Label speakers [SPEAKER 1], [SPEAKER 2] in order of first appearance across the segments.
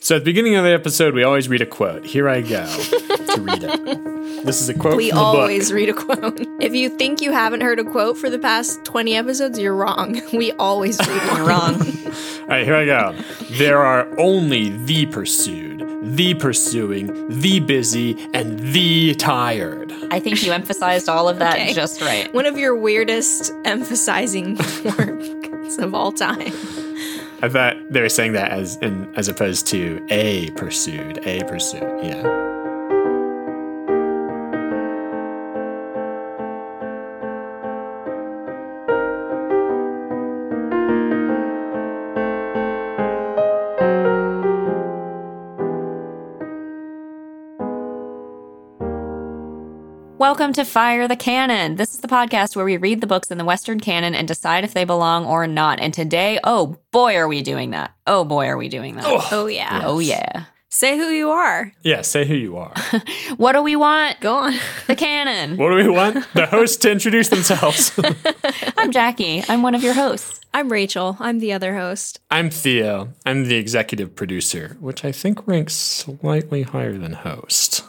[SPEAKER 1] So at the beginning of the episode, we always read a quote. Here I go to read it. This is a quote
[SPEAKER 2] We
[SPEAKER 1] from the
[SPEAKER 2] always
[SPEAKER 1] book.
[SPEAKER 2] read a quote. If you think you haven't heard a quote for the past 20 episodes, you're wrong. We always read one.
[SPEAKER 3] You're wrong.
[SPEAKER 1] All right, here I go. There are only the pursued, the pursuing, the busy, and the tired.
[SPEAKER 3] I think you emphasized all of that
[SPEAKER 2] Okay.
[SPEAKER 3] just right.
[SPEAKER 2] one of your weirdest emphasizing works of all time.
[SPEAKER 1] I thought they were saying that as in, as opposed to a pursued, a pursued. Yeah.
[SPEAKER 3] Welcome to Fire the Canon. This is the podcast where we read the books in the Western canon and decide if they belong or not. And today, oh boy, are we doing that. Oh boy, are we doing that. Oh,
[SPEAKER 2] Oh, yeah.
[SPEAKER 3] yeah.
[SPEAKER 2] Say who you are.
[SPEAKER 1] Yeah, say who you are.
[SPEAKER 3] What do we want?
[SPEAKER 2] Go on.
[SPEAKER 3] The canon.
[SPEAKER 1] What do we want? The host to introduce themselves.
[SPEAKER 3] I'm Jackie. I'm one of your hosts.
[SPEAKER 2] I'm Rachel. I'm the other host.
[SPEAKER 1] I'm Theo. I'm the executive producer, which I think ranks slightly higher than host.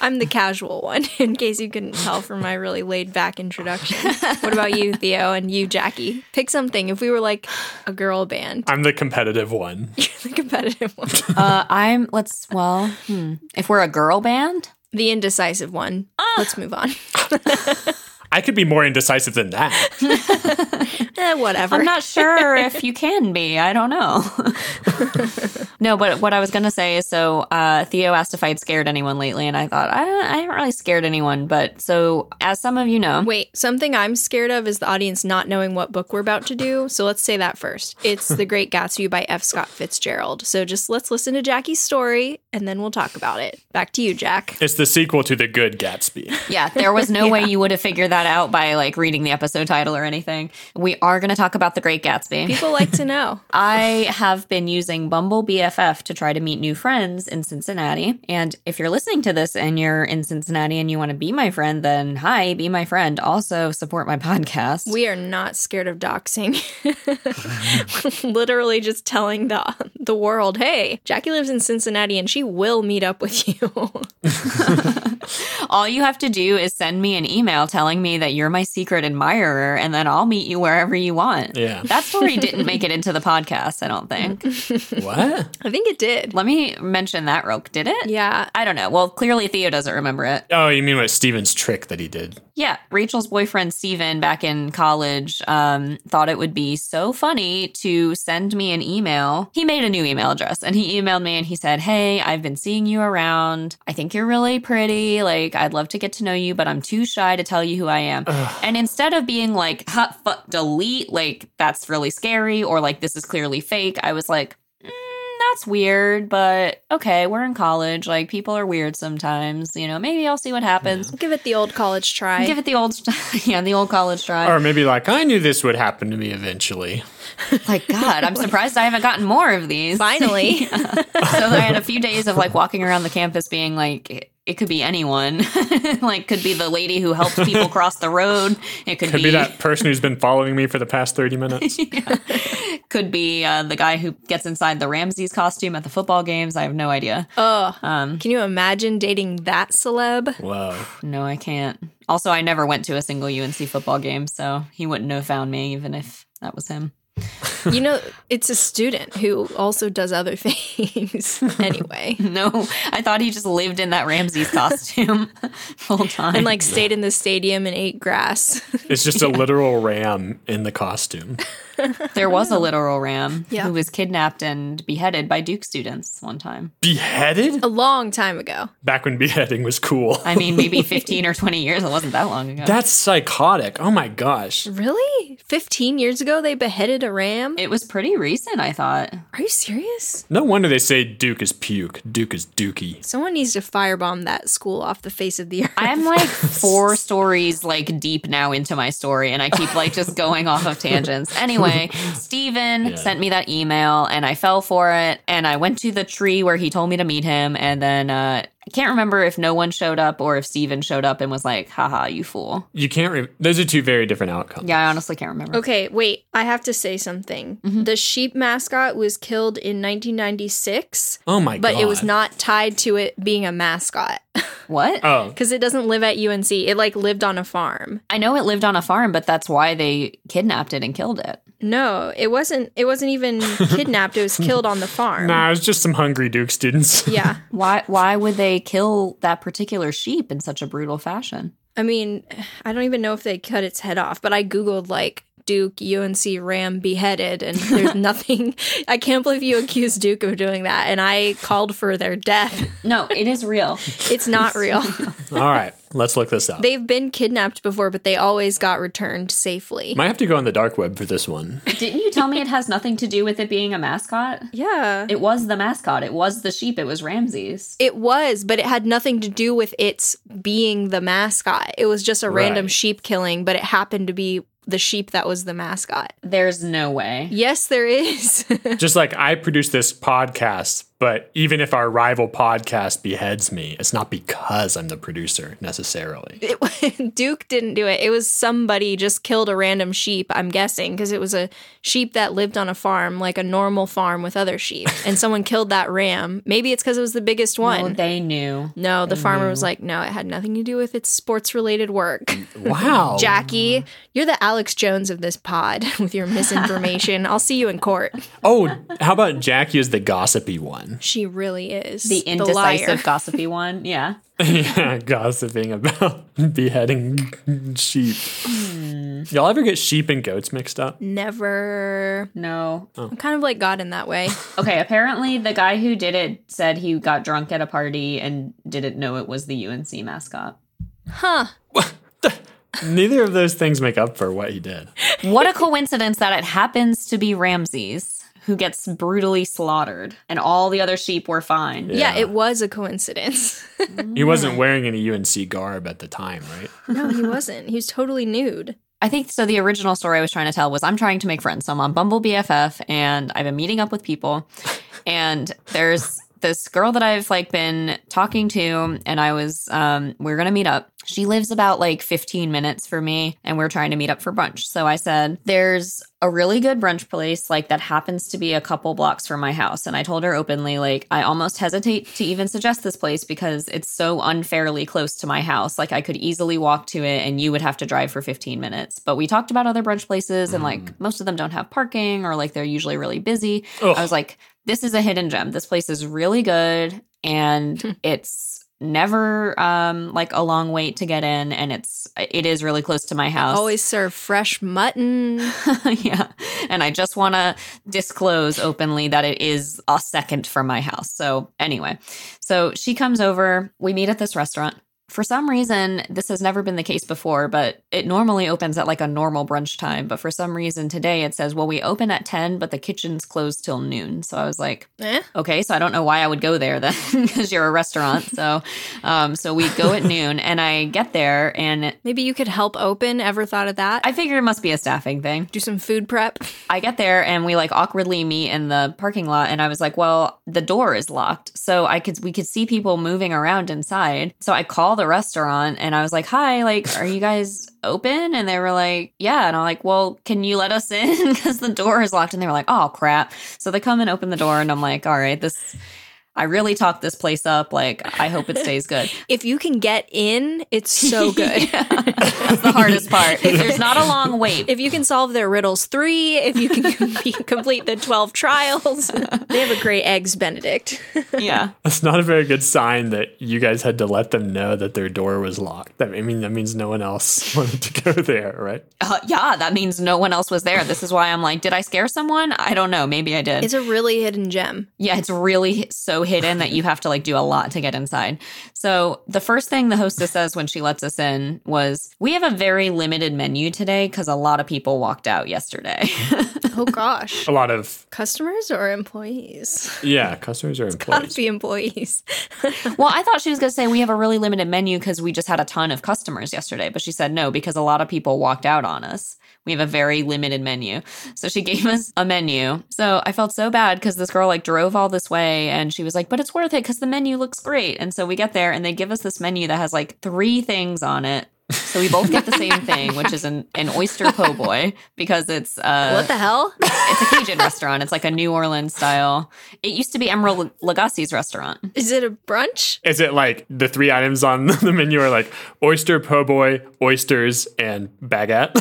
[SPEAKER 2] I'm the casual one, in case you couldn't tell from my really laid back introduction. What about you, Theo, and you, Jackie? Pick something. If we were like a girl band,
[SPEAKER 1] I'm the competitive one.
[SPEAKER 2] you're the competitive one,
[SPEAKER 3] Uh, I'm, let's, well, hmm. if we're a girl band,
[SPEAKER 2] the indecisive one. Let's move on.
[SPEAKER 1] I could be more indecisive than that.
[SPEAKER 2] Eh, whatever.
[SPEAKER 3] I'm not sure if you can be. I don't know. no, but what I was going to say is so uh, Theo asked if I'd scared anyone lately, and I thought, I, I haven't really scared anyone. But so, as some of you know,
[SPEAKER 2] Wait, something I'm scared of is the audience not knowing what book we're about to do. So let's say that first. It's The Great Gatsby by F. Scott Fitzgerald. So just let's listen to Jackie's story and then we'll talk about it. Back to you, Jack.
[SPEAKER 1] It's the sequel to The Good Gatsby.
[SPEAKER 3] yeah, there was no way you would have figured that out by like reading the episode title or anything. We are going to talk about The Great Gatsby.
[SPEAKER 2] People like to know.
[SPEAKER 3] I have been using Bumble BFF to try to meet new friends in Cincinnati. And if you're listening to this and you're in Cincinnati and you want to be my friend, then hi, be my friend. Also, support my podcast.
[SPEAKER 2] We are not scared of doxing. Literally just telling the the world, "Hey, Jackie lives in Cincinnati and she will meet up with you."
[SPEAKER 3] All you have to do is send me an email telling me that you're my secret admirer, and then I'll meet you wherever you want.
[SPEAKER 1] Yeah.
[SPEAKER 3] That story didn't make it into the podcast, I don't think.
[SPEAKER 1] what?
[SPEAKER 2] I think it did.
[SPEAKER 3] Let me mention that, Roke. Did it?
[SPEAKER 2] Yeah.
[SPEAKER 3] I don't know. Well, clearly Theo doesn't remember it.
[SPEAKER 1] Oh, you mean what Steven's trick that he did?
[SPEAKER 3] Yeah, Rachel's boyfriend Steven back in college um, thought it would be so funny to send me an email. He made a new email address and he emailed me and he said, Hey, I've been seeing you around. I think you're really pretty. Like, I'd love to get to know you, but I'm too shy to tell you who I am. And instead of being like, hot fuck, delete, like, that's really scary or like, this is clearly fake, I was like, "Mm, that's weird, but okay, we're in college. Like, people are weird sometimes. You know, maybe I'll see what happens.
[SPEAKER 2] Give it the old college try.
[SPEAKER 3] Give it the old, yeah, the old college try.
[SPEAKER 1] Or maybe like, I knew this would happen to me eventually.
[SPEAKER 3] like God, I'm surprised I haven't gotten more of these.
[SPEAKER 2] Finally.
[SPEAKER 3] Yeah. so I had a few days of like walking around the campus, being like, it, it could be anyone. like, could be the lady who helped people cross the road. It could,
[SPEAKER 1] Could
[SPEAKER 3] be,
[SPEAKER 1] be that person who's been following me for the past 30 minutes.
[SPEAKER 3] could be uh, the guy who gets inside the Ramses costume at the football games. I have no idea.
[SPEAKER 2] Ugh.
[SPEAKER 3] Um,
[SPEAKER 2] Can you imagine dating that celeb?
[SPEAKER 1] Whoa.
[SPEAKER 3] no, I can't. Also, I never went to a single UNC football game, so he wouldn't have found me even if that was him.
[SPEAKER 2] You know, it's a student who also does other things anyway.
[SPEAKER 3] No, I thought he just lived in that Ramses costume full time.
[SPEAKER 2] And like stayed in the stadium and ate grass.
[SPEAKER 1] It's just a literal ram in the costume.
[SPEAKER 3] there was a literal ram
[SPEAKER 2] Yeah.
[SPEAKER 3] who was kidnapped and beheaded by Duke students one time.
[SPEAKER 1] Beheaded?
[SPEAKER 2] A long time ago.
[SPEAKER 1] Back when beheading was cool.
[SPEAKER 3] I mean, maybe 15 or 20 years. It wasn't that long ago.
[SPEAKER 1] That's psychotic. Oh my gosh.
[SPEAKER 2] Really? 15 years ago, they beheaded a ram?
[SPEAKER 3] it was pretty recent, I thought.
[SPEAKER 2] Are you serious?
[SPEAKER 1] No wonder they say Duke is puke. Duke is dookie.
[SPEAKER 2] Someone needs to firebomb that school off the face of the earth.
[SPEAKER 3] I'm like four stories like deep now into my story, and I keep like just going off of tangents. Anyway, Steven
[SPEAKER 1] Yeah.
[SPEAKER 3] sent me that email, and I fell for it. And I went to the tree where he told me to meet him, and then uh, I can't remember if no one showed up or if Steven showed up and was like, haha, you fool.
[SPEAKER 1] You can't. Re- Those are two very different outcomes.
[SPEAKER 3] Yeah, I honestly can't remember.
[SPEAKER 2] Okay, wait. I have to say something.
[SPEAKER 1] Mm-hmm.
[SPEAKER 3] Mhm.
[SPEAKER 2] The sheep mascot was killed in 1996,
[SPEAKER 1] Oh my
[SPEAKER 2] but
[SPEAKER 1] god.
[SPEAKER 2] it was not tied to it being a mascot
[SPEAKER 3] What?
[SPEAKER 1] Oh,
[SPEAKER 2] because it doesn't live at UNC. It like lived on a farm.
[SPEAKER 3] I know it lived on a farm, but that's why they kidnapped it and killed it.
[SPEAKER 2] No, it wasn't. It wasn't even kidnapped. It was killed on the farm.
[SPEAKER 1] nah. It was just some hungry Duke students.
[SPEAKER 2] Yeah.
[SPEAKER 3] Why why would they kill that particular sheep in such a brutal fashion?
[SPEAKER 2] I mean, I don't even know if they cut its head off, but I Googled like Duke UNC Ram beheaded, and there's nothing. I can't believe you accused Duke of doing that. And I called for their death.
[SPEAKER 3] No, it is real.
[SPEAKER 2] It's not real.
[SPEAKER 1] All right, let's look this up.
[SPEAKER 2] They've been kidnapped before, but they always got returned safely.
[SPEAKER 1] Might have to go on the dark web for this one.
[SPEAKER 3] Didn't you tell me it has nothing to do with it being a mascot?
[SPEAKER 2] yeah. It-
[SPEAKER 3] It was the mascot. It was the sheep. It was Ramses.
[SPEAKER 2] was, but it had nothing to do with its being the mascot. It was just a random
[SPEAKER 1] Right.
[SPEAKER 2] sheep killing, but it happened to be the sheep that was the mascot.
[SPEAKER 3] There's no way.
[SPEAKER 2] Yes, there is.
[SPEAKER 1] Just like I produce this podcast, but even if our rival podcast beheads me, it's not because I'm the producer necessarily.
[SPEAKER 2] it, Duke didn't do it. It was somebody just killed a random sheep, I'm guessing, because it was a sheep that lived on a farm, like a normal farm with other sheep. And someone killed that ram. Maybe it's because it was the biggest
[SPEAKER 3] No,
[SPEAKER 2] one.
[SPEAKER 3] they knew.
[SPEAKER 2] no, the farmer was like, no, it had nothing to do with its sports related work.
[SPEAKER 1] Wow.
[SPEAKER 2] Jackie, you're the Alex Jones of this pod with your misinformation. I'll see you in court.
[SPEAKER 1] Oh, how about Jackie is the gossipy one?
[SPEAKER 2] She really is
[SPEAKER 3] The indecisive
[SPEAKER 2] liar.
[SPEAKER 3] gossipy one. Yeah.
[SPEAKER 1] yeah, gossiping about beheading sheep. Hmm. Y'all ever get sheep and goats mixed up?
[SPEAKER 2] Never.
[SPEAKER 3] No.
[SPEAKER 2] I'm kind of like God in that way.
[SPEAKER 3] Okay, apparently the guy who did it said he got drunk at a party and didn't know it was the UNC mascot.
[SPEAKER 2] Huh.
[SPEAKER 1] Neither of those things make up for what he did.
[SPEAKER 3] What a coincidence that it happens to be Ramses who gets brutally slaughtered and all the other sheep were fine.
[SPEAKER 2] Yeah,
[SPEAKER 1] Yeah.
[SPEAKER 2] it was a coincidence.
[SPEAKER 1] He wasn't wearing any UNC garb at the time, right?
[SPEAKER 2] No, he wasn't. He was totally nude.
[SPEAKER 3] I think so. The original story I was trying to tell was I'm trying to make friends. So I'm on Bumble BFF and I've been meeting up with people. And there's this girl that I've like been talking to, and I was, um, we are going to meet up. She lives about like 15 minutes from me, and we're trying to meet up for brunch. So I said, There's a really good brunch place like that happens to be a couple blocks from my house. And I told her openly, like, I almost hesitate to even suggest this place because it's so unfairly close to my house. Like, I could easily walk to it and you would have to drive for 15 minutes. But we talked about other brunch places and like most of them don't have parking or like they're usually really busy.
[SPEAKER 1] Ugh.
[SPEAKER 3] I was like, this is a hidden gem. This place is really good and it's never um like a long wait to get in and it's it is really close to my house.
[SPEAKER 2] Always serve fresh mutton.
[SPEAKER 3] yeah. And I just want to disclose openly that it is a second from my house. So, anyway, so she comes over, we meet at this restaurant. For some reason, this has never been the case before, but it normally opens at like a normal brunch time. But for some reason today it says, well, we open at 10, but the kitchen's closed till noon. So I was like,
[SPEAKER 2] Eh?
[SPEAKER 3] okay so i don't know why i would go there then because you're a restaurant so um so we go at noon and i get there and
[SPEAKER 2] Maybe you could help open. Ever thought of that?
[SPEAKER 3] i figured it must be a staffing thing
[SPEAKER 2] do some food prep.
[SPEAKER 3] i get there and we like awkwardly meet in the parking lot and i was like well the door is locked so i could we could see people moving around inside so i call the restaurant and i was like hi like are you guys open and they were like yeah and i'm like well can you let us in because the door is locked and they were like oh crap so they come and open the door and i'm like all right this I really talked this place up. Like, I hope it stays good.
[SPEAKER 2] If you can get in, it's so good.
[SPEAKER 3] Yeah. That's the hardest part. If there's not a long wait,
[SPEAKER 2] If you can solve their riddles three, if you can com- complete the 12 trials, they have a great eggs Benedict.
[SPEAKER 3] yeah.
[SPEAKER 1] That's not a very good sign that you guys had to let them know that their door was locked. That, I mean, that means no one else wanted to go there, right?
[SPEAKER 3] Uh, yeah, that means no one else was there. This is why I'm like, did I scare someone? I don't know. Maybe I did.
[SPEAKER 2] It's a really hidden gem.
[SPEAKER 3] yeah, it's really so hidden that you have to like do a lot to get inside. So the first thing the hostess says when she lets us in was, "We have a very limited menu today because a lot of people walked out yesterday."
[SPEAKER 2] Oh gosh.
[SPEAKER 1] A lot of
[SPEAKER 2] Customers or employees?
[SPEAKER 1] yeah, customers are
[SPEAKER 2] Gotta
[SPEAKER 1] employees.
[SPEAKER 2] be employees.
[SPEAKER 3] well, I thought she was going to say we have a really limited menu because we just had a ton of customers yesterday, but she said no because a lot of people walked out on us. We have a very limited menu. So she gave us a menu. So I felt so bad because this girl like drove all this way and she was was like, but it's worth it because the menu looks great. And so we get there and they give us this menu that has like three things on it. So we both get the same thing, which is an, an oyster po' boy because it's uh,
[SPEAKER 2] what the hell?
[SPEAKER 3] it's a Cajun restaurant. It's like a New Orleans style. It used to be Emerald Lagasse's restaurant.
[SPEAKER 2] Is it a brunch?
[SPEAKER 1] Is it like the three items on the menu are like oyster po' boy, oysters, and baguette?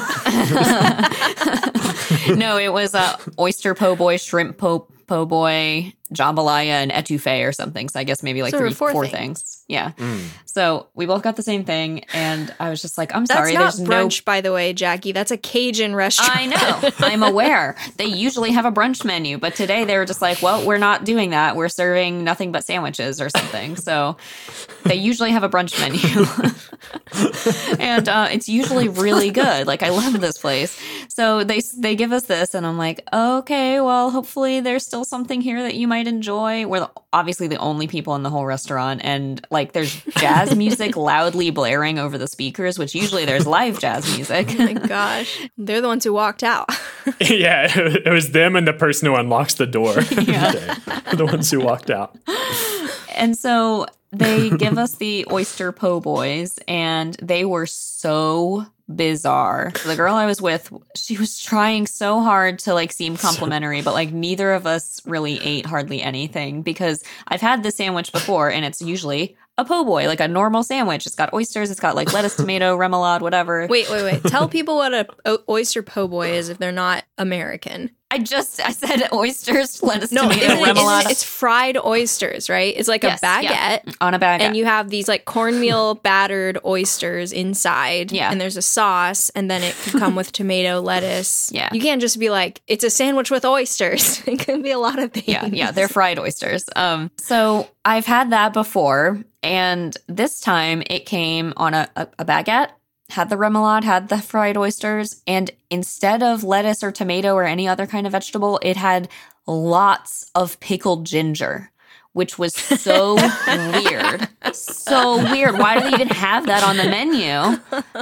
[SPEAKER 3] no, it was uh, oyster po' boy, shrimp po' po' boy, jambalaya, and etouffee or something. So I guess maybe like
[SPEAKER 2] So there were
[SPEAKER 3] three,
[SPEAKER 2] four
[SPEAKER 3] four,
[SPEAKER 2] things.
[SPEAKER 3] things. Yeah. So we both got the same thing, and I was just like, I'm
[SPEAKER 2] That's
[SPEAKER 3] sorry,
[SPEAKER 2] not
[SPEAKER 3] there's no.
[SPEAKER 2] brunch, by the way, Jackie. That's a Cajun restaurant.
[SPEAKER 3] I know. I'm aware. They usually have a brunch menu, but today they were just like, well, we're not doing that. We're serving nothing but sandwiches or something. So they usually have a brunch menu. and uh, it's usually really good. Like, I love this place. So they, they give us this, and I'm like, okay, well, hopefully there's still something here that you might enjoy. We're the, obviously the only people in the whole restaurant, and like, there's jazz music loudly blaring over the speakers, which usually there's live jazz music.
[SPEAKER 2] Oh my gosh. They're the ones who walked out.
[SPEAKER 1] yeah, it was them and the person who unlocks the door. the ones who walked out.
[SPEAKER 3] And so they give us the oyster po' boys, and they were so bizarre. The girl I was with, she was trying so hard to like seem complimentary, but like neither of us really ate hardly anything because I've had this sandwich before, and it's usually a po' boy, like a normal sandwich. It's got oysters, it's got like lettuce, tomato, remoulade, whatever.
[SPEAKER 2] Wait, wait, wait. Tell people what a o- oyster po' boy is if they're not American.
[SPEAKER 3] I just I said oysters, lettuce,
[SPEAKER 1] No,
[SPEAKER 3] tomato,
[SPEAKER 1] Yeah,
[SPEAKER 2] Isn't it-
[SPEAKER 3] remoulade.
[SPEAKER 2] isn't it- it's fried oysters, right? It's like
[SPEAKER 3] Yes,
[SPEAKER 2] a baguette.
[SPEAKER 3] yeah. on a bag.
[SPEAKER 2] And you have these like cornmeal battered oysters inside.
[SPEAKER 3] Yeah.
[SPEAKER 2] And there's a sauce, and then it could come with tomato, lettuce.
[SPEAKER 3] Yeah.
[SPEAKER 2] You can't just be like, it's a sandwich with oysters. it can be a lot of things.
[SPEAKER 3] Yeah, yeah, they're fried oysters. Um, so I've had that before, and this time it came on a, a, a baguette, had the remoulade, had the fried oysters, and instead of lettuce or tomato or any other kind of vegetable, it had lots of pickled ginger. Which was so weird. So weird. Why do they even have that on the menu?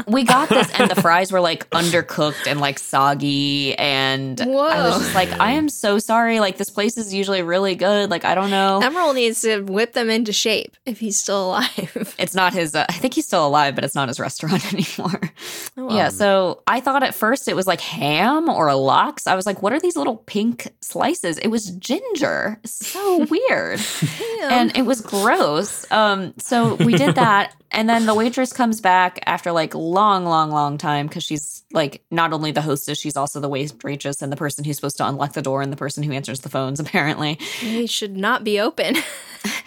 [SPEAKER 3] We got this, and the fries were like undercooked and like soggy. And I was
[SPEAKER 2] Whoa.
[SPEAKER 3] just like, I am so sorry. Like, this place is usually really good. Like, I don't know.
[SPEAKER 2] Emerald needs to whip them into shape if he's still alive.
[SPEAKER 3] It's not his, uh, I think he's still alive, but it's not his restaurant anymore.
[SPEAKER 2] Oh,
[SPEAKER 3] Yeah. So I thought at first it was like ham or lox. I was like, what are these little pink slices? It was ginger. So weird.
[SPEAKER 2] Oh.
[SPEAKER 3] and it was gross. Um, so we did that, and then the waitress comes back after like long, long, long time because she's like not only the hostess, she's also the waitress and the person who's supposed to unlock the door and the person who answers the phones. Apparently,
[SPEAKER 2] They should not be open.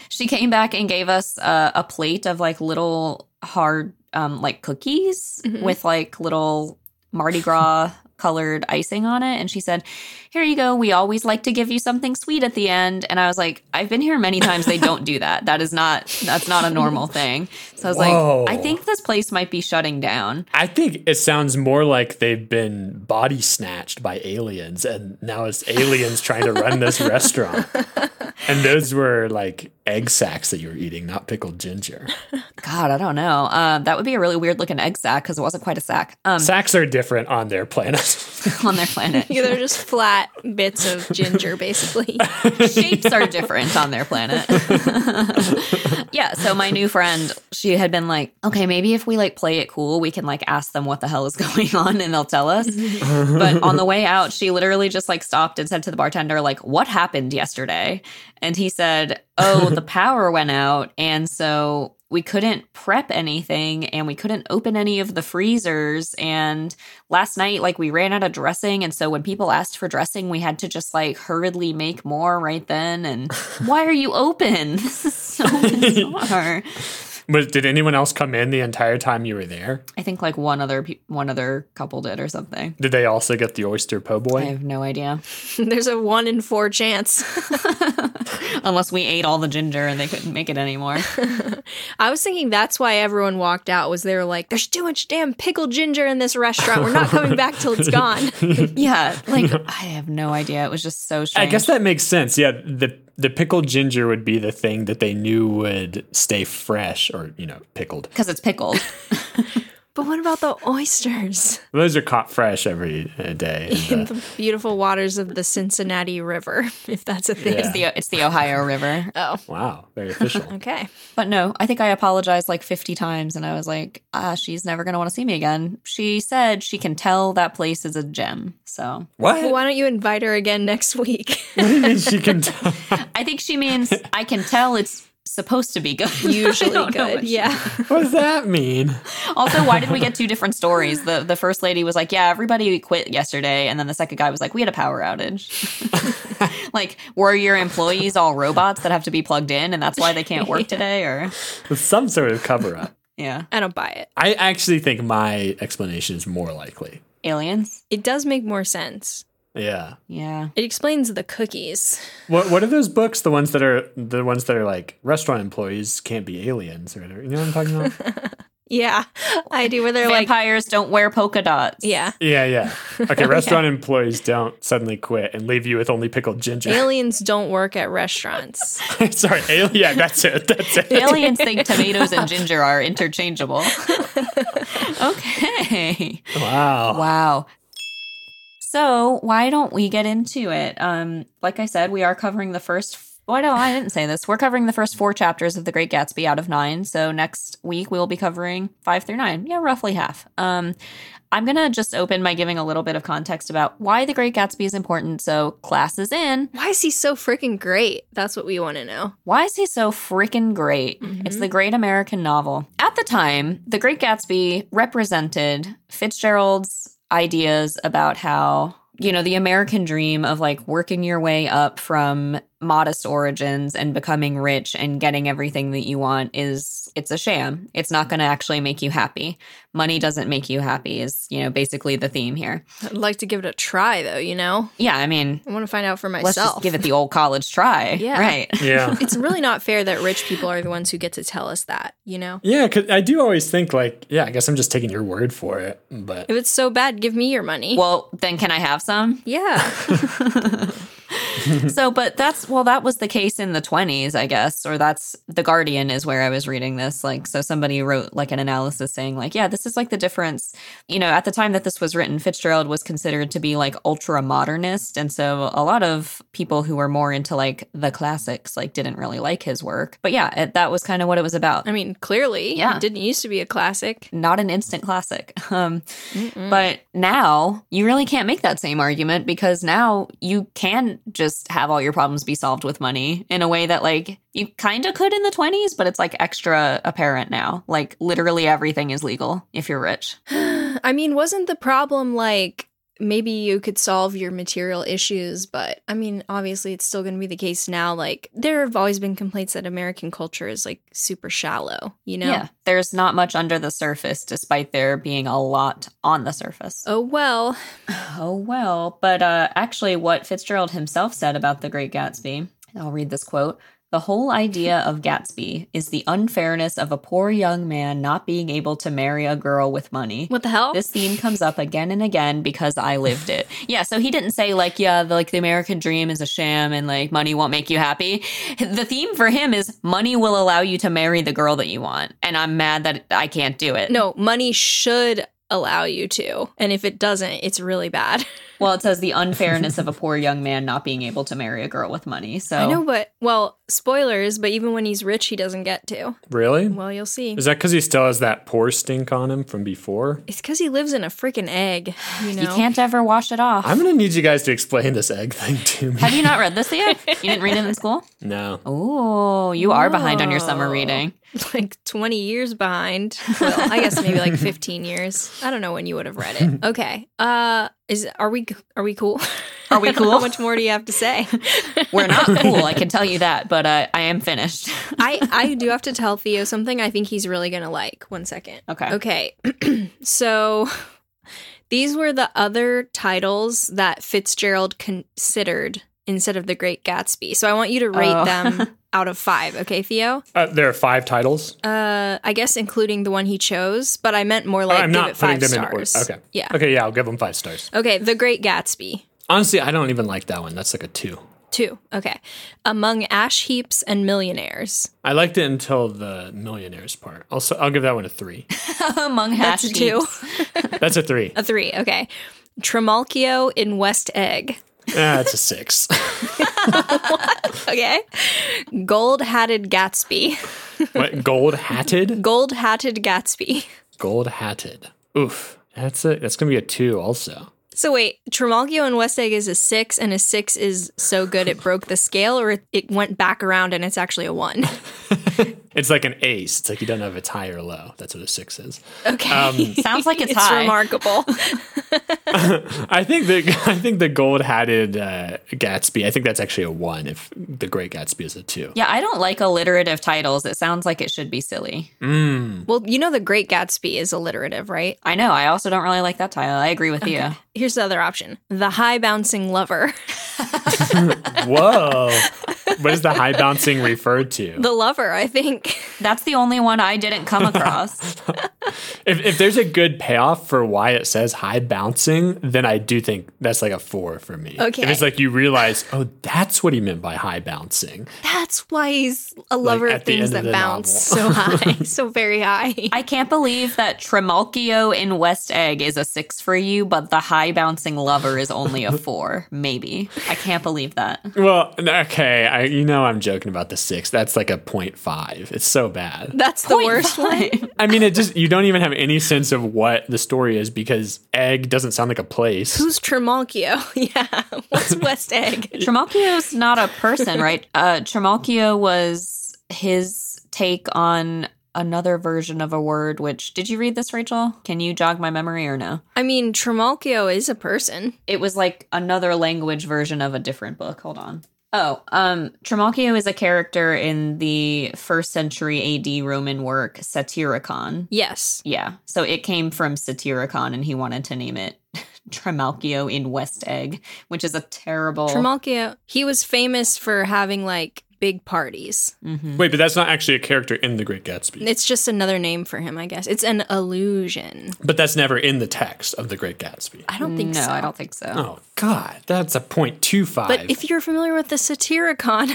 [SPEAKER 3] she came back and gave us uh, a plate of like little hard um like cookies
[SPEAKER 2] Mhm.
[SPEAKER 3] with like little mardi gras colored icing on it and she said here you go we always like to give you something sweet at the end and i was like i've been here many times they don't do that that is not that's not a normal thing so i was
[SPEAKER 1] Whoa.
[SPEAKER 3] like i think this place might be shutting down
[SPEAKER 1] I think it sounds more like they've been body snatched by aliens, and now it's aliens trying to run this restaurant. And those were like egg sacks that you were eating, not pickled ginger.
[SPEAKER 3] god i don't know uh, that would be a really weird looking egg sack because it wasn't quite a sack um,
[SPEAKER 1] Sacks are different on their planet.
[SPEAKER 3] on their planet
[SPEAKER 2] Yeah, they're just flat bits of ginger, basically.
[SPEAKER 3] shapes are different on their planet. yeah, so my new friend, she had been like, okay, maybe if we like play it cool, we can like ask them what the hell is going on and they'll tell us. but on the way out, she literally just like stopped and said to the bartender like, "What happened yesterday?" And he said, "Oh, the power went out and so we couldn't prep anything and we couldn't open any of the freezers and last night like we ran out of dressing and so when people asked for dressing we had to just like hurriedly make more right then and why are you open this is so bizarre
[SPEAKER 1] Was, did anyone else come in the entire time you were there?
[SPEAKER 3] i think like one other pe- one other couple did or something
[SPEAKER 1] Did they also get the oyster po'
[SPEAKER 3] i
[SPEAKER 1] boy?
[SPEAKER 3] have no idea
[SPEAKER 2] There's a one in four chance.
[SPEAKER 3] unless we ate all the ginger and they couldn't make it anymore
[SPEAKER 2] I was thinking that's why everyone walked out was they were like, "There's too much damn pickled ginger in this restaurant. We're not coming back till it's gone."
[SPEAKER 3] yeah like i have no idea it was just so
[SPEAKER 1] I
[SPEAKER 3] strange
[SPEAKER 1] guess that makes sense. Yeah, the the pickled ginger would be the thing that they knew would stay fresh, or you know, pickled.
[SPEAKER 3] because it's pickled
[SPEAKER 2] But what about the oysters
[SPEAKER 1] Those are caught fresh every uh, day.
[SPEAKER 2] in
[SPEAKER 1] And, uh,
[SPEAKER 2] the beautiful waters of the Cincinnati River, if that's a thing?
[SPEAKER 1] Yeah.
[SPEAKER 3] It's the it's the Ohio River.
[SPEAKER 2] Oh,
[SPEAKER 1] wow, very official.
[SPEAKER 2] okay.
[SPEAKER 3] But no, I think I apologized like 50 times and I was like, ah, she's never going to want to see me again. She said she can tell that place is a gem. So
[SPEAKER 2] Well,
[SPEAKER 1] what?
[SPEAKER 2] why don't you invite her again next week?
[SPEAKER 1] What do you mean she can tell?
[SPEAKER 3] I think she means I can tell it's supposed to be good. I
[SPEAKER 2] Usually
[SPEAKER 3] don't know what
[SPEAKER 2] good.
[SPEAKER 3] she-
[SPEAKER 2] Yeah.
[SPEAKER 1] What does that mean?
[SPEAKER 3] Also, why did we get two different stories? The the first lady was like, "Yeah, everybody quit yesterday," and then the second guy was like, "We had a power outage." like, were your employees all robots that have to be plugged in, and that's why they can't work today? Or
[SPEAKER 1] It's some sort of cover up.
[SPEAKER 3] yeah,
[SPEAKER 2] I don't buy it.
[SPEAKER 1] I actually think my explanation is more likely.
[SPEAKER 3] aliens.
[SPEAKER 2] It does make more sense.
[SPEAKER 1] Yeah.
[SPEAKER 3] Yeah,
[SPEAKER 2] It explains the cookies.
[SPEAKER 1] What What are those books? The ones that are the ones that are like restaurant employees can't be aliens or whatever. You know what I'm talking about?
[SPEAKER 2] Yeah, I do. Where they're like,
[SPEAKER 3] vampires don't wear polka dots.
[SPEAKER 2] yeah,
[SPEAKER 1] Yeah, yeah. Okay, restaurant employees don't suddenly quit and leave you with only pickled ginger.
[SPEAKER 2] aliens don't work at restaurants.
[SPEAKER 1] Sorry, alien. Yeah, that's it. That's it.
[SPEAKER 3] Aliens think tomatoes and ginger are interchangeable. okay.
[SPEAKER 1] Wow.
[SPEAKER 3] Wow. So why don't we get into it? Um, like I said, we are covering the first. Why no, I didn't say this. We're covering the first four chapters of The Great Gatsby out of nine. So next week we will be covering five through nine. Yeah, roughly half. Um, I'm gonna just open by giving a little bit of context about why The Great Gatsby is important. So class is in.
[SPEAKER 2] Why is he so freaking great? That's what we want to know.
[SPEAKER 3] Why is he so freaking great? It's
[SPEAKER 2] Mm-hmm.
[SPEAKER 3] the great American novel. At the time, The Great Gatsby represented Fitzgerald's ideas about how, you know, the American dream of like working your way up from modest origins and becoming rich and getting everything that you want is it's a sham. It's not going to actually make you happy. Money doesn't make you happy is, you know, basically the theme here.
[SPEAKER 2] I'd like to give it a try, though. You know,
[SPEAKER 3] Yeah, I mean,
[SPEAKER 2] I want to find out for
[SPEAKER 3] let's
[SPEAKER 2] myself.
[SPEAKER 3] just give it the old college try.
[SPEAKER 2] Yeah.
[SPEAKER 3] Right.
[SPEAKER 1] Yeah.
[SPEAKER 2] it's really not fair that rich people are the ones who get to tell us that. You know,
[SPEAKER 1] Yeah, cause I do always think like, yeah, I guess I'm just taking your word for it, but
[SPEAKER 2] if it's so bad, give me your money.
[SPEAKER 3] Well, then can I have some?
[SPEAKER 2] yeah,
[SPEAKER 3] so but that's well that was the case in the 20s i guess or that's the guardian is where i was reading this like so somebody wrote like an analysis saying like yeah this is like the difference you know at the time that this was written fitzgerald was considered to be like ultra modernist and so a lot of people who were more into like the classics like didn't really like his work but yeah it, that was kind of what it was about
[SPEAKER 2] I mean, clearly,
[SPEAKER 3] Yeah.
[SPEAKER 2] it didn't used to be a classic.
[SPEAKER 3] not an instant classic. Um,
[SPEAKER 2] Mm-hmm.
[SPEAKER 3] but now you really can't make that same argument because now you can just have all your problems be solved with money in a way that, like, you kind of could in the 20s, but it's like extra apparent now. Like, literally everything is legal if you're rich.
[SPEAKER 2] I mean, wasn't the problem like maybe you could solve your material issues, but I mean, obviously, it's still going to be the case now. Like, there have always been complaints that American culture is like super shallow, you know?
[SPEAKER 3] There's not much under the surface, despite there being a lot on the surface.
[SPEAKER 2] Oh, well,
[SPEAKER 3] Oh, well. But uh, actually, what Fitzgerald himself said about The Great Gatsby, I'll read this quote. The whole idea of Gatsby is the unfairness of a poor young man not being able to marry a girl with money.
[SPEAKER 2] what the hell?
[SPEAKER 3] This theme comes up again and again because I lived it. Yeah, so he didn't say like, yeah, the, like the American dream is a sham and like money won't make you happy. The theme for him is money will allow you to marry the girl that you want, and I'm mad that I can't do it.
[SPEAKER 2] no, money should allow you to. And if it doesn't, it's really bad.
[SPEAKER 3] Well, it says the unfairness of a poor young man not being able to marry a girl with money. So
[SPEAKER 2] I know, but well, spoilers, but even when he's rich, he doesn't get to.
[SPEAKER 1] really?
[SPEAKER 2] Well, you'll see.
[SPEAKER 1] Is that because he still has that poor stink on him from before?
[SPEAKER 2] It's because he lives in a freaking egg, you know?
[SPEAKER 3] you can't ever wash it off.
[SPEAKER 1] I'm gonna need you guys to explain this egg thing to me.
[SPEAKER 3] Have you not read this yet? You didn't read it in school?
[SPEAKER 1] No.
[SPEAKER 3] Oh, you are behind on your summer
[SPEAKER 2] Whoa.
[SPEAKER 3] reading.
[SPEAKER 2] like 20 years behind. Well, I guess maybe like 15 years. I don't know when you would have read it. Okay. Uh is are we are we cool?
[SPEAKER 3] Are we
[SPEAKER 2] How
[SPEAKER 3] cool?
[SPEAKER 2] much more do you have to say?
[SPEAKER 3] We're not cool, I can tell you that, but uh, I am finished.
[SPEAKER 2] I I do have to tell Theo something I think he's really going to like. One second.
[SPEAKER 3] Okay.
[SPEAKER 2] Okay. so these were the other titles that Fitzgerald considered instead of The Great Gatsby. So I want you to rate
[SPEAKER 3] Oh.
[SPEAKER 2] them out of 5, okay, Theo?
[SPEAKER 1] Uh, there are five titles.
[SPEAKER 2] Uh, I guess including the one he chose, but I meant more like
[SPEAKER 1] Oh, I'm
[SPEAKER 2] give
[SPEAKER 1] not
[SPEAKER 2] it
[SPEAKER 1] putting
[SPEAKER 2] five
[SPEAKER 1] them in order.
[SPEAKER 2] stars.
[SPEAKER 1] Okay.
[SPEAKER 2] Yeah.
[SPEAKER 1] Okay. Yeah, I'll give them five stars.
[SPEAKER 2] Okay. The Great Gatsby.
[SPEAKER 1] Honestly, I don't even like that one. That's like a two.
[SPEAKER 2] Two. Okay. Among ash heaps and millionaires.
[SPEAKER 1] I liked it until the millionaires part. Also, I'll give that one a three.
[SPEAKER 3] Among hash
[SPEAKER 2] That's a two.
[SPEAKER 3] heaps.
[SPEAKER 1] That's a three.
[SPEAKER 2] A three. Okay. Trimalchio in West Egg.
[SPEAKER 1] Ah, it's a six.
[SPEAKER 2] Okay. Gold hatted Gatsby.
[SPEAKER 1] What gold hatted?
[SPEAKER 2] Gold hatted Gatsby.
[SPEAKER 1] Gold hatted. Oof. That's a that's gonna be a two also.
[SPEAKER 2] So wait, Trimalchio in West Egg is a six, and a six is so good it broke the scale, or it- it went back around and it's actually a one.
[SPEAKER 1] It's like an ace. It's like you don't know if it's high or low. That's what a six is.
[SPEAKER 2] Okay.
[SPEAKER 1] Um,
[SPEAKER 3] Sounds like it's,
[SPEAKER 2] it's
[SPEAKER 3] high.
[SPEAKER 2] remarkable.
[SPEAKER 1] I think the I think the gold hatted uh, Gatsby. I think that's actually a one. If the Great Gatsby is a two.
[SPEAKER 3] Yeah, I don't like alliterative titles. It sounds like it should be silly.
[SPEAKER 2] well, you know the Great Gatsby is alliterative, right?
[SPEAKER 3] I know. I also don't really like that title. I agree with you.
[SPEAKER 2] Here's the other option: the high bouncing lover.
[SPEAKER 1] Whoa. what is the high bouncing referred to?
[SPEAKER 2] The lover, I think.
[SPEAKER 3] That's the only one I didn't come across.
[SPEAKER 1] If if there's a good payoff for why it says high bouncing, then I do think that's like a four for me.
[SPEAKER 2] Okay.
[SPEAKER 1] If it's like you realize, oh, that's what he meant by high bouncing.
[SPEAKER 2] That's why he's a lover
[SPEAKER 1] Like,
[SPEAKER 2] of
[SPEAKER 1] at the
[SPEAKER 2] things
[SPEAKER 1] end of
[SPEAKER 2] that
[SPEAKER 1] the
[SPEAKER 2] bounce
[SPEAKER 1] novel.
[SPEAKER 2] so high, so very high.
[SPEAKER 3] I can't believe that Trimalchio in West Egg is a six for you, but the high bouncing lover is only a four, maybe. I can't believe that.
[SPEAKER 1] Well, okay, I you know I'm joking about the six. That's like a point five. It's so bad.
[SPEAKER 2] That's the worst one.
[SPEAKER 1] I mean, it just you don't even have any sense of what the story is because egg doesn't sound like a place.
[SPEAKER 2] Who's Trimalchio? yeah. What's West Egg?
[SPEAKER 3] Trimalchio's not a person, right? Uh, Trimalchio was his take on another version of a word, which, did you read this, Rachel? Can you jog my memory or no?
[SPEAKER 2] I mean, Trimalchio is a person.
[SPEAKER 3] it was like another language version of a different book. Hold on. Oh, um, Trimalchio is a character in the first century AD Roman work Satyricon.
[SPEAKER 2] Yes.
[SPEAKER 3] Yeah, so it came from Satyricon, and he wanted to name it Trimalchio in West Egg, which is a terrible.
[SPEAKER 2] Trimalchio, he was famous for having like big parties.
[SPEAKER 3] Mhm.
[SPEAKER 1] Wait, but that's not actually a character in The Great Gatsby.
[SPEAKER 2] It's just another name for him, I guess. It's an illusion.
[SPEAKER 1] but that's never in the text of The Great Gatsby.
[SPEAKER 2] I don't think
[SPEAKER 3] no,
[SPEAKER 2] so.
[SPEAKER 3] I don't think so.
[SPEAKER 1] Oh God, that's a point two five.
[SPEAKER 2] But if you're familiar with the Satyricon,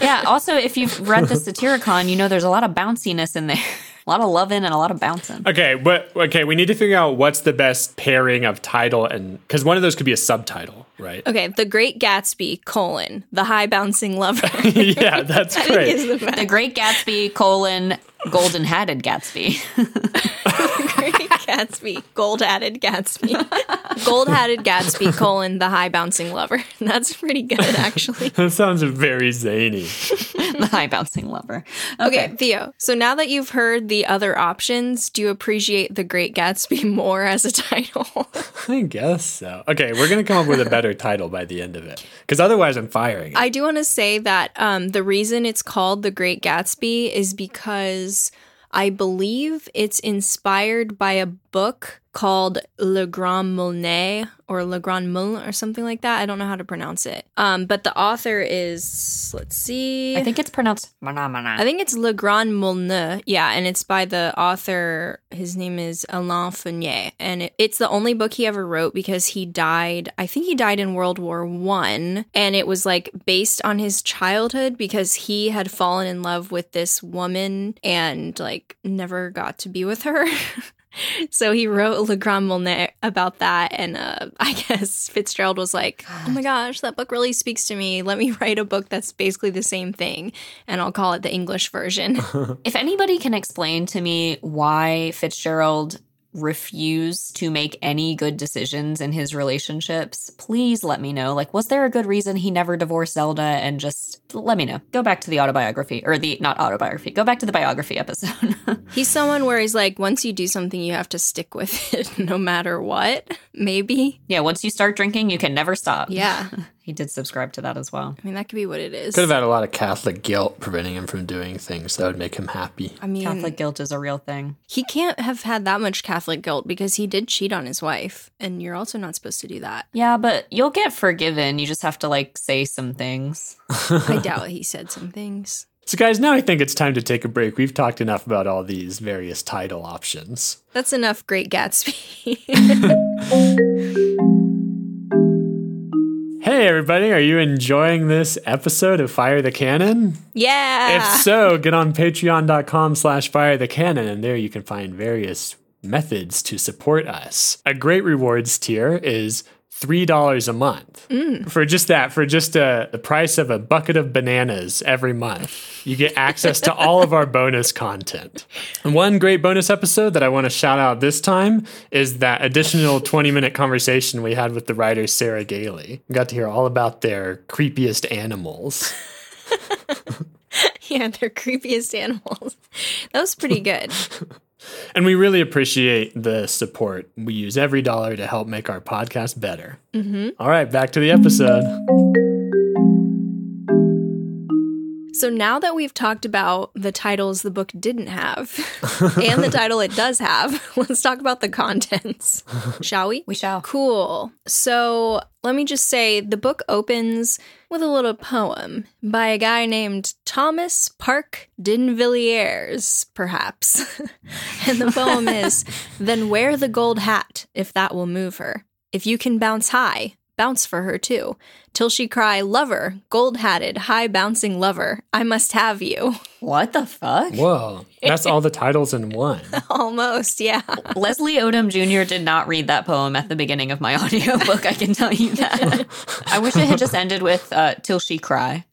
[SPEAKER 3] yeah. Also, if you've read the Satyricon, you know there's a lot of bounciness in there, a lot of loving and a lot of bouncing.
[SPEAKER 1] Okay, but okay, we need to figure out what's the best pairing of title and because one of those could be a subtitle, right?
[SPEAKER 2] okay, The Great Gatsby, colon, The High Bouncing Lover. I
[SPEAKER 1] yeah, that's
[SPEAKER 2] think is
[SPEAKER 1] great.
[SPEAKER 2] the best.
[SPEAKER 3] The Great Gatsby: colon Golden Hatted Gatsby.
[SPEAKER 2] Great Gatsby, gold hatted Gatsby, gold hatted Gatsby, colon, the high bouncing lover. That's pretty good, actually.
[SPEAKER 1] That sounds very zany.
[SPEAKER 3] the high bouncing lover.
[SPEAKER 2] Okay, Theo. So now that you've heard the other options, do you appreciate The Great Gatsby more as a title?
[SPEAKER 1] I guess so. Okay, we're gonna come up with a better title by the end of it because otherwise I'm firing. it.
[SPEAKER 2] I do want to say that um, the reason it's called The Great Gatsby is because I believe it's inspired by a book called Le Grand Moulin or Le Grand Moulin or something like that. I don't know how to pronounce it. Um, but the author is, let's see.
[SPEAKER 3] I think it's pronounced manamana.
[SPEAKER 2] I think it's Le Grand Moulin. Yeah, and it's by the author. His name is Alain Fournier, and it, it's the only book he ever wrote because he died. I think he died in World War One, and it was like based on his childhood because he had fallen in love with this woman and like never got to be with her. So he wrote Le Grand Moulin about that, and uh, I guess Fitzgerald was like, "Oh my gosh, that book really speaks to me. Let me write a book that's basically the same thing, and I'll call it the English version."
[SPEAKER 3] Uh, If anybody can explain to me why Fitzgerald refused to make any good decisions in his relationships, please let me know. Like, was there a good reason he never divorced Zelda and just let me know? Go back to the autobiography or the not autobiography, go back to the biography episode.
[SPEAKER 2] He's someone where he's like, once you do something, you have to stick with it, no matter what. Maybe,
[SPEAKER 3] yeah, once you start drinking, you can never stop.
[SPEAKER 2] yeah.
[SPEAKER 3] He did subscribe to that as well.
[SPEAKER 2] I mean, that could be what it is.
[SPEAKER 1] Could have had a lot of Catholic guilt preventing him from doing things that would make him happy.
[SPEAKER 2] I mean,
[SPEAKER 3] Catholic guilt is a real thing.
[SPEAKER 2] he can't have had that much Catholic guilt because he did cheat on his wife, and you're also not supposed to do that.
[SPEAKER 3] Yeah, but you'll get forgiven. You just have to like say some things.
[SPEAKER 2] I doubt he said some things.
[SPEAKER 1] So, guys, now I think it's time to take a break. We've talked enough about all these various title options.
[SPEAKER 2] That's enough, Great Gatsby.
[SPEAKER 1] Hey, everybody, are you enjoying this episode of Fire the Cannon?
[SPEAKER 2] Yeah.
[SPEAKER 1] If so, get on patreon.com slash fire the cannon, and there you can find various methods to support us. A great rewards tier is $3 a month. For just that, for just uh the price of a bucket of bananas every month, you get access to all of our bonus content. And one great bonus episode that I want to shout out this time is that additional 20 minute conversation we had with the writer Sarah Gailey. We got to hear all about their creepiest animals.
[SPEAKER 2] yeah, they're creepiest animals. That was pretty good.
[SPEAKER 1] And we really appreciate the support. We use every dollar to help make our podcast better.
[SPEAKER 2] Mm-hmm.
[SPEAKER 1] All right, back to the episode.
[SPEAKER 2] So now that we've talked about the titles the book didn't have and the title it does have, let's talk about the contents, shall we?
[SPEAKER 3] We shall.
[SPEAKER 2] Cool. So let me just say the book opens with a little poem by a guy named Thomas Park Dinvilliers, perhaps. and the poem is Then wear the gold hat if that will move her. If you can bounce high, bounce for her too, till she cry, Lover, gold hatted, high bouncing lover, I must have you.
[SPEAKER 3] What the fuck?
[SPEAKER 1] Whoa, that's all the titles in one.
[SPEAKER 2] Almost, yeah.
[SPEAKER 3] Leslie Odom Jr. did not read that poem at the beginning of my audiobook, I can tell you that. I wish it had just ended with uh, Till She Cry.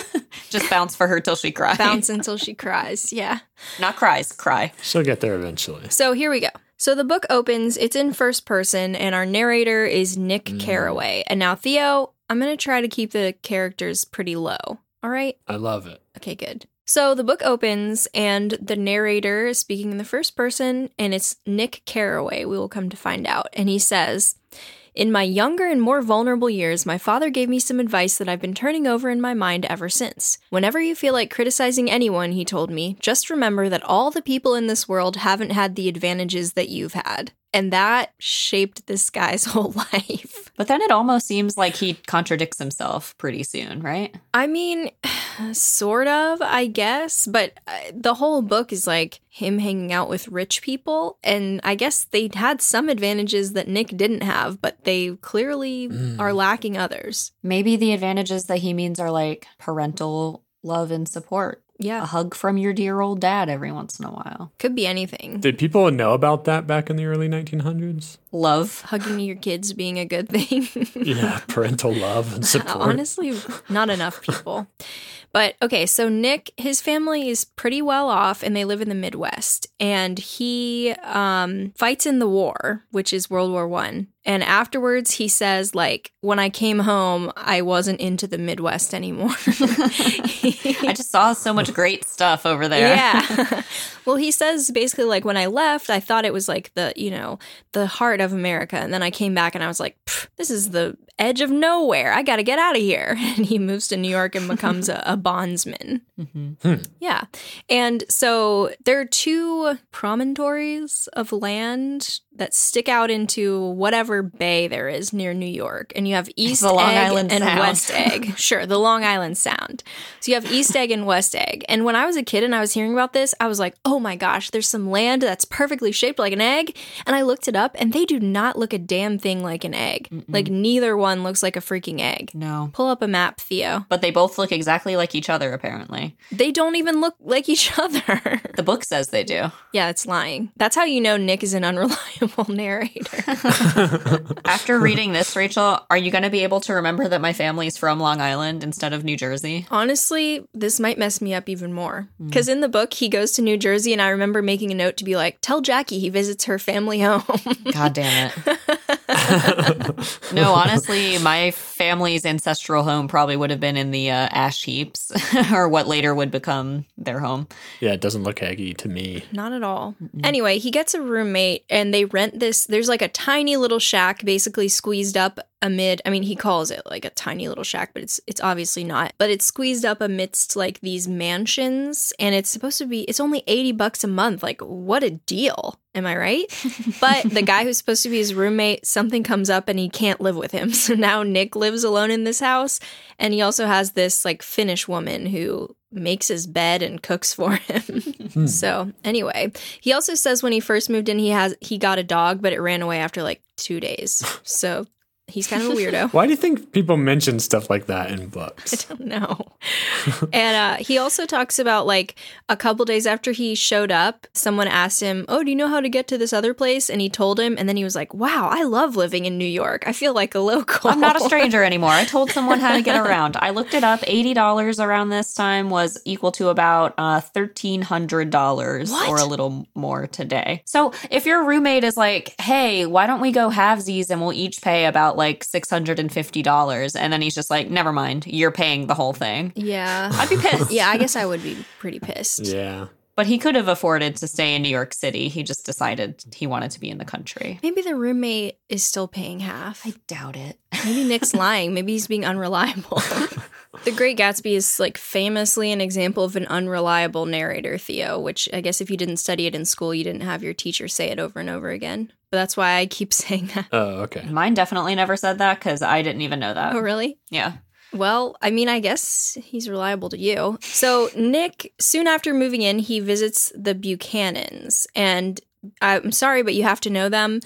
[SPEAKER 3] just bounce for her till she cries.
[SPEAKER 2] Bounce until she cries, yeah.
[SPEAKER 3] Not cries, cry.
[SPEAKER 1] She'll get there eventually.
[SPEAKER 2] So here we go. So the book opens, it's in first person, and our narrator is Nick Carraway. And now, Theo, I'm going to try to keep the characters pretty low. All right?
[SPEAKER 1] I love it.
[SPEAKER 2] Okay, good. So the book opens, and the narrator is speaking in the first person, and it's Nick Carraway, we will come to find out. And he says, In my younger and more vulnerable years, my father gave me some advice that I've been turning over in my mind ever since. Whenever you feel like criticizing anyone, he told me, just remember that all the people in this world haven't had the advantages that you've had. And that shaped this guy's whole life.
[SPEAKER 3] But then it almost seems like he contradicts himself pretty soon, right?
[SPEAKER 2] I mean, sort of, I guess, but uh, the whole book is like him hanging out with rich people. And I guess they had some advantages that Nick didn't have, but they clearly
[SPEAKER 1] Mm.
[SPEAKER 2] are lacking others.
[SPEAKER 3] Maybe the advantages that he means are like parental love and support. A
[SPEAKER 2] Yeah,
[SPEAKER 3] hug from your dear old dad every once in a while.
[SPEAKER 2] could be anything.
[SPEAKER 1] Did people know about that back in the early 1900s?
[SPEAKER 3] Love.
[SPEAKER 2] Hugging your kids being a good thing.
[SPEAKER 1] Yeah, parental love and support.
[SPEAKER 2] Honestly, not enough people. But okay, so Nick, his family is pretty well off and they live in the Midwest. And he um, fights in the war, which is World War One. And afterwards, he says, like, when I came home, I wasn't into the Midwest anymore.
[SPEAKER 3] I just saw so much great stuff over there.
[SPEAKER 2] Yeah. well, he says basically like when I left, I thought it was like the, you know, the heart of America and then I came back and I was like, "Pfft, this is the edge of nowhere. I got to get out of here. And he moves to New York and becomes a, a bondsman.
[SPEAKER 3] Mhm.
[SPEAKER 2] Yeah. And so there are two promontories of land that stick out into whatever bay there is near New York. And you have East
[SPEAKER 3] the Long
[SPEAKER 2] Egg
[SPEAKER 3] Island
[SPEAKER 2] and
[SPEAKER 3] Sound.
[SPEAKER 2] West Egg. sure, the Long Island Sound. So you have East Egg and West Egg. And when I was a kid and I was hearing about this, I was like, oh my gosh, there's some land that's perfectly shaped like an egg. And I looked it up and they do not look a damn thing like an egg. Like neither one looks like a freaking egg.
[SPEAKER 3] No.
[SPEAKER 2] Pull up a map, Theo.
[SPEAKER 3] But they both look exactly like each other, apparently.
[SPEAKER 2] They don't even look like each other.
[SPEAKER 3] The book says they do.
[SPEAKER 2] Yeah, it's lying. That's how you know Nick is an unreliable narrator.
[SPEAKER 3] After reading this, Rachel, are you going to be able to remember that my family's from Long Island instead of New Jersey?
[SPEAKER 2] Honestly, this might mess me up even more. Because in the book, he goes to New Jersey, and I remember making a note to be like, tell Jackie he visits her family home.
[SPEAKER 3] God damn it. no, honestly, my family's ancestral home probably would have been in the uh, ash heaps or what later would become their home.
[SPEAKER 1] yeah, it doesn't look eggy to me.
[SPEAKER 2] Not at all. Anyway, he gets a roommate, and they rent this. There's like a tiny little shack basically squeezed up amid i mean he calls it like a tiny little shack but it's it's obviously not but it's squeezed up amidst like these mansions and it's supposed to be it's only 80 bucks a month like what a deal am i right but the guy who's supposed to be his roommate something comes up and he can't live with him so now nick lives alone in this house and he also has this like finnish woman who makes his bed and cooks for him so anyway he also says when he first moved in he has he got a dog but it ran away after like two days so He's kind of a weirdo.
[SPEAKER 1] Why do you think people mention stuff like that in books?
[SPEAKER 2] no. and uh, he also talks about like a couple days after he showed up, someone asked him, Oh, do you know how to get to this other place? And he told him. And then he was like, Wow, I love living in New York. I feel like a local.
[SPEAKER 3] I'm not a stranger anymore. I told someone how to get around. I looked it up. $80 around this time was equal to about uh, $1,300
[SPEAKER 2] What?
[SPEAKER 3] or a little more today. So if your roommate is like, hey, why don't we go halvesies and we'll each pay about like $650? And then he's just like, never mind, you're paying the whole thing.
[SPEAKER 2] Yeah.
[SPEAKER 3] I'd be pissed.
[SPEAKER 2] yeah, I guess I would be pretty pissed.
[SPEAKER 1] Yeah.
[SPEAKER 3] But he could have afforded to stay in New York City. He just decided he wanted to be in the country.
[SPEAKER 2] Maybe the roommate is still paying half.
[SPEAKER 3] I doubt it.
[SPEAKER 2] Maybe Nick's lying. Maybe he's being unreliable. the Great Gatsby is like famously an example of an unreliable narrator, Theo, which I guess if you didn't study it in school, you didn't have your teacher say it over and over again. But that's why I keep saying that.
[SPEAKER 1] Oh,
[SPEAKER 2] Mm.
[SPEAKER 1] okay.
[SPEAKER 3] Mine definitely never said that because I didn't even know that.
[SPEAKER 2] Oh, really?
[SPEAKER 3] Yeah.
[SPEAKER 2] Well, I mean, I guess he's reliable to you. So, Nick, soon after moving in, he visits the Buchanans. And I'm sorry, but you have to know them.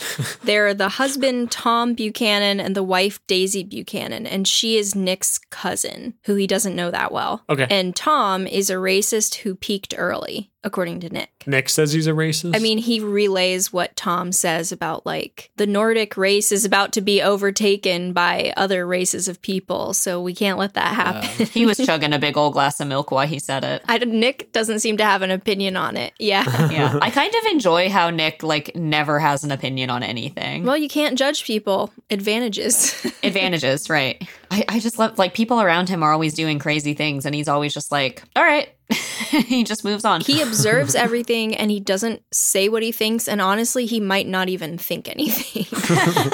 [SPEAKER 2] They're the husband, Tom Buchanan, and the wife, Daisy Buchanan. And she is Nick's cousin, who he doesn't know that well.
[SPEAKER 1] Okay.
[SPEAKER 2] And Tom is a racist who peaked early, according to Nick.
[SPEAKER 1] Nick says he's a racist.
[SPEAKER 2] I mean, he relays what Tom says about like the Nordic race is about to be overtaken by other races of people, so we can't let that happen.
[SPEAKER 3] He was chugging a big old glass of milk while he said it.
[SPEAKER 2] I don't- Nick doesn't seem to have an opinion on it. Yeah.
[SPEAKER 3] Yeah. I kind of enjoy how Nick like never has an opinion on anything.
[SPEAKER 2] well, you can't judge people. Advantages.
[SPEAKER 3] Advantages, right. I, I just love like people around him are always doing crazy things and he's always just like, All right. he just moves on.
[SPEAKER 2] he observes everything and he doesn't say what he thinks. And honestly, he might not even think anything.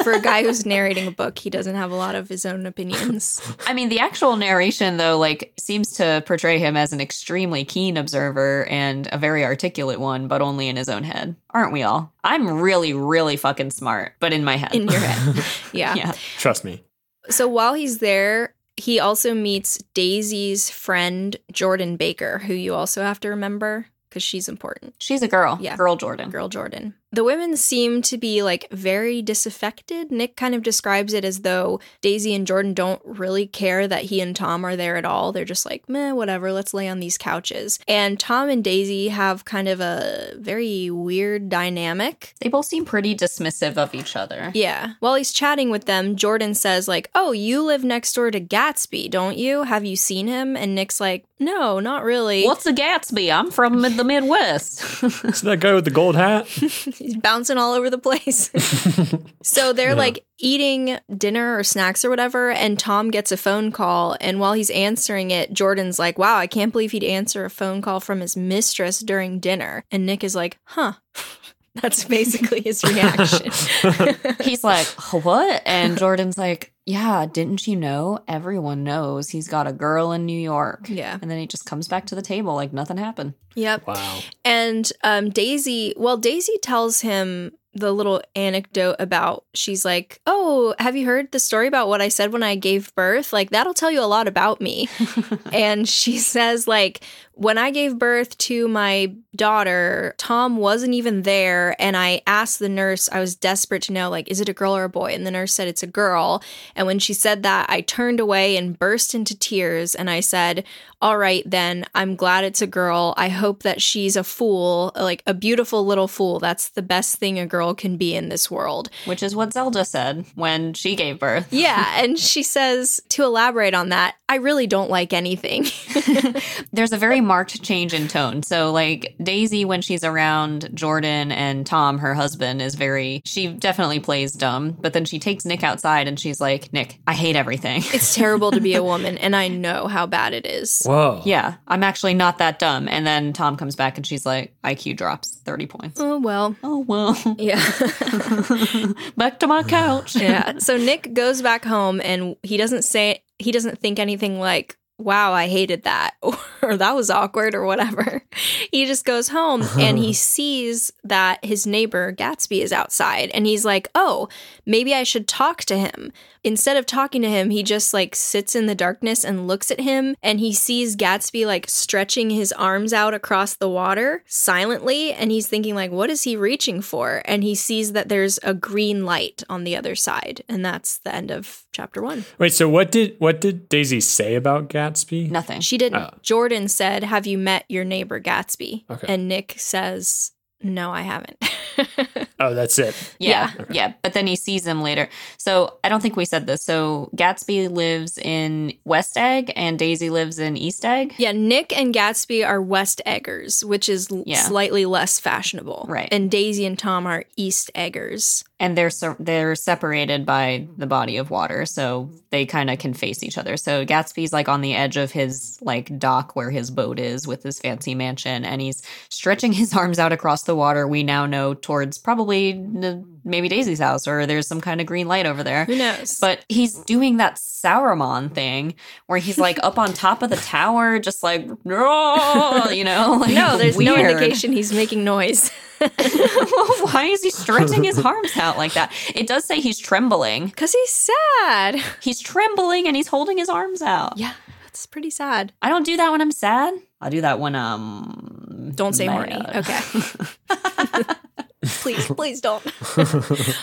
[SPEAKER 2] For a guy who's narrating a book, he doesn't have a lot of his own opinions.
[SPEAKER 3] I mean, the actual narration though, like seems to portray him as an extremely keen observer and a very articulate one, but only in his own head. Aren't we all? I'm really, really fucking smart, but in my head.
[SPEAKER 2] In your head. Yeah.
[SPEAKER 3] yeah.
[SPEAKER 1] trust me.
[SPEAKER 2] So while he's there, he also meets Daisy's friend, Jordan Baker, who you also have to remember because she's important.
[SPEAKER 3] She's a girl.
[SPEAKER 2] Yeah.
[SPEAKER 3] Girl Jordan.
[SPEAKER 2] Girl Jordan. The women seem to be like very disaffected. Nick kind of describes it as though Daisy and Jordan don't really care that he and Tom are there at all. They're just like, meh, whatever, let's lay on these couches. And Tom and Daisy have kind of a very weird dynamic.
[SPEAKER 3] They both seem pretty dismissive of each other.
[SPEAKER 2] Yeah. While he's chatting with them, Jordan says, like, oh, you live next door to Gatsby, don't you? Have you seen him? And Nick's like, no, not really.
[SPEAKER 3] What's a Gatsby? I'm from mid- the Midwest.
[SPEAKER 1] Is that guy with the gold hat?
[SPEAKER 2] He's bouncing all over the place. so they're
[SPEAKER 1] Yeah.
[SPEAKER 2] like eating dinner or snacks or whatever, and Tom gets a phone call. And while he's answering it, Jordan's like, wow, I can't believe he'd answer a phone call from his mistress during dinner. And Nick is like, huh. That's basically his reaction.
[SPEAKER 3] He's like, "What?" And Jordan's like, "Yeah, didn't you know? Everyone knows he's got a girl in New York."
[SPEAKER 2] yeah.
[SPEAKER 3] And then he just comes back to the table like nothing happened.
[SPEAKER 2] Yep.
[SPEAKER 1] Wow.
[SPEAKER 2] And um, Daisy, well, Daisy tells him the little anecdote about she's like, Oh, have you heard the story about what I said when I gave birth? Like, that'll tell you a lot about me. and she says, like, when I gave birth to my daughter, Tom wasn't even there. And I asked the nurse, I was desperate to know, like, is it a girl or a boy? And the nurse said, it's a girl. And when she said that, I turned away and burst into tears. And I said, all right, then, I'm glad it's a girl. I hope that she's a fool, like a beautiful little fool. That's the best thing a girl can be in this world.
[SPEAKER 3] Which is what Zelda said when she gave birth.
[SPEAKER 2] Yeah. And she says, to elaborate on that, I really don't like anything.
[SPEAKER 3] There's a very marked change in tone. So, like, Daisy, when she's around Jordan and Tom, her husband, is very, she definitely plays dumb. But then she takes Nick outside and she's like, Nick, I hate everything.
[SPEAKER 2] it's terrible to be a woman, and I know how bad it is.
[SPEAKER 1] Whoa.
[SPEAKER 3] Yeah, I'm actually not that dumb. And then Tom comes back and she's like, IQ drops 30 points.
[SPEAKER 2] Oh, well.
[SPEAKER 3] Oh, well,
[SPEAKER 2] Yeah.
[SPEAKER 3] back to my couch.
[SPEAKER 2] yeah. So Nick goes back home and he doesn't say, he doesn't think anything like, wow, I hated that or that was awkward or whatever. He just goes home and he sees that his neighbor Gatsby is outside and he's like, oh, maybe I should talk to him. Instead of talking to him, he just like sits in the darkness and looks at him and he sees Gatsby like stretching his arms out across the water silently and he's thinking like what is he reaching for? And he sees that there's a green light on the other side and that's the end of chapter 1.
[SPEAKER 1] Wait, so what did what did Daisy say about Gatsby?
[SPEAKER 3] Nothing.
[SPEAKER 2] She didn't.
[SPEAKER 1] Oh.
[SPEAKER 2] Jordan said, "Have you met your neighbor Gatsby?"
[SPEAKER 1] Okay.
[SPEAKER 2] And Nick says, "No, I haven't."
[SPEAKER 1] Oh, that's it.
[SPEAKER 3] Yeah,
[SPEAKER 1] Yeah.
[SPEAKER 3] yeah. But then he sees him later. So I don't think we said this. So Gatsby lives in West Egg and Daisy lives in East Egg.
[SPEAKER 2] yeah, Nick and Gatsby are West Eggers, which is l-
[SPEAKER 3] Yeah.
[SPEAKER 2] slightly less fashionable.
[SPEAKER 3] Right.
[SPEAKER 2] And Daisy and Tom are East Eggers.
[SPEAKER 3] And they're se- they're separated by the body of water, so they kind of can face each other. So Gatsby's like on the edge of his like dock where his boat is with his fancy mansion, and he's stretching his arms out across the water. We now know towards probably n- maybe Daisy's house, or there's some kind of green light over there.
[SPEAKER 2] Who knows?
[SPEAKER 3] But he's doing that Sauron thing where he's like up on top of the tower, just like, "Oh," you know? Like,
[SPEAKER 2] no, there's no
[SPEAKER 3] weird.
[SPEAKER 2] indication he's making noise.
[SPEAKER 3] Why is he stretching his arms out like that? It does say he's trembling.
[SPEAKER 2] Cause he's sad.
[SPEAKER 3] He's trembling and he's holding his arms out.
[SPEAKER 2] Yeah, that's pretty sad.
[SPEAKER 3] I don't do that when I'm sad. I do that when um
[SPEAKER 2] Don't say horny.
[SPEAKER 3] mad.
[SPEAKER 2] Okay. please, please don't.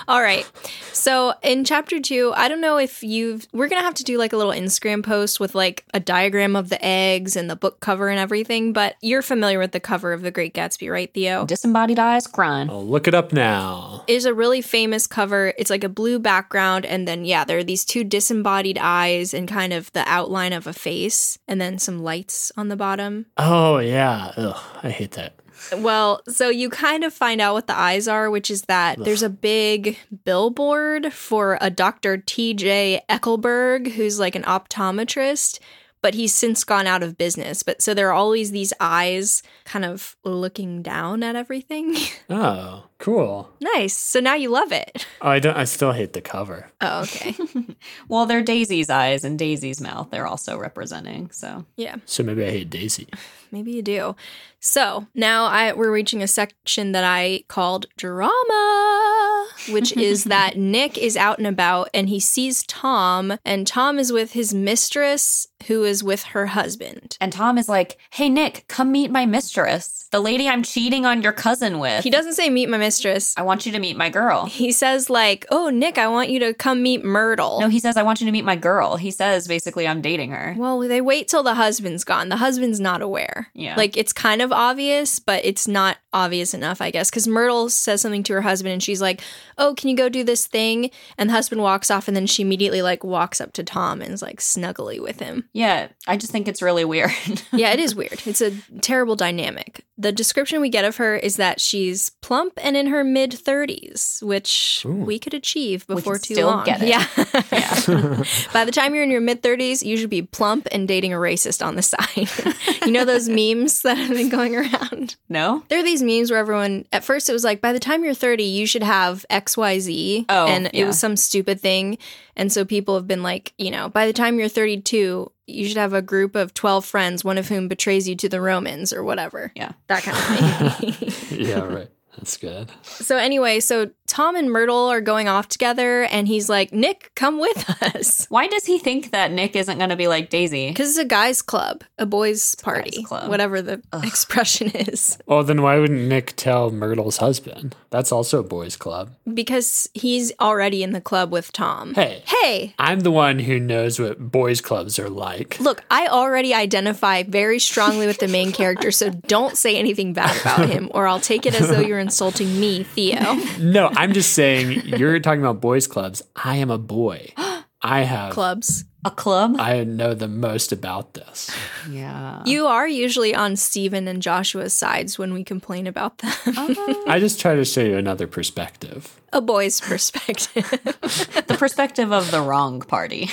[SPEAKER 2] All right. So in chapter two, I don't know if you've, we're going to have to do like a little Instagram post with like a diagram of the eggs and the book cover and everything, but you're familiar with the cover of The Great Gatsby, right, Theo?
[SPEAKER 3] Disembodied eyes crying.
[SPEAKER 1] I'll look it up now.
[SPEAKER 2] It is a really famous cover. It's like a blue background, and then, yeah, there are these two disembodied eyes and kind of the outline of a face, and then some lights on the bottom.
[SPEAKER 1] Oh yeah. Ugh, I hate that.
[SPEAKER 2] Well, so you kind of find out what the eyes are, which is that there's a big billboard for a Dr. TJ Eckelberg, who's like an optometrist, but he's since gone out of business. But so there are always these eyes kind of looking down at everything.
[SPEAKER 1] Oh, cool.
[SPEAKER 2] nice. So now you love it.
[SPEAKER 1] Oh, I don't I still hate the cover.
[SPEAKER 2] Oh, okay.
[SPEAKER 3] Well, they're Daisy's eyes and Daisy's mouth. They're also representing. So
[SPEAKER 2] Yeah.
[SPEAKER 1] So maybe I hate Daisy.
[SPEAKER 2] Maybe you do. So now I we're reaching a section that I called drama, which is that Nick is out and about and he sees Tom, and Tom is with his mistress, who is with her husband.
[SPEAKER 3] And Tom is like, hey, Nick, come meet my mistress, the lady I'm cheating on your cousin with.
[SPEAKER 2] He doesn't say meet my mistress.
[SPEAKER 3] I want you to meet my girl.
[SPEAKER 2] He says like, "Oh Nick, I want you to come meet Myrtle."
[SPEAKER 3] No, he says, I want you to meet my girl. He says, basically, I'm dating her.
[SPEAKER 2] well, they wait till the husband's gone. The husband's not aware.
[SPEAKER 3] Yeah.
[SPEAKER 2] Like it's kind of obvious, but it's not obvious enough, I guess. Because Myrtle says something to her husband, and she's like, "Oh, can you go do this thing?" And the husband walks off, and then she immediately like walks up to Tom and is like snuggly with him.
[SPEAKER 3] Yeah, I just think it's really weird.
[SPEAKER 2] yeah, it is weird. It's a terrible dynamic. The description we get of her is that she's plump and in her mid thirties, which
[SPEAKER 1] Ooh.
[SPEAKER 2] we could achieve
[SPEAKER 3] We
[SPEAKER 2] before
[SPEAKER 3] could
[SPEAKER 2] too
[SPEAKER 3] still
[SPEAKER 2] long.
[SPEAKER 3] get it.
[SPEAKER 2] Yeah.
[SPEAKER 3] Yeah.
[SPEAKER 2] By the time you're in your mid 30s, you should be plump and dating a racist on the side. you know those memes that have been going around?
[SPEAKER 3] no?
[SPEAKER 2] There are these memes where everyone, at first it was like, by the time you're 30, you should have XYZ.
[SPEAKER 3] Oh,
[SPEAKER 2] and it
[SPEAKER 3] yeah.
[SPEAKER 2] was some stupid thing. And so people have been like, you know, by the time you're 32, you should have a group of 12 friends, one of whom betrays you to the Romans or whatever.
[SPEAKER 3] Yeah.
[SPEAKER 2] That kind of thing.
[SPEAKER 1] yeah, right. That's good.
[SPEAKER 2] So anyway, so Tom and Myrtle are going off together and he's like, "Nick, come with us."
[SPEAKER 3] Why does he think that Nick isn't going to be like Daisy?
[SPEAKER 2] Because it's a guys' club, a boys' party,
[SPEAKER 3] club.
[SPEAKER 2] whatever the expression is.
[SPEAKER 1] Well, then why wouldn't Nick tell Myrtle's husband? That's also a boys' club.
[SPEAKER 2] Because he's already in the club with Tom.
[SPEAKER 1] Hey.
[SPEAKER 2] Hey,
[SPEAKER 1] I'm the one who knows what boys' clubs are like.
[SPEAKER 2] look, I already identify very strongly with the main character, so don't say anything bad about him, or I'll take it as though you're insulting me, Theo.
[SPEAKER 1] No, I'm just saying you're talking about boys' clubs. I am a boy. I have
[SPEAKER 2] Clubs.
[SPEAKER 3] A club?
[SPEAKER 1] I know the most about this.
[SPEAKER 3] yeah.
[SPEAKER 2] You are usually on Steven and Joshua's sides when we complain about them.
[SPEAKER 3] Oh.
[SPEAKER 1] I just try to show you another perspective.
[SPEAKER 2] a boy's perspective.
[SPEAKER 3] the perspective of the wrong party.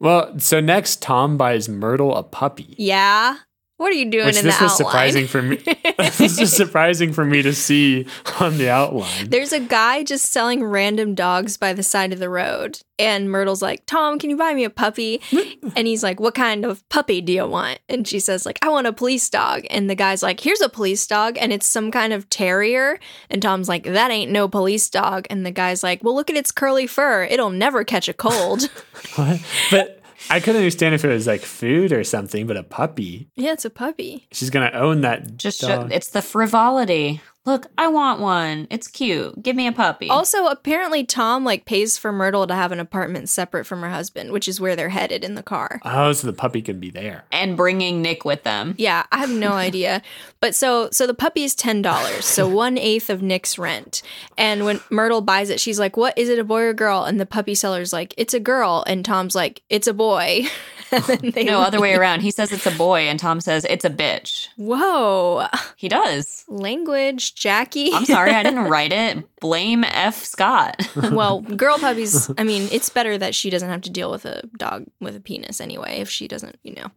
[SPEAKER 1] Well, so next Tom buys Myrtle a puppy.
[SPEAKER 2] yeah. What are you doing
[SPEAKER 1] Which
[SPEAKER 2] in
[SPEAKER 1] this
[SPEAKER 2] the
[SPEAKER 1] was
[SPEAKER 2] outline?
[SPEAKER 1] surprising for me. this was surprising for me to see on the outline.
[SPEAKER 2] There's a guy just selling random dogs by the side of the road. And Myrtle's like, Tom, can you buy me a puppy? and he's like, What kind of puppy do you want? And she says, like, I want a police dog. And the guy's like, Here's a police dog. And it's some kind of terrier. And Tom's like, That ain't no police dog. And the guy's like, Well, look at its curly fur. It'll never catch a cold.
[SPEAKER 1] What? But I couldn't understand if it was like food or something, but a puppy.
[SPEAKER 2] yeah, it's a puppy.
[SPEAKER 1] She's gonna own that.
[SPEAKER 3] Just show,
[SPEAKER 1] dog.
[SPEAKER 3] it's the frivolity. Look, I want one. It's cute. Give me a puppy.
[SPEAKER 2] Also, apparently, Tom like pays for Myrtle to have an apartment separate from her husband, which is where they're headed in the car.
[SPEAKER 1] oh, so the puppy can be there.
[SPEAKER 3] and bringing Nick with them.
[SPEAKER 2] Yeah, I have no idea. But so so the puppy is ten dollars, so one eighth of Nick's rent. And when Myrtle buys it, she's like, "What is it, a boy or girl?" And the puppy seller's like, "It's a girl," and Tom's like, "It's a boy." and then they
[SPEAKER 3] No other way around. He says it's a boy, and Tom says it's a bitch.
[SPEAKER 2] Whoa,
[SPEAKER 3] He does.
[SPEAKER 2] language, Jackie.
[SPEAKER 3] I'm sorry, I didn't write it. Blame F. Scott.
[SPEAKER 2] well, girl puppies. I mean, it's better that she doesn't have to deal with a dog with a penis anyway. If she doesn't, you know,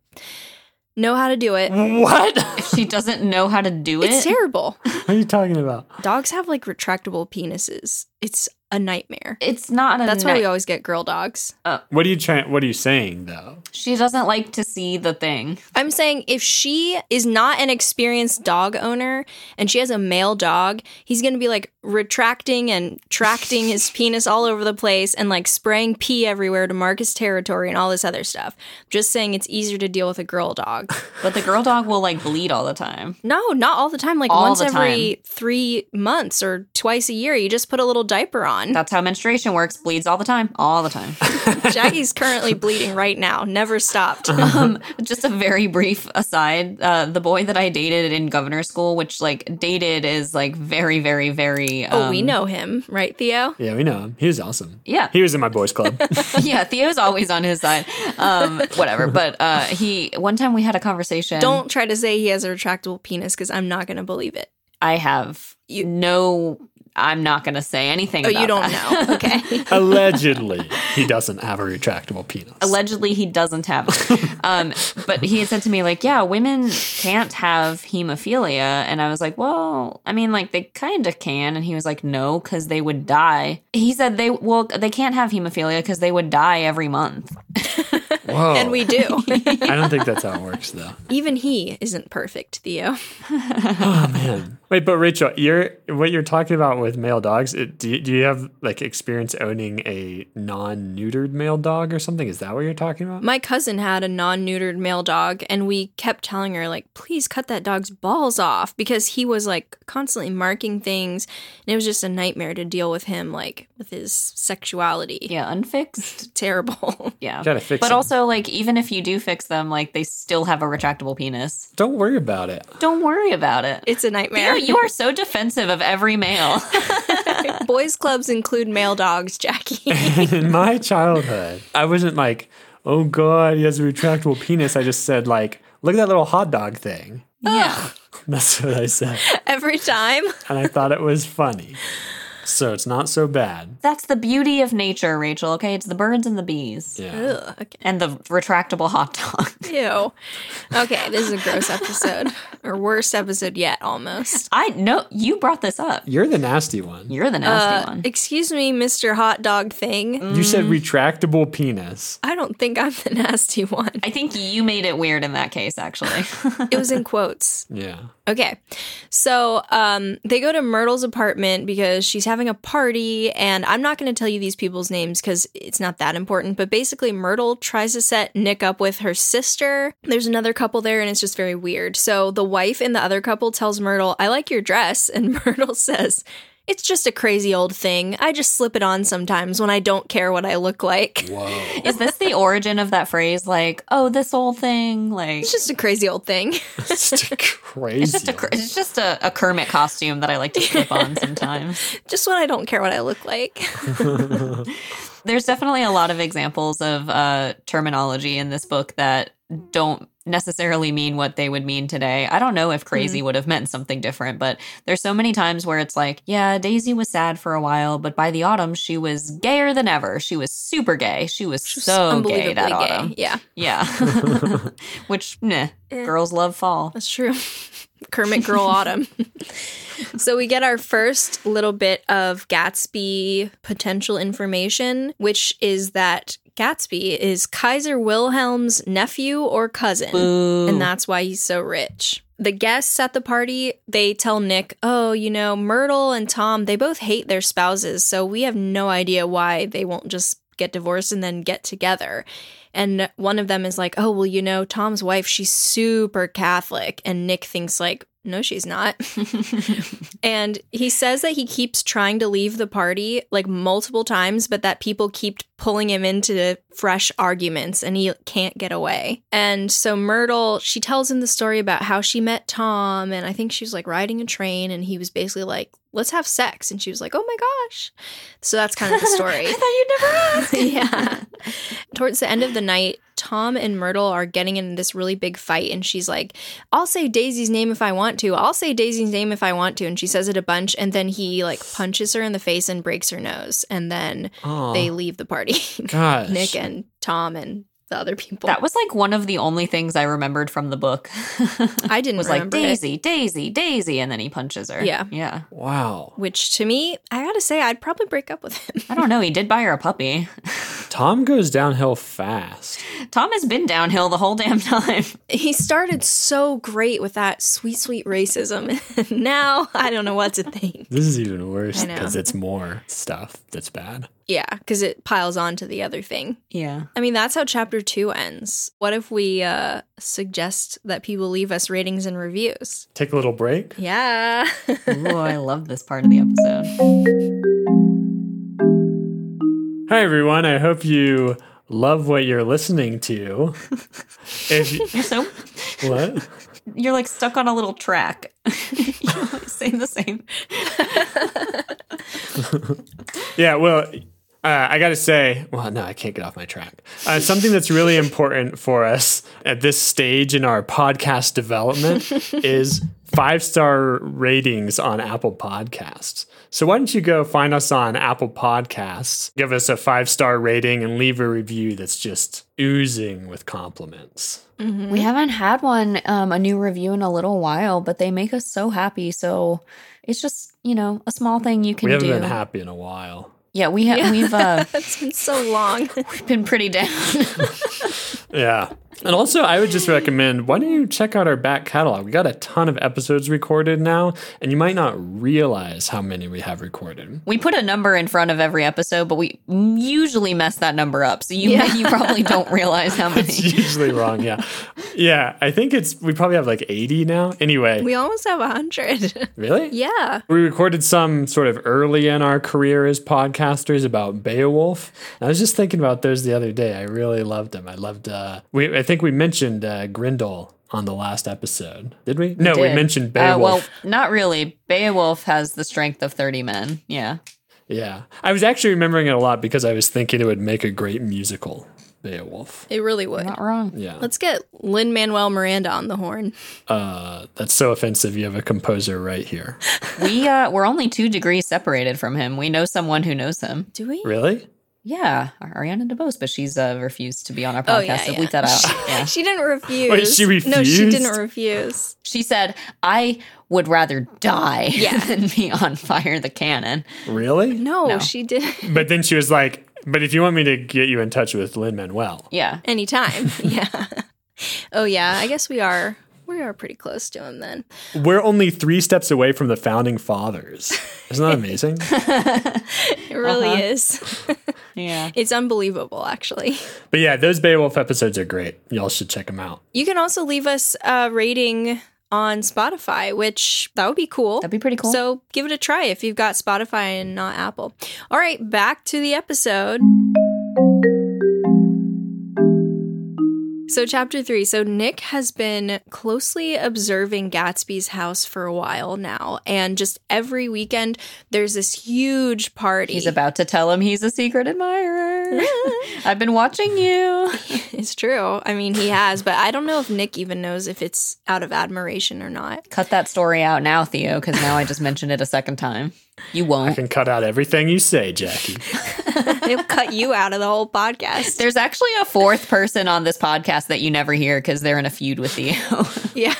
[SPEAKER 2] know how to do it,
[SPEAKER 1] What?
[SPEAKER 3] she doesn't know how to do it.
[SPEAKER 2] it's terrible.
[SPEAKER 1] what are you talking about?
[SPEAKER 2] Dogs have like retractable penises. It's a nightmare.
[SPEAKER 3] It's not a.
[SPEAKER 2] That's why we
[SPEAKER 3] night-
[SPEAKER 2] always get girl dogs.
[SPEAKER 1] What are you trying? What are you saying though?
[SPEAKER 3] she doesn't like to see the thing.
[SPEAKER 2] I'm saying if she is not an experienced dog owner and she has a male dog, he's going to be like retracting and tracting his penis all over the place and like spraying pee everywhere to mark his territory and all this other stuff. Just saying it's easier to deal with a girl dog.
[SPEAKER 3] But the girl dog will like bleed all the time.
[SPEAKER 2] No, not all the time. Like
[SPEAKER 3] All
[SPEAKER 2] once
[SPEAKER 3] the
[SPEAKER 2] every three months or twice a year, you just put a little diaper on.
[SPEAKER 3] That's how menstruation works. Bleeds all the time. All the time.
[SPEAKER 2] Jackie's currently bleeding right now, never stopped.
[SPEAKER 3] um, just a very brief aside. Uh, the boy that I dated in governor school, which like dated is like very, very, very. Um,
[SPEAKER 2] oh, we know him, right, Theo?
[SPEAKER 1] Yeah, we know him. He was awesome.
[SPEAKER 3] Yeah.
[SPEAKER 1] He was in my boys' club.
[SPEAKER 3] yeah, Theo's always on his side. Um, whatever. But uh, he one time we had a conversation.
[SPEAKER 2] Don't try to say he has a retractable penis because I'm not going to believe it.
[SPEAKER 3] I have no. I'm not gonna say anything.
[SPEAKER 2] Oh,
[SPEAKER 3] about
[SPEAKER 2] you don't
[SPEAKER 3] that.
[SPEAKER 2] know. Okay.
[SPEAKER 1] Allegedly, he doesn't have a retractable penis.
[SPEAKER 3] Allegedly, he doesn't have. it. um, but he had said to me like, "Yeah, women can't have hemophilia," and I was like, "Well, I mean, like they kind of can." And he was like, "No, because they would die." He said they well they can't have hemophilia because they would die every month.
[SPEAKER 1] Whoa.
[SPEAKER 2] and we do.
[SPEAKER 3] Oh.
[SPEAKER 1] I don't think that's how it works though.
[SPEAKER 2] Even he isn't perfect, Theo.
[SPEAKER 1] Oh man. Wait, but Rachel, you're what you're talking about with male dogs. It, do, you, do you have like experience owning a non-neutered male dog or something? Is that what you're talking about?
[SPEAKER 2] My cousin had a non neutered male dog, and we kept telling her, like, please cut that dog's balls off because he was like constantly marking things. And it was just a nightmare to deal with him, like, with his sexuality.
[SPEAKER 3] Yeah, unfixed.
[SPEAKER 2] Terrible.
[SPEAKER 3] Yeah.
[SPEAKER 1] Gotta fix
[SPEAKER 3] But
[SPEAKER 1] them.
[SPEAKER 3] also, like, even if you do fix them, like, they still have a retractable penis.
[SPEAKER 1] Don't worry about it.
[SPEAKER 3] Don't worry about it.
[SPEAKER 2] It's a
[SPEAKER 3] Ew,
[SPEAKER 2] nightmare.
[SPEAKER 3] you are so defensive of every male.
[SPEAKER 2] Boys' clubs include male dogs, Jackie.
[SPEAKER 1] in my childhood, I wasn't like, "Oh God, he has a retractable penis." I just said like, "Look at that little hot dog thing."
[SPEAKER 2] yeah.
[SPEAKER 1] That's what I said,
[SPEAKER 2] Every time.
[SPEAKER 1] and I thought it was funny. So it's not so bad.
[SPEAKER 3] That's the beauty of nature, Rachel, okay? It's the birds and the bees.
[SPEAKER 1] Yeah.
[SPEAKER 2] Ugh, okay.
[SPEAKER 3] And the retractable hot dog.
[SPEAKER 2] Ew. Okay, this is a gross episode. Or worst episode yet, almost.
[SPEAKER 3] I know you brought this up.
[SPEAKER 1] You're the nasty one.
[SPEAKER 3] You're the nasty
[SPEAKER 2] Uh,
[SPEAKER 3] one.
[SPEAKER 2] Excuse me, Mr. Hot Dog Thing.
[SPEAKER 1] You said retractable penis.
[SPEAKER 2] I don't think I'm the nasty one.
[SPEAKER 3] I think you made it weird in that case, actually.
[SPEAKER 2] It was in quotes.
[SPEAKER 1] Yeah.
[SPEAKER 2] Okay. So um, they go to Myrtle's apartment because she's having a party. And I'm not going to tell you these people's names because it's not that important. But basically, Myrtle tries to set Nick up with her sister. There's another couple there, and it's just very weird. So the wife and the other couple tells Myrtle, I like your dress. And Myrtle says, It's just a crazy old thing. I just slip it on sometimes when I don't care what I look like.
[SPEAKER 1] Whoa.
[SPEAKER 3] Is this the origin of that phrase? Like, oh, this whole thing? Like,
[SPEAKER 2] It's just a crazy old thing.
[SPEAKER 1] It's just crazy.
[SPEAKER 3] it's just a, cr- it's just a, a Kermit costume that I like to slip on sometimes.
[SPEAKER 2] just when I don't care what I look like.
[SPEAKER 3] There's definitely a lot of examples of uh, terminology in this book that don't necessarily mean what they would mean today. I don't know if crazy
[SPEAKER 2] Mm-hmm.
[SPEAKER 3] would have meant something different, but there's so many times where it's like, yeah, Daisy was sad for a while, but by the autumn, she was gayer than ever. She was super gay. She was
[SPEAKER 2] Just
[SPEAKER 3] so
[SPEAKER 2] unbelievably
[SPEAKER 3] gay that autumn.
[SPEAKER 2] Yeah,
[SPEAKER 3] Yeah. Which, nah,
[SPEAKER 2] Eh.
[SPEAKER 3] girls love fall.
[SPEAKER 2] that's true. Kermit Girl Autumn. so we get our first little bit of Gatsby potential information, which is that Gatsby is Kaiser Wilhelm's nephew or cousin.
[SPEAKER 3] Boo.
[SPEAKER 2] and that's why he's so rich. The guests at the party, they tell Nick, "Oh, you know, Myrtle and Tom, they both hate their spouses, so we have no idea why they won't just get divorced and then get together." And one of them is like, "Oh, well, you know, Tom's wife, she's super Catholic." And Nick thinks like, "No, she's not." And he says that he keeps trying to leave the party like multiple times, but that people keep pulling him into fresh arguments and he can't get away. And so Myrtle, she tells him the story about how she met Tom. And I think she was like riding a train and he was basically like, let's have sex. And she was like, oh my gosh. So that's kind of the story.
[SPEAKER 3] I thought you'd never
[SPEAKER 2] yeah. Towards the end of the night, Tom and Myrtle are getting in this really big fight, and she's like, I'll say Daisy's name if I want to. I'll say Daisy's name if I want to. And she says it a bunch, and then he like punches her in the face and breaks her nose. And then
[SPEAKER 1] Oh,
[SPEAKER 2] they leave the party
[SPEAKER 1] gosh.
[SPEAKER 2] Nick and Tom and the other people.
[SPEAKER 3] That was like one of the only things I remembered from the book.
[SPEAKER 2] I didn't
[SPEAKER 3] was like
[SPEAKER 2] remember it.
[SPEAKER 3] Daisy, Daisy, Daisy, and then he punches her.
[SPEAKER 2] Yeah.
[SPEAKER 3] yeah.
[SPEAKER 1] wow.
[SPEAKER 2] Which to me, I gotta say, I'd probably break up with him.
[SPEAKER 3] I don't know. He did buy her a puppy.
[SPEAKER 1] Tom goes downhill fast.
[SPEAKER 3] Tom has been downhill the whole damn time.
[SPEAKER 2] He started so great with that sweet, sweet racism. now I don't know what to think.
[SPEAKER 1] This is even worse
[SPEAKER 2] I know.
[SPEAKER 1] because it's more stuff that's bad.
[SPEAKER 2] Yeah, because it piles on to the other thing.
[SPEAKER 3] Yeah.
[SPEAKER 2] I mean, that's how chapter two ends. What if we uh, suggest that people leave us ratings and reviews?
[SPEAKER 1] Take a little break.
[SPEAKER 2] Yeah.
[SPEAKER 3] Ooh, I love this part of the episode.
[SPEAKER 1] Hi, everyone. I hope you love what you're listening to. If you,
[SPEAKER 3] You're so
[SPEAKER 1] what?
[SPEAKER 3] you're like stuck on a little track. you always say the same.
[SPEAKER 1] Yeah, well, uh, I got to say, well, no, I can't get off my track. Uh, something that's really important for us at this stage in our podcast development is five star ratings on Apple Podcasts. So why don't you go find us on Apple Podcasts, give us a five star rating, and leave a review that's just oozing with compliments.
[SPEAKER 3] We haven't had one, um, a new review in a little while, but they make us so happy. So it's just you know a small thing you can
[SPEAKER 1] We haven't
[SPEAKER 3] do.
[SPEAKER 1] been happy in a while.
[SPEAKER 3] yeah, we ha-
[SPEAKER 2] Yeah.
[SPEAKER 3] we've uh,
[SPEAKER 2] That's been so long.
[SPEAKER 3] we've been pretty down.
[SPEAKER 1] Yeah. And also, I would just recommend why don't you check out our back catalog? We got a ton of episodes recorded now, and you might not realize how many we have recorded.
[SPEAKER 3] we put a number in front of every episode, but we usually mess that number up. So you
[SPEAKER 2] Yeah.
[SPEAKER 3] you probably don't realize how many.
[SPEAKER 1] It's usually wrong. Yeah. Yeah. I think it's, we probably have like 80 now. Anyway,
[SPEAKER 2] we almost have a 100.
[SPEAKER 1] really?
[SPEAKER 2] yeah.
[SPEAKER 1] We recorded some sort of early in our career as podcasters about Beowulf. And I was just thinking about those the other day. I really loved them. I loved. Uh, we I think we mentioned uh, Grindel on the last episode. Did we? No, we
[SPEAKER 3] did.
[SPEAKER 1] mentioned
[SPEAKER 3] Uh,
[SPEAKER 1] Beowulf.
[SPEAKER 3] well, not really. Beowulf has the strength of 30 men. Yeah.
[SPEAKER 1] Yeah. I was actually remembering it a lot because I was thinking it would make a great musical, Beowulf.
[SPEAKER 2] It really would.
[SPEAKER 3] Not wrong.
[SPEAKER 1] Yeah.
[SPEAKER 2] Let's get Lynn Manuel Miranda on the horn.
[SPEAKER 1] Uh, that's so offensive. You have a composer right here.
[SPEAKER 3] We uh we're only 2 degrees separated from him. We know someone who knows him.
[SPEAKER 2] Do we?
[SPEAKER 1] Really?
[SPEAKER 3] Yeah, Ariana DeBose, but she's uh refused to be on our
[SPEAKER 2] Oh,
[SPEAKER 3] podcast.
[SPEAKER 2] yeah,
[SPEAKER 3] so
[SPEAKER 2] yeah. Oh,
[SPEAKER 3] bleep that out. yeah.
[SPEAKER 2] She didn't refuse.
[SPEAKER 1] Wait, she
[SPEAKER 2] No, she
[SPEAKER 1] refused?
[SPEAKER 2] didn't refuse.
[SPEAKER 3] She said, "I would rather die
[SPEAKER 2] Yeah.
[SPEAKER 3] than be on fire the cannon."
[SPEAKER 1] Really?
[SPEAKER 2] No,
[SPEAKER 3] No.
[SPEAKER 2] she did
[SPEAKER 1] But then she was like, but if you want me to get you in touch with Lin Manuel,
[SPEAKER 3] Yeah.
[SPEAKER 2] anytime. yeah. Oh, yeah. I guess we are. We are pretty close to him then.
[SPEAKER 1] we're only three steps away from the founding fathers. Isn't that amazing?
[SPEAKER 2] It really
[SPEAKER 3] Uh-huh.
[SPEAKER 2] is.
[SPEAKER 3] Yeah.
[SPEAKER 2] It's unbelievable, actually.
[SPEAKER 1] but yeah, those Beowulf episodes are great. Y'all should check them out.
[SPEAKER 2] You can also leave us a rating on Spotify, which that would be cool.
[SPEAKER 3] That'd be pretty cool.
[SPEAKER 2] So give it a try if you've got Spotify and not Apple. All right, back to the episode. So, chapter three. So, Nick has been closely observing Gatsby's house for a while now. And just every weekend, there's this huge party.
[SPEAKER 3] He's about to tell him he's a secret admirer. I've been watching you.
[SPEAKER 2] it's true. I mean, he has, but I don't know if Nick even knows if it's out of admiration or not.
[SPEAKER 3] Cut that story out now, Theo, because now I just mentioned it a second time. You
[SPEAKER 1] I
[SPEAKER 3] won't.
[SPEAKER 1] can cut out everything you say, Jackie.
[SPEAKER 2] They'll cut you out of the whole podcast.
[SPEAKER 3] There's actually a fourth person on this podcast that you never hear because they're in a feud with Theo.
[SPEAKER 2] yeah.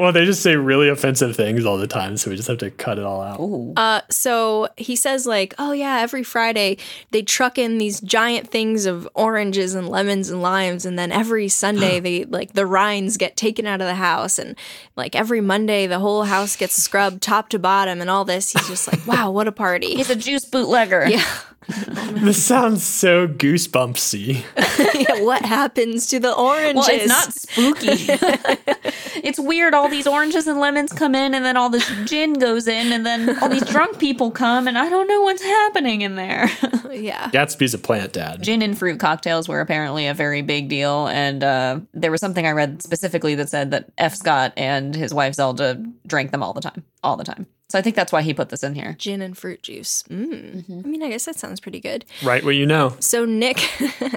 [SPEAKER 1] well, they just say really offensive things all the time, so we just have to cut it all out.
[SPEAKER 3] Ooh.
[SPEAKER 2] Uh, so he says, like, oh, yeah, every Friday they truck in these giant things of oranges and lemons and limes. And then every Sunday, they like the rinds get taken out of the house. And like every Monday, the whole house gets scrubbed top to bottom and all this. He's just like, wow, what a party.
[SPEAKER 3] He's a juice bootlegger.
[SPEAKER 2] Yeah.
[SPEAKER 1] This sounds so goosebumpsy.
[SPEAKER 2] yeah. What happens to the oranges?
[SPEAKER 3] Well, it's not spooky. it's weird. All these oranges and lemons come in, and then all this gin goes in, and then all these drunk people come, and I don't know what's happening in there.
[SPEAKER 2] yeah.
[SPEAKER 1] Gatsby's a plant dad.
[SPEAKER 3] gin and fruit cocktails were apparently a very big deal, and uh, there was something I read specifically that said that F. Scott and his wife Zelda drank them all the time, all the time. So I think that's why he put this in here.
[SPEAKER 2] Gin and fruit juice. Mm. I mean, I guess that sounds pretty good.
[SPEAKER 1] Write what you know.
[SPEAKER 2] So Nick,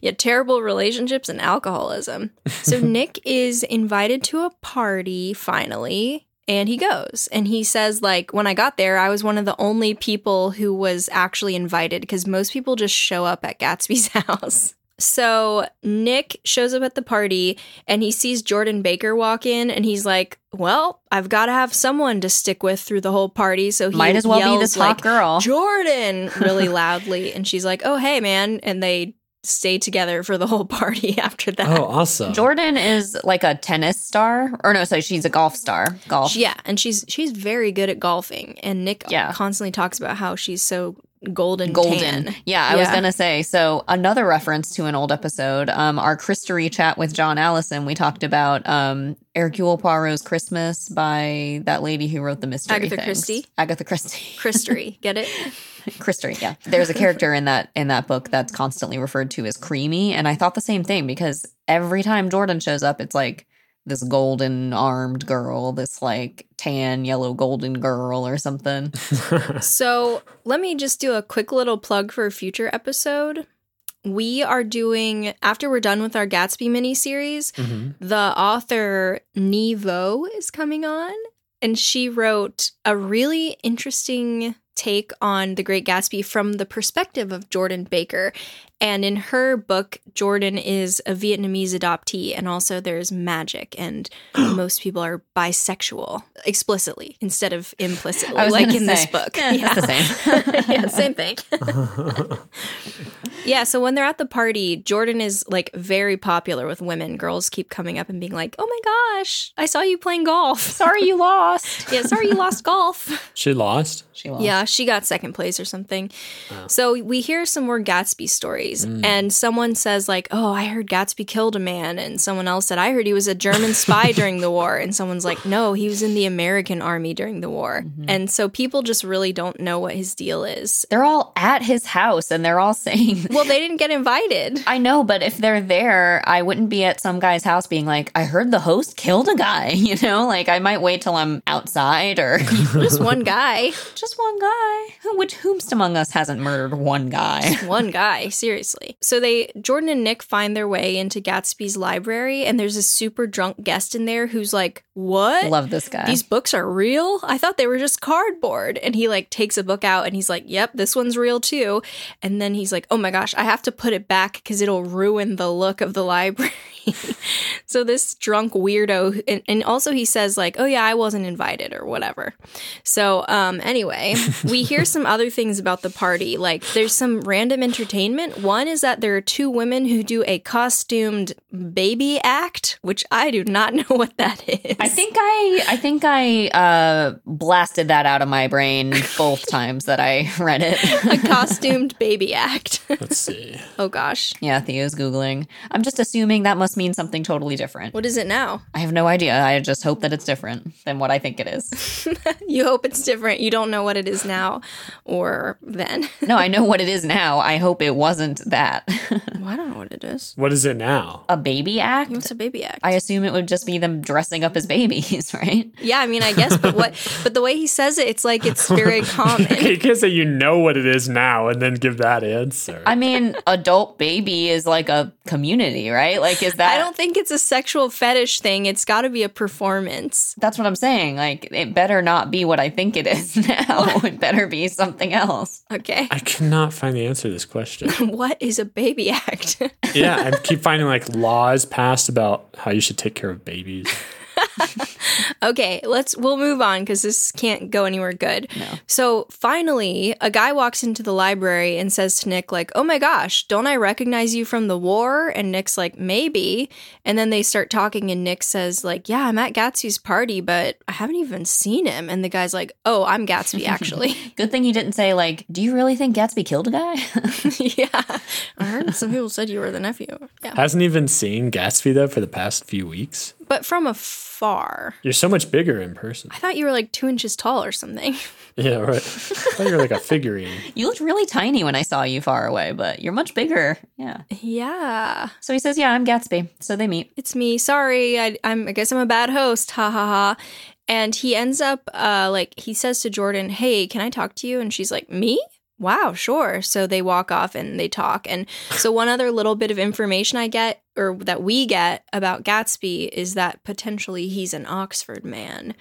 [SPEAKER 2] yeah, terrible relationships and alcoholism. So Nick is invited to a party finally, and he goes. And he says, like, when I got there, I was one of the only people who was actually invited because most people just show up at Gatsby's house. So Nick shows up at the party and he sees Jordan Baker walk in and he's like, "Well, I've got to have someone to stick with through the whole party." So he
[SPEAKER 3] Might as well
[SPEAKER 2] yells,
[SPEAKER 3] be this
[SPEAKER 2] like,
[SPEAKER 3] hot girl.
[SPEAKER 2] Jordan really loudly. And she's like, oh, hey, man. And they stay together for the whole party after that.
[SPEAKER 1] Oh, awesome.
[SPEAKER 3] Jordan is like a tennis star, or no, so she's a golf star. Golf.
[SPEAKER 2] Yeah. And she's she's very good at golfing. And Nick
[SPEAKER 3] Yeah.
[SPEAKER 2] constantly talks about how she's so golden.
[SPEAKER 3] Golden.
[SPEAKER 2] tan.
[SPEAKER 3] Yeah, I was
[SPEAKER 2] Yeah.
[SPEAKER 3] going to say. So, another reference to an old episode, um, our Christery chat with John Allison, we talked about um, Hercule Poirot's Christmas by that lady who wrote the mystery.
[SPEAKER 2] Agatha
[SPEAKER 3] things.
[SPEAKER 2] Christie?
[SPEAKER 3] Agatha Christie.
[SPEAKER 2] Christery. Get it?
[SPEAKER 3] Christery, yeah. There's a character in that in that book that's constantly referred to as creamy. And I thought the same thing because every time Jordan shows up, it's like this golden armed girl, this like tan yellow golden girl or something.
[SPEAKER 2] So let me just do a quick little plug for a future episode. We are doing, after we're done with our Gatsby mini series,
[SPEAKER 1] Mhm.
[SPEAKER 2] the author Nevo is coming on, and she wrote a really interesting take on The Great Gatsby from the perspective of Jordan Baker. And in her book, Jordan is a Vietnamese adoptee, and also there's magic, and most people are bisexual explicitly instead of implicitly,
[SPEAKER 3] I was
[SPEAKER 2] like
[SPEAKER 3] gonna
[SPEAKER 2] in this
[SPEAKER 3] say,
[SPEAKER 2] book.
[SPEAKER 3] eh, that's the same.
[SPEAKER 2] yeah, same thing. Yeah, so when they're at the party, Jordan is like very popular with women. Girls keep coming up and being like, "Oh my gosh, I saw you playing golf."
[SPEAKER 3] Sorry you lost.
[SPEAKER 2] yeah, sorry you lost golf.
[SPEAKER 1] She lost.
[SPEAKER 3] She lost.
[SPEAKER 2] Yeah, she got second place or something. So we hear some more Gatsby stories, and someone says like, "Oh, I heard Gatsby killed a man," and someone else said, "I heard he was a German spy during the war," and someone's like, "No, he was in the American army during the war." And so people just really don't know what his deal is.
[SPEAKER 3] They're all at his house and they're all saying
[SPEAKER 2] Well, they didn't get invited.
[SPEAKER 3] I know, but if they're there, I wouldn't be at some guy's house being like, I heard the host killed a guy, you know? Like I might wait till I'm outside or
[SPEAKER 2] Just one guy.
[SPEAKER 3] just one guy. Who- Which whomst among us hasn't murdered one guy?
[SPEAKER 2] one guy, seriously. So they Jordan and Nick find their way into Gatsby's library and there's a super drunk guest in there who's like, "What?
[SPEAKER 3] Love this guy.
[SPEAKER 2] These books are real? I thought they were just cardboard." And he like takes a book out and he's like, "Yep, this one's real too." And then he's like, "Oh my gosh, I have to put it back cuz it'll ruin the look of the library." so this drunk weirdo and, and also he says like, "Oh yeah, I wasn't invited or whatever." So, um, anyway, we hear some other things about the party. Like, there's some random entertainment. One is that there are two women who do a costumed baby act, which I do not know what that is.
[SPEAKER 3] I think I I think I uh blasted that out of my brain both times that I read
[SPEAKER 2] a
[SPEAKER 3] it.
[SPEAKER 2] costumed baby act.
[SPEAKER 1] Let's see.
[SPEAKER 2] oh gosh,
[SPEAKER 3] yeah, Theo's googling. I'm just assuming that must mean something totally different.
[SPEAKER 2] what is it now?
[SPEAKER 3] I have no idea. I just hope that it's different than what I think it is.
[SPEAKER 2] You hope it's different. You don't know what it is now or then.
[SPEAKER 3] No, I know what it is now. I hope it wasn't that.
[SPEAKER 2] well, I don't know what it is.
[SPEAKER 1] What is it now?
[SPEAKER 3] A baby act?
[SPEAKER 2] What's a baby act?
[SPEAKER 3] I assume it would just be them dressing up as babies, right?
[SPEAKER 2] yeah, I mean, I guess, but what? But the way he
[SPEAKER 3] Uh,
[SPEAKER 2] says it, it's like it's very common.
[SPEAKER 1] you can't say you know what it is now and then give that answer.
[SPEAKER 3] I mean, adult baby is like a community, right? Like, is that?
[SPEAKER 2] I don't think it's a sexual fetish thing. It's got to be a performance.
[SPEAKER 3] That's what I'm saying. Like, it better not be what I think it is now. it better be something else.
[SPEAKER 2] Okay.
[SPEAKER 1] I cannot find the answer to this question.
[SPEAKER 2] What is a baby act?
[SPEAKER 1] yeah, I keep finding like laws passed about how you should take care of babies.
[SPEAKER 2] okay, let's we'll move on because this can't go anywhere good.
[SPEAKER 3] No.
[SPEAKER 2] So finally, a guy walks into the library and says to Nick, like, oh my gosh, don't I recognize you from the war? And Nick's like, maybe. And then they start talking, and Nick says, like, yeah, I'm at Gatsby's party, but I haven't even seen him. And the guy's like, oh, I'm Gatsby, actually.
[SPEAKER 3] Good thing he didn't say, like, do you really think Gatsby killed a guy?
[SPEAKER 2] yeah. I heard some people said you were the nephew. Yeah.
[SPEAKER 1] Hasn't even seen Gatsby though for the past few weeks.
[SPEAKER 2] But from afar.
[SPEAKER 1] You're so much bigger in person.
[SPEAKER 2] I thought you were like two inches tall or something.
[SPEAKER 1] Yeah, right. I thought you were like a figurine.
[SPEAKER 3] you looked really tiny when I saw you far away, but you're much bigger. Yeah.
[SPEAKER 2] Yeah.
[SPEAKER 3] So he says, yeah, I'm Gatsby. So they meet.
[SPEAKER 2] it's me. Sorry, I, I'm. I guess I'm a bad host. Ha ha ha. And he ends up uh, like he says to Jordan, "Hey, can I talk to you?" And she's like, "Me? Wow, sure." So they walk off and they talk. And so one other little bit of information I get or that we get about Gatsby is that potentially he's an Oxford man.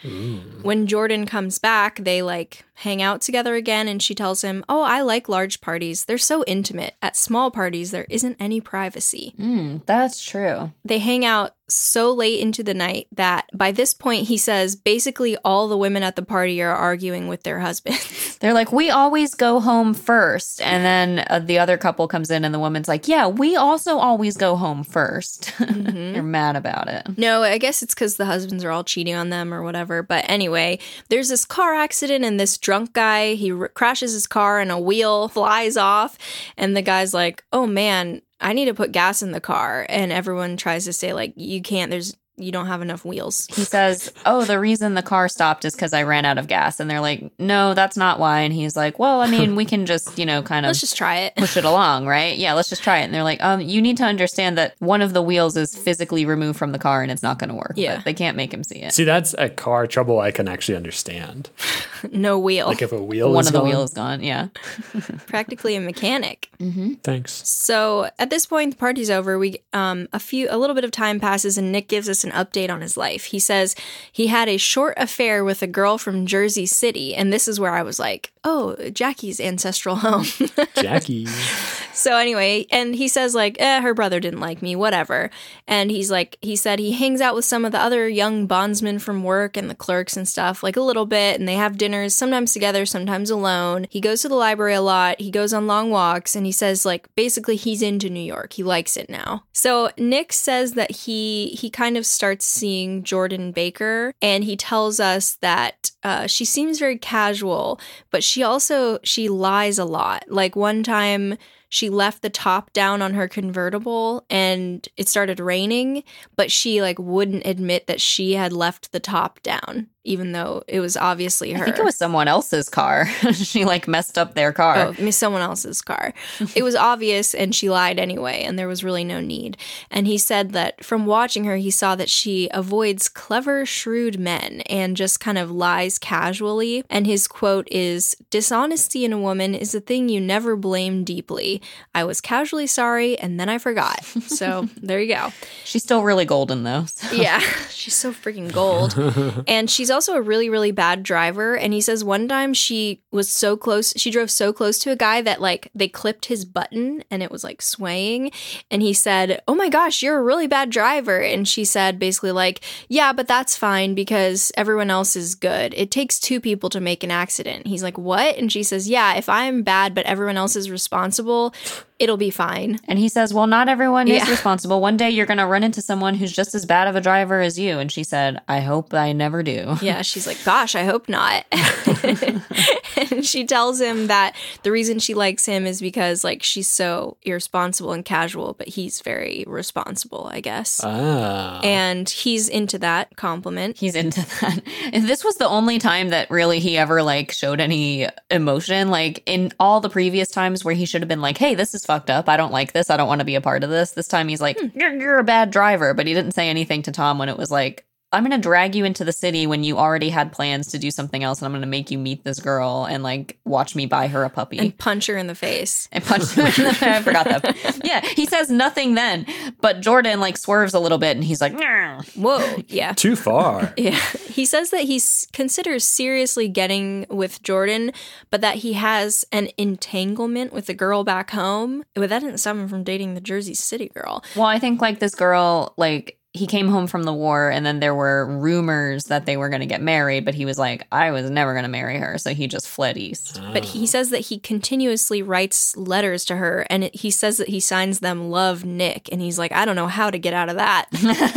[SPEAKER 2] When Jordan comes back, they like hang out together again and she tells him, "Oh, I like large parties. They're so intimate. At small parties, there isn't any privacy."
[SPEAKER 3] Mm, that's true.
[SPEAKER 2] they hang out so late into the night that by this point he says basically all the women at the party are arguing with their husbands.
[SPEAKER 3] They're like, we always go home first. And then uh, the other couple comes in, and the woman's like, yeah, we also always go home 1st they
[SPEAKER 2] Mhm.
[SPEAKER 3] You're mad about it.
[SPEAKER 2] no, I guess it's because the husbands are all cheating on them or whatever. But anyway, there's this car accident and this drunk guy he r- crashes his car and a wheel flies off, and the guy's like, "Oh man, I need to put gas in the car," and everyone tries to say like, "You can't. There's you don't have enough wheels."
[SPEAKER 3] He says, Oh, the reason the car stopped is because I ran out of gas. And they're like, No, that's not why. And he's like, Well, I mean, we can just, you know, kind of
[SPEAKER 2] Let's just try it.
[SPEAKER 3] push it along, right? Yeah, let's just try it. And they're like, um, you need to understand that one of the wheels is physically removed from the car and it's not going to work.
[SPEAKER 2] Yeah.
[SPEAKER 3] But they can't make him see it.
[SPEAKER 1] See, that's a car trouble I can actually understand.
[SPEAKER 2] no wheel.
[SPEAKER 1] Like if a wheel
[SPEAKER 3] one
[SPEAKER 1] is
[SPEAKER 3] of the
[SPEAKER 1] gone,
[SPEAKER 3] wheels gone. Yeah.
[SPEAKER 2] Practically a mechanic.
[SPEAKER 3] Mm-hmm.
[SPEAKER 1] Thanks.
[SPEAKER 2] So at this point, the party's over. We um, a few a little bit of time passes, and Nick gives us an update on his life. He says he had a short affair with a girl from Jersey City, and this is where I was like, "Oh, Jackie's ancestral home."
[SPEAKER 1] Jackie.
[SPEAKER 2] so anyway, and he says like, eh, "Her brother didn't like me, whatever." And he's like, he said he hangs out with some of the other young bondsmen from work and the clerks and stuff, like a little bit, and they have dinners sometimes together, sometimes alone. He goes to the library a lot. He goes on long walks, and he says like basically he's into New York. He likes it now. So Nick says that he he kind of starts seeing Jordan Baker, and he tells us that uh, she seems very casual, but she also she lies a lot. Like one time. She left the top down on her convertible and it started raining but she like wouldn't admit that she had left the top down, even though it was obviously her.
[SPEAKER 3] I think it was someone else's car. she like messed up their car.
[SPEAKER 2] Oh, it was someone else's car. it was obvious, and she lied anyway, and there was really no need. And he said that from watching her, he saw that she avoids clever, shrewd men and just kind of lies casually. And his quote is Dishonesty in a woman is a thing you never blame deeply. I was casually sorry, and then I forgot. So there you go.
[SPEAKER 3] She's still really golden though. So.
[SPEAKER 2] Yeah, she's so freaking gold. and she's also a really, really bad driver. And he says one time she was so close, she drove so close to a guy that like they clipped his button and it was like swaying. And he said, Oh my gosh, you're a really bad driver. And she said basically, like, Yeah, but that's fine because everyone else is good. It takes two people to make an accident. He's like, What? And she says, Yeah, if I'm bad, but everyone else is responsible, it'll be fine.
[SPEAKER 3] And he says, Well, not everyone is
[SPEAKER 2] Yeah.
[SPEAKER 3] responsible. One day you're going to run into someone who's just as bad of a driver as you. And she said, I hope I never do.
[SPEAKER 2] Yeah, she's like, gosh, I hope not. and she tells him that the reason she likes him is because like she's so irresponsible and casual, but he's very responsible, I guess.
[SPEAKER 1] Ah.
[SPEAKER 2] and he's into that compliment.
[SPEAKER 3] he's into that. If this was the only time that really he ever like showed any emotion, like in all the previous times where he should have been like, "Hey, this is fucked up. I don't like this. I don't want to be a part of this." This time he's like, "You're, you're a bad driver," but he didn't say anything to Tom when it was like, I'm going to drag you into the city when you already had plans to do something else. And I'm going to make you meet this girl and like watch me buy her a puppy.
[SPEAKER 2] and punch her in the face.
[SPEAKER 3] and punch him in the I forgot that. Yeah, he says nothing then, but Jordan like swerves a little bit and he's like, "Nyeh."
[SPEAKER 2] Whoa, yeah.
[SPEAKER 1] Too far.
[SPEAKER 2] Yeah. He says that he s- considers seriously getting with Jordan, but that he has an entanglement with the girl back home. But that didn't stop him from dating the Jersey City girl.
[SPEAKER 3] well, I think like this girl, like he came home from the war and then there were rumors that they were going to get married, but he was like, I was never going to marry her. So he just fled east.
[SPEAKER 2] But he says that he continuously writes letters to her, and it, he says that he signs them Love Nick. And he's like, I don't know how to get out of that.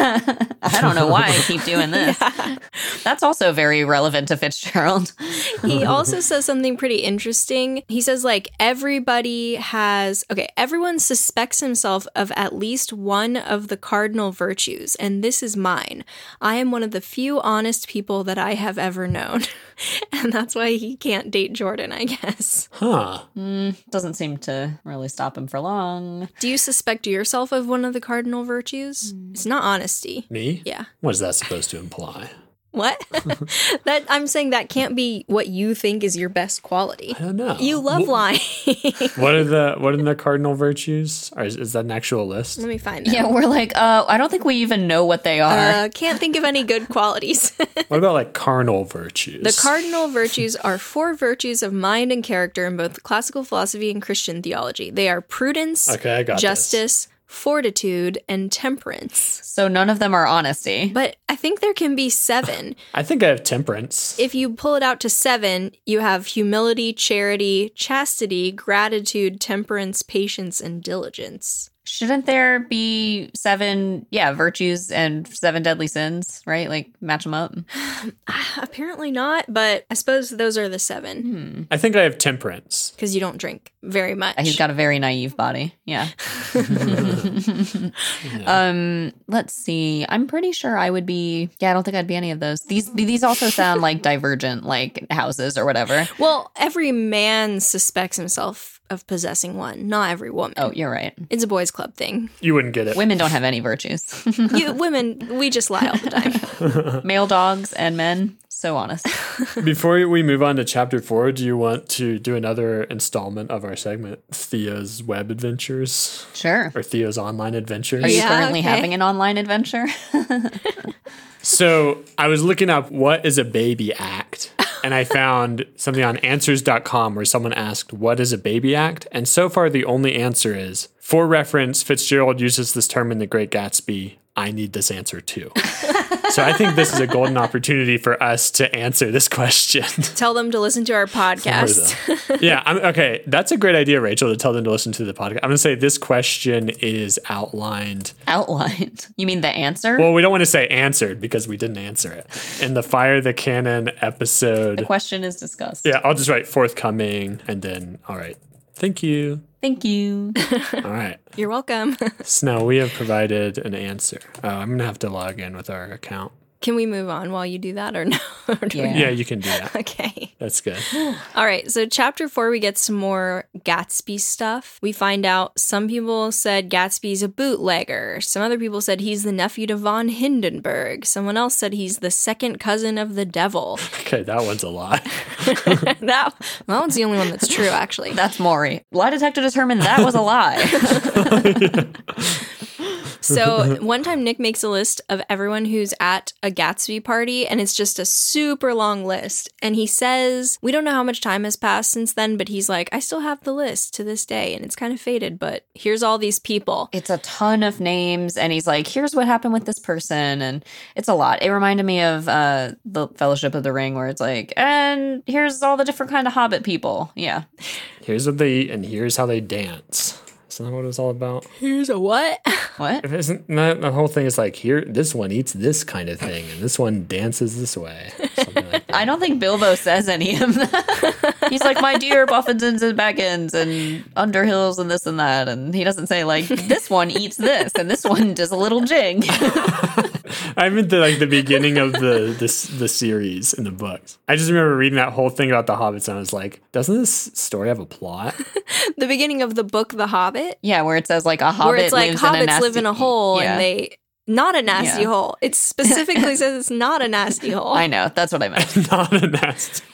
[SPEAKER 3] I don't know why I keep doing this.
[SPEAKER 2] Yeah.
[SPEAKER 3] That's also very relevant to Fitzgerald.
[SPEAKER 2] he also says something pretty interesting. He says, like, everybody has, okay, everyone suspects himself of at least one of the cardinal virtues, and this is mine. I am one of the few honest people that I have ever known. and that's why he can't date Jordan, I guess.
[SPEAKER 1] Huh.
[SPEAKER 3] Mm, doesn't seem to really stop him for long.
[SPEAKER 2] Do you suspect yourself of one of the cardinal virtues? It's not honesty.
[SPEAKER 1] Me?
[SPEAKER 2] Yeah.
[SPEAKER 1] What is that supposed to imply?
[SPEAKER 2] What? that I'm saying that can't be what you think is your best quality.
[SPEAKER 1] I don't know.
[SPEAKER 2] You love
[SPEAKER 1] Wh-
[SPEAKER 2] lying.
[SPEAKER 1] What are the what are the cardinal virtues? Or is, is that an actual list?
[SPEAKER 2] Let me find that.
[SPEAKER 3] Yeah, we're like, uh, I don't think we even know what they are.
[SPEAKER 2] Uh, can't think of any good qualities.
[SPEAKER 1] What about like carnal virtues?
[SPEAKER 2] the cardinal virtues are four virtues of mind and character in both classical philosophy and Christian theology. They are prudence,
[SPEAKER 1] Okay, I got this.
[SPEAKER 2] justice, fortitude, and temperance.
[SPEAKER 3] so none of them are honesty.
[SPEAKER 2] But I think there can be seven.
[SPEAKER 1] I think I have temperance.
[SPEAKER 2] if you pull it out to seven, you have humility, charity, chastity, gratitude, temperance, patience, and diligence.
[SPEAKER 3] Shouldn't there be seven, yeah, virtues and seven deadly sins, right? Like match them up.
[SPEAKER 2] Apparently not, but I suppose those are the seven
[SPEAKER 3] Hmm.
[SPEAKER 1] I think I have temperance.
[SPEAKER 2] because you don't drink very much.
[SPEAKER 3] He's got a very naive body. Yeah. um, let's see. I'm pretty sure I would be. Yeah, I don't think I'd be any of those. These these also sound like divergent, like houses or whatever.
[SPEAKER 2] Well, every man suspects himself of possessing one, not every woman.
[SPEAKER 3] Oh, you're right.
[SPEAKER 2] It's a boys' club thing.
[SPEAKER 1] You wouldn't get it.
[SPEAKER 3] Women don't have any virtues.
[SPEAKER 2] You, women, we just lie all the time.
[SPEAKER 3] Male dogs and men, so honest.
[SPEAKER 1] Before we move on to chapter four, do you want to do another installment of our segment, Theo's web adventures
[SPEAKER 3] Sure.
[SPEAKER 1] or Theo's online adventures?
[SPEAKER 3] Are you
[SPEAKER 2] Yeah,
[SPEAKER 3] currently
[SPEAKER 2] okay.
[SPEAKER 3] having an online adventure?
[SPEAKER 1] So I was looking up what is a baby act, and I found something on answers.com where someone asked, What is a baby act? And so far, the only answer is for reference, Fitzgerald uses this term in The Great Gatsby. I need this answer too. so I think this is a golden opportunity for us to answer this question.
[SPEAKER 2] Tell them to listen to our podcast.
[SPEAKER 1] yeah, I'm, okay. That's a great idea, Rachel, to tell them to listen to the podcast. I'm going to say this question is outlined
[SPEAKER 3] Outlined. You mean the answer?
[SPEAKER 1] Well, we don't want to say answered because we didn't answer it in the fire the cannon
[SPEAKER 3] the
[SPEAKER 1] episode.
[SPEAKER 3] question is discussed.
[SPEAKER 1] Yeah, I'll just write forthcoming and then all right. Thank you.
[SPEAKER 3] Thank you.
[SPEAKER 1] All right.
[SPEAKER 2] You're welcome.
[SPEAKER 1] So now we have provided an answer. Oh, I'm gonna have to log in with our account.
[SPEAKER 2] Can we move on while you do that or no? Or do we-
[SPEAKER 3] Yeah.
[SPEAKER 1] Yeah, you can do that.
[SPEAKER 2] Okay.
[SPEAKER 1] That's good.
[SPEAKER 2] All right. So, chapter four, we get some more Gatsby stuff. We find out some people said Gatsby's a bootlegger. Some other people said he's the nephew to von Hindenburg. Someone else said he's the second cousin of the devil.
[SPEAKER 1] Okay, that one's a lot.
[SPEAKER 2] that, that one's the only one that's true, actually.
[SPEAKER 3] That's Maury. Lie detector determined that was a lie.
[SPEAKER 2] So one time Nick makes a list of everyone who's at a Gatsby party and it's just a super long list and he says we don't know how much time has passed since then but he's like I still have the list to this day and it's kind of faded but here's all these people.
[SPEAKER 3] it's a ton of names, and he's like, "Here's what happened with this person," and it's a lot. It reminded me of uh, the Fellowship of the Ring, where it's like, "And here's all the different kind of Hobbit people." Yeah,
[SPEAKER 1] Here's what they eat and here's how they dance. Isn't that what it's all about?
[SPEAKER 2] Here's a what?
[SPEAKER 3] what?
[SPEAKER 1] Isn't that the whole thing is like here this one eats this kind of thing and this one dances this way. Something like that.
[SPEAKER 3] I don't think Bilbo says any of that. he's like, "My dear Buffingtons and Backends and Underhills and this and that," and he doesn't say like, "This one eats this and this one does a little jig."
[SPEAKER 1] I'm into like the beginning of the this the series in the books. I just remember reading that whole thing about the hobbits, and I was like, doesn't this story have a plot?
[SPEAKER 2] the beginning of the book The Hobbit
[SPEAKER 3] Yeah, where it says like a hobbit
[SPEAKER 2] where it's like
[SPEAKER 3] lives in a
[SPEAKER 2] hobbits
[SPEAKER 3] nasty-
[SPEAKER 2] live in a hole
[SPEAKER 3] Yeah.
[SPEAKER 2] and they Not a nasty
[SPEAKER 3] Yeah.
[SPEAKER 2] hole. It specifically says it's not a nasty hole.
[SPEAKER 3] I know. That's what I meant.
[SPEAKER 1] Not a nest.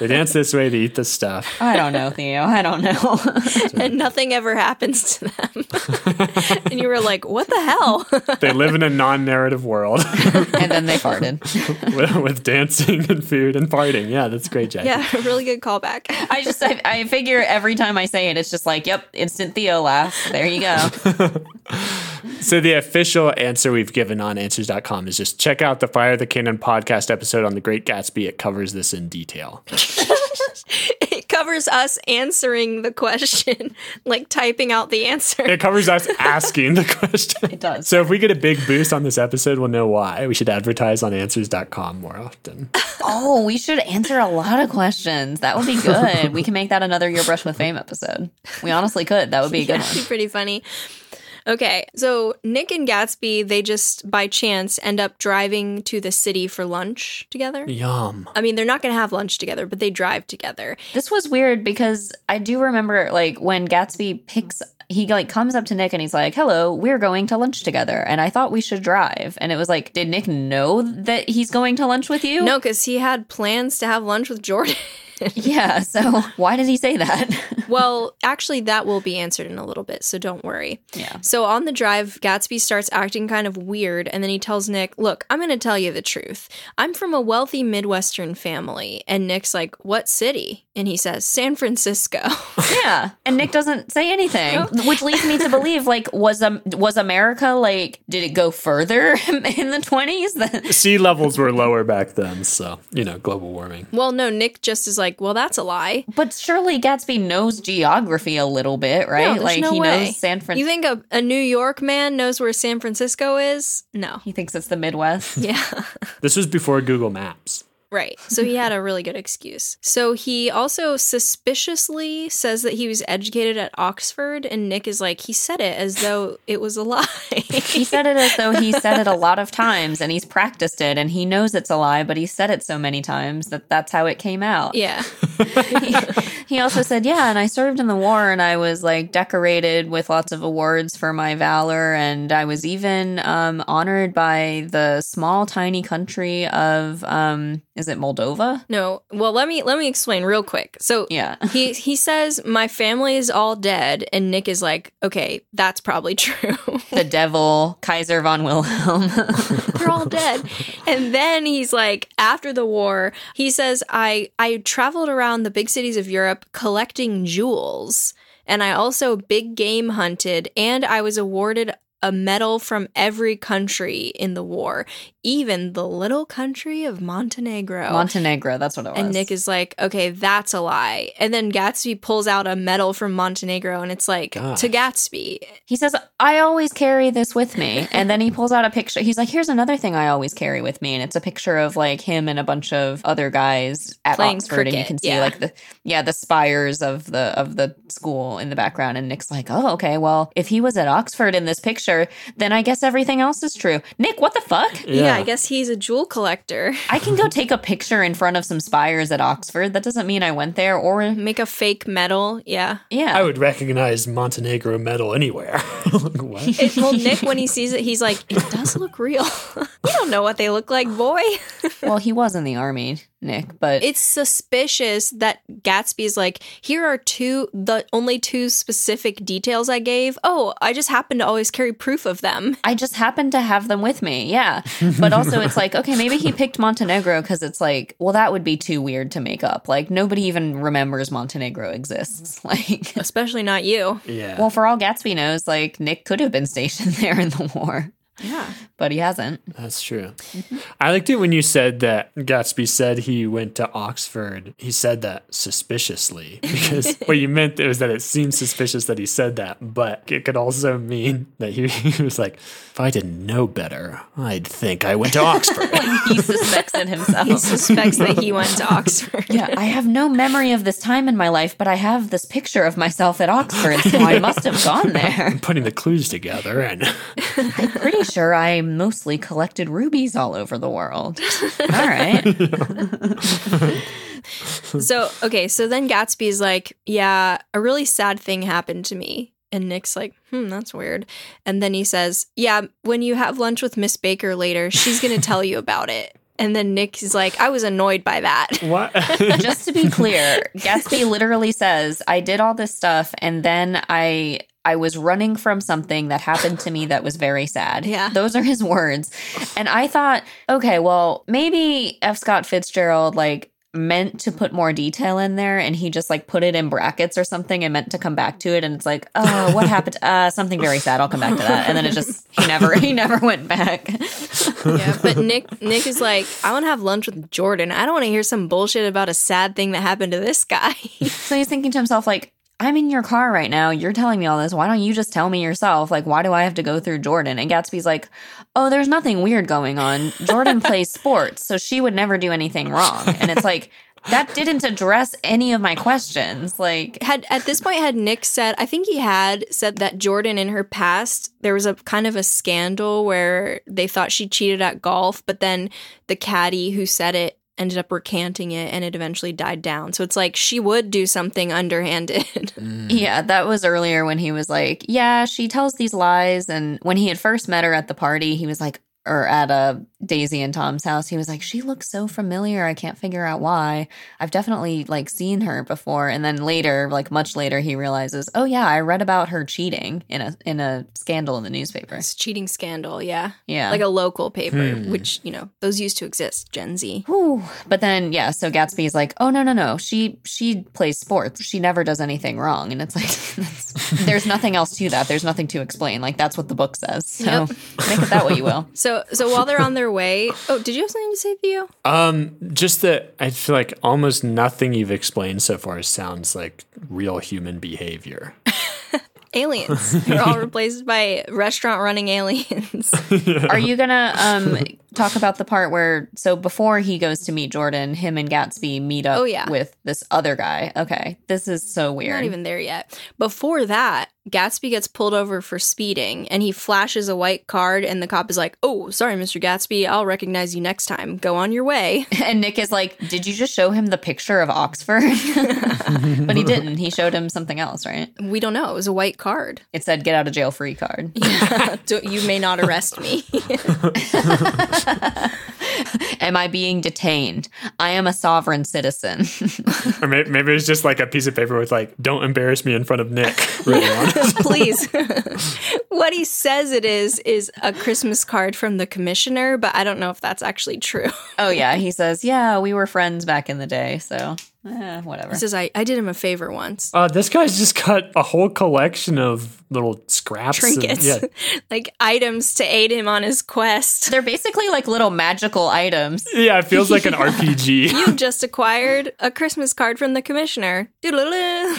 [SPEAKER 1] they dance this way, they eat the stuff.
[SPEAKER 3] I don't know, Theo. I don't know.
[SPEAKER 2] and nothing ever happens to them. and you were like, what the hell?
[SPEAKER 1] They live in a non narrative world
[SPEAKER 3] and then they farted.
[SPEAKER 1] with, with dancing and food and partying. Yeah, that's great, Jackie.
[SPEAKER 2] yeah, really good callback.
[SPEAKER 3] I just, I, I figure every time I say it, it's just like, yep, instant Theo laugh. There you go.
[SPEAKER 1] So the official answer we've given on answers.com is just check out the Fire the Cannon podcast episode on the Great Gatsby. It covers this in detail.
[SPEAKER 2] It covers us answering the question, like typing out the answer.
[SPEAKER 1] It covers us asking the question.
[SPEAKER 3] It does.
[SPEAKER 1] So if we get a big boost on this episode, we'll know why. We should advertise on answers.com more often.
[SPEAKER 3] Oh, we should answer a lot of questions. That would be good. We can make that another Your Brush with Fame episode. We honestly could. That would be a good one.
[SPEAKER 2] That'd be pretty funny. Okay, so Nick and Gatsby, they just by chance end up driving to the city for lunch together.
[SPEAKER 1] Yum.
[SPEAKER 2] I mean, they're not going to have lunch together, but they drive together.
[SPEAKER 3] This was weird because I do remember like when Gatsby picks he like comes up to Nick and he's like, "Hello, we're going to lunch together." And I thought we should drive. And it was like, "Did Nick know that he's going to lunch with you?"
[SPEAKER 2] No, because he had plans to have lunch with Jordan.
[SPEAKER 3] Yeah, so why did he say that?
[SPEAKER 2] well, actually, that will be answered in a little bit, so don't worry.
[SPEAKER 3] yeah.
[SPEAKER 2] So on the drive, Gatsby starts acting kind of weird, and then he tells Nick, Look, I'm going to tell you the truth. I'm from a wealthy Midwestern family. And Nick's like, What city? And he says, San Francisco.
[SPEAKER 3] Yeah. And Nick doesn't say anything, which leads me to believe like was um, was America like did it go further in the 20s than
[SPEAKER 1] Sea levels were lower back then, so you know, global warming.
[SPEAKER 2] well, no, Nick just is like, Well, that's a lie.
[SPEAKER 3] But surely Gatsby knows geography a little bit,
[SPEAKER 2] No,
[SPEAKER 3] right?
[SPEAKER 2] there's
[SPEAKER 3] like
[SPEAKER 2] no
[SPEAKER 3] he
[SPEAKER 2] way.
[SPEAKER 3] knows San
[SPEAKER 2] You
[SPEAKER 3] Francisco.
[SPEAKER 2] think a, a New York man knows where San Francisco is? No.
[SPEAKER 3] he thinks it's the Midwest.
[SPEAKER 2] Yeah.
[SPEAKER 1] This was before Google Maps.
[SPEAKER 2] Right. So he had a really good excuse. So he also suspiciously says that he was educated at Oxford, and Nick is like, he said it as though it was a lie.
[SPEAKER 3] he said it as though he said it a lot of times and he's practiced it and he knows it's a lie, but he said it so many times that that's how it came out.
[SPEAKER 2] yeah.
[SPEAKER 3] he, he also said, Yeah, and I served in the war and I was like decorated with lots of awards for my valor. And I was even um, honored by the small, tiny country of, um, is it Moldova?
[SPEAKER 2] No. Well, let me let me explain real quick. So
[SPEAKER 3] Yeah.
[SPEAKER 2] he he says my family is all dead, and Nick is like, okay, that's probably true.
[SPEAKER 3] The devil, Kaiser von Wilhelm.
[SPEAKER 2] They're all dead. And then he's like, after the war, he says, I I traveled around the big cities of Europe collecting jewels, and I also big game hunted, and I was awarded a medal from every country in the war, even the little country of Montenegro.
[SPEAKER 3] Montenegro, that's what it was.
[SPEAKER 2] And Nick is like, okay, that's a lie. And then Gatsby pulls out a medal from Montenegro and it's like,
[SPEAKER 1] Gosh.
[SPEAKER 2] to Gatsby.
[SPEAKER 3] He says, I always carry this with me. And then he pulls out a picture. He's like, here's another thing I always carry with me. And it's a picture of like him and a bunch of other guys at
[SPEAKER 2] Playing
[SPEAKER 3] Oxford. and you
[SPEAKER 2] cricket,
[SPEAKER 3] can see
[SPEAKER 2] yeah.
[SPEAKER 3] like the yeah, the spires of the of the school in the background. And Nick's like, Oh, okay, well, if he was at Oxford in this picture, then I guess everything else is true. Nick, what the fuck?
[SPEAKER 2] Yeah. I guess he's a jewel collector.
[SPEAKER 3] I can go take a picture in front of some spires at Oxford. That doesn't mean I went there or
[SPEAKER 2] Make a fake medal. Yeah.
[SPEAKER 3] yeah.
[SPEAKER 1] I would recognize Montenegro medal anywhere. like, what?
[SPEAKER 2] It, well, Nick, when he sees it, he's like, it does look real. you don't know what they look like, boy.
[SPEAKER 3] well, he was in the army, Nick, but
[SPEAKER 2] It's suspicious that Gatsby's like, here are two, the only two specific details I gave. Oh, I just happen to always carry proof of them.
[SPEAKER 3] I just happened to have them with me. Yeah. But also, it's like, okay, maybe he picked Montenegro because it's like, well, that would be too weird to make up. Like, nobody even remembers Montenegro exists. Like,
[SPEAKER 2] Especially not you.
[SPEAKER 1] Yeah.
[SPEAKER 3] well, for all Gatsby knows, like, Nick could have been stationed there in the war,
[SPEAKER 2] Yeah.
[SPEAKER 3] but he hasn't.
[SPEAKER 1] That's true. I liked it when you said that Gatsby said he went to Oxford. He said that suspiciously because what you meant was that it seemed suspicious that he said that, but it could also mean that he, he was like, if I didn't know better, I'd think I went to Oxford.
[SPEAKER 3] He suspects it
[SPEAKER 2] He
[SPEAKER 3] himself.
[SPEAKER 2] suspects that he went to Oxford.
[SPEAKER 3] Yeah, I have no memory of this time in my life, but I have this picture of myself at Oxford, so I must have gone there.
[SPEAKER 1] Putting the clues together and
[SPEAKER 3] I'm pretty sure I mostly collected rubies all over the world. All right.
[SPEAKER 2] So, okay, so then Gatsby's like, yeah, a really sad thing happened to me. And Nick's like, hmm, that's weird. And then he says, yeah, when you have lunch with Miss Baker later, she's going to tell you about it. And then Nick is like, I was annoyed by that.
[SPEAKER 1] What?
[SPEAKER 3] Just to be clear, Gatsby literally says, "I did all this stuff, and then I." I was running from something that happened to me that was very sad.
[SPEAKER 2] Yeah.
[SPEAKER 3] Those are his words. And I thought, okay, well, maybe F. Scott Fitzgerald like meant to put more detail in there and he just like put it in brackets or something and meant to come back to it and it's like, oh, what happened? Uh something very sad. I'll come back to that. And then it just he never he never went back.
[SPEAKER 2] yeah, but Nick Nick is like, I want to have lunch with Jordan. I don't want to hear some bullshit about a sad thing that happened to this guy.
[SPEAKER 3] So he's thinking to himself, like, I'm in your car right now. You're telling me all this. Why don't you just tell me yourself? Like, why do I have to go through Jordan? And Gatsby's like, oh, there's nothing weird going on. Jordan plays sports, so she would never do anything wrong. And it's like, that didn't address any of my questions. Like,
[SPEAKER 2] had at this point had Nick said, I think he had said that Jordan in her past there was a kind of a scandal where they thought she cheated at golf, but then the caddy who said it ended up recanting it and it eventually died down. So it's like she would do something underhanded.
[SPEAKER 3] yeah, that was earlier when he was like, yeah, she tells these lies. And when he had first met her at the party, he was like, or at uh, Daisy and Tom's house, he was like, "She looks so familiar. I can't figure out why. I've definitely like seen her before." And then later, like much later, he realizes, "Oh yeah, I read about her cheating in a in a scandal in the newspaper."
[SPEAKER 2] it's a cheating scandal, yeah.
[SPEAKER 3] Yeah,
[SPEAKER 2] Like a local paper,
[SPEAKER 1] Hmm.
[SPEAKER 2] which, you know, those used to exist, Gen Z.
[SPEAKER 3] Whew. But then, yeah. So Gatsby's like, "Oh no, no, no. She she plays sports. She never does anything wrong." And it's like, that's, there's nothing else to that. There's nothing to explain. Like that's what the book says. So
[SPEAKER 2] Yep.
[SPEAKER 3] make it that way you will.
[SPEAKER 2] So so while they're on their way, oh, did you have something to say, Theo?
[SPEAKER 1] um, just that I feel like almost nothing you've explained so far sounds like real human behavior.
[SPEAKER 2] aliens. They're all replaced by restaurant running aliens.
[SPEAKER 3] Are you gonna um talk about the part where so before he goes to meet Jordan, him and Gatsby meet up
[SPEAKER 2] Oh, yeah.
[SPEAKER 3] with this other guy? Okay. This is so weird.
[SPEAKER 2] Not even there yet. Before that, Gatsby gets pulled over for speeding and he flashes a white card and the cop is like, "Oh, sorry Mr. Gatsby, I'll recognize you next time. Go on your way."
[SPEAKER 3] and Nick is like, Did you just show him the picture of Oxford? but he didn't. He showed him something else, right?
[SPEAKER 2] We don't know. It was a white card.
[SPEAKER 3] It said get out of jail free card.
[SPEAKER 2] Don't- you may not arrest me.
[SPEAKER 3] Am I being detained? I am a sovereign citizen.
[SPEAKER 1] or maybe, maybe it's just like a piece of paper with like, "Don't embarrass me in front of Nick." written on it.
[SPEAKER 2] Please. what he says it is is a Christmas card from the commissioner, but I don't know if that's actually true.
[SPEAKER 3] oh yeah, he says, Yeah, we were friends back in the day, so eh, whatever.
[SPEAKER 2] He says I, I did him a favor once.
[SPEAKER 1] Uh, this guy's just got a whole collection of little scraps, and-
[SPEAKER 2] trinkets,
[SPEAKER 1] yeah,
[SPEAKER 2] like items to aid him on his quest.
[SPEAKER 3] They're basically like little magical items.
[SPEAKER 1] yeah, it feels like an RPG.
[SPEAKER 2] You've just acquired a Christmas card from the commissioner. Doodle-doo.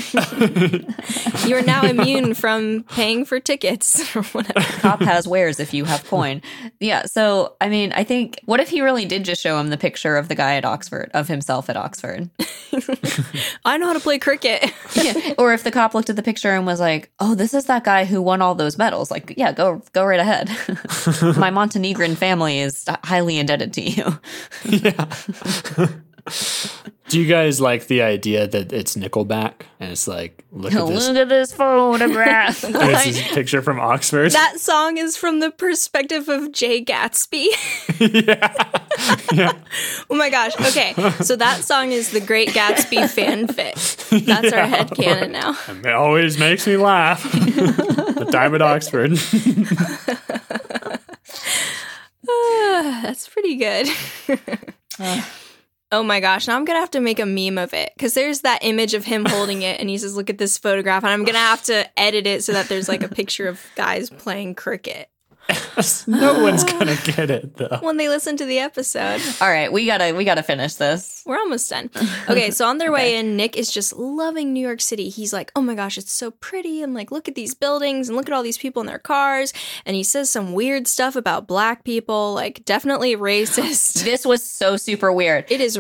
[SPEAKER 2] you are now immune from paying for tickets or whatever.
[SPEAKER 3] cop has wares if you have coin. Yeah. So, I mean, I think what if he really did just show him the picture of the guy at Oxford, of himself at Oxford?
[SPEAKER 2] I know how to play cricket.
[SPEAKER 3] or if the cop looked at the picture and was like, oh, this is that guy who won all those medals. Like, yeah, go, go right ahead. My Montenegrin family is highly indebted to you.
[SPEAKER 1] Do you guys like the idea that it's Nickelback and it's like, look at this,
[SPEAKER 3] Look at this photograph.
[SPEAKER 1] and it's this picture from Oxford?
[SPEAKER 2] that song is from the perspective of Jay Gatsby. oh my gosh. Okay. So that song is the Great Gatsby fanfic. That's our headcanon now.
[SPEAKER 1] it always makes me laugh. the time at Oxford.
[SPEAKER 2] That's pretty good. oh my gosh. Now I'm going to have to make a meme of it because there's that image of him holding it and he says, Look at this photograph. And I'm going to have to edit it so that there's like a picture of guys playing cricket
[SPEAKER 1] no one's gonna get it though.
[SPEAKER 2] when they listen to the episode.
[SPEAKER 3] all right. We gotta, we gotta finish this.
[SPEAKER 2] We're almost done. Okay, so on their way in, Nick is just loving New York City. He's like, oh my gosh, it's so pretty. And like, look at these buildings and look at all these people in their cars. And he says some weird stuff about black people, like, definitely racist.
[SPEAKER 3] This was so super weird.
[SPEAKER 2] it is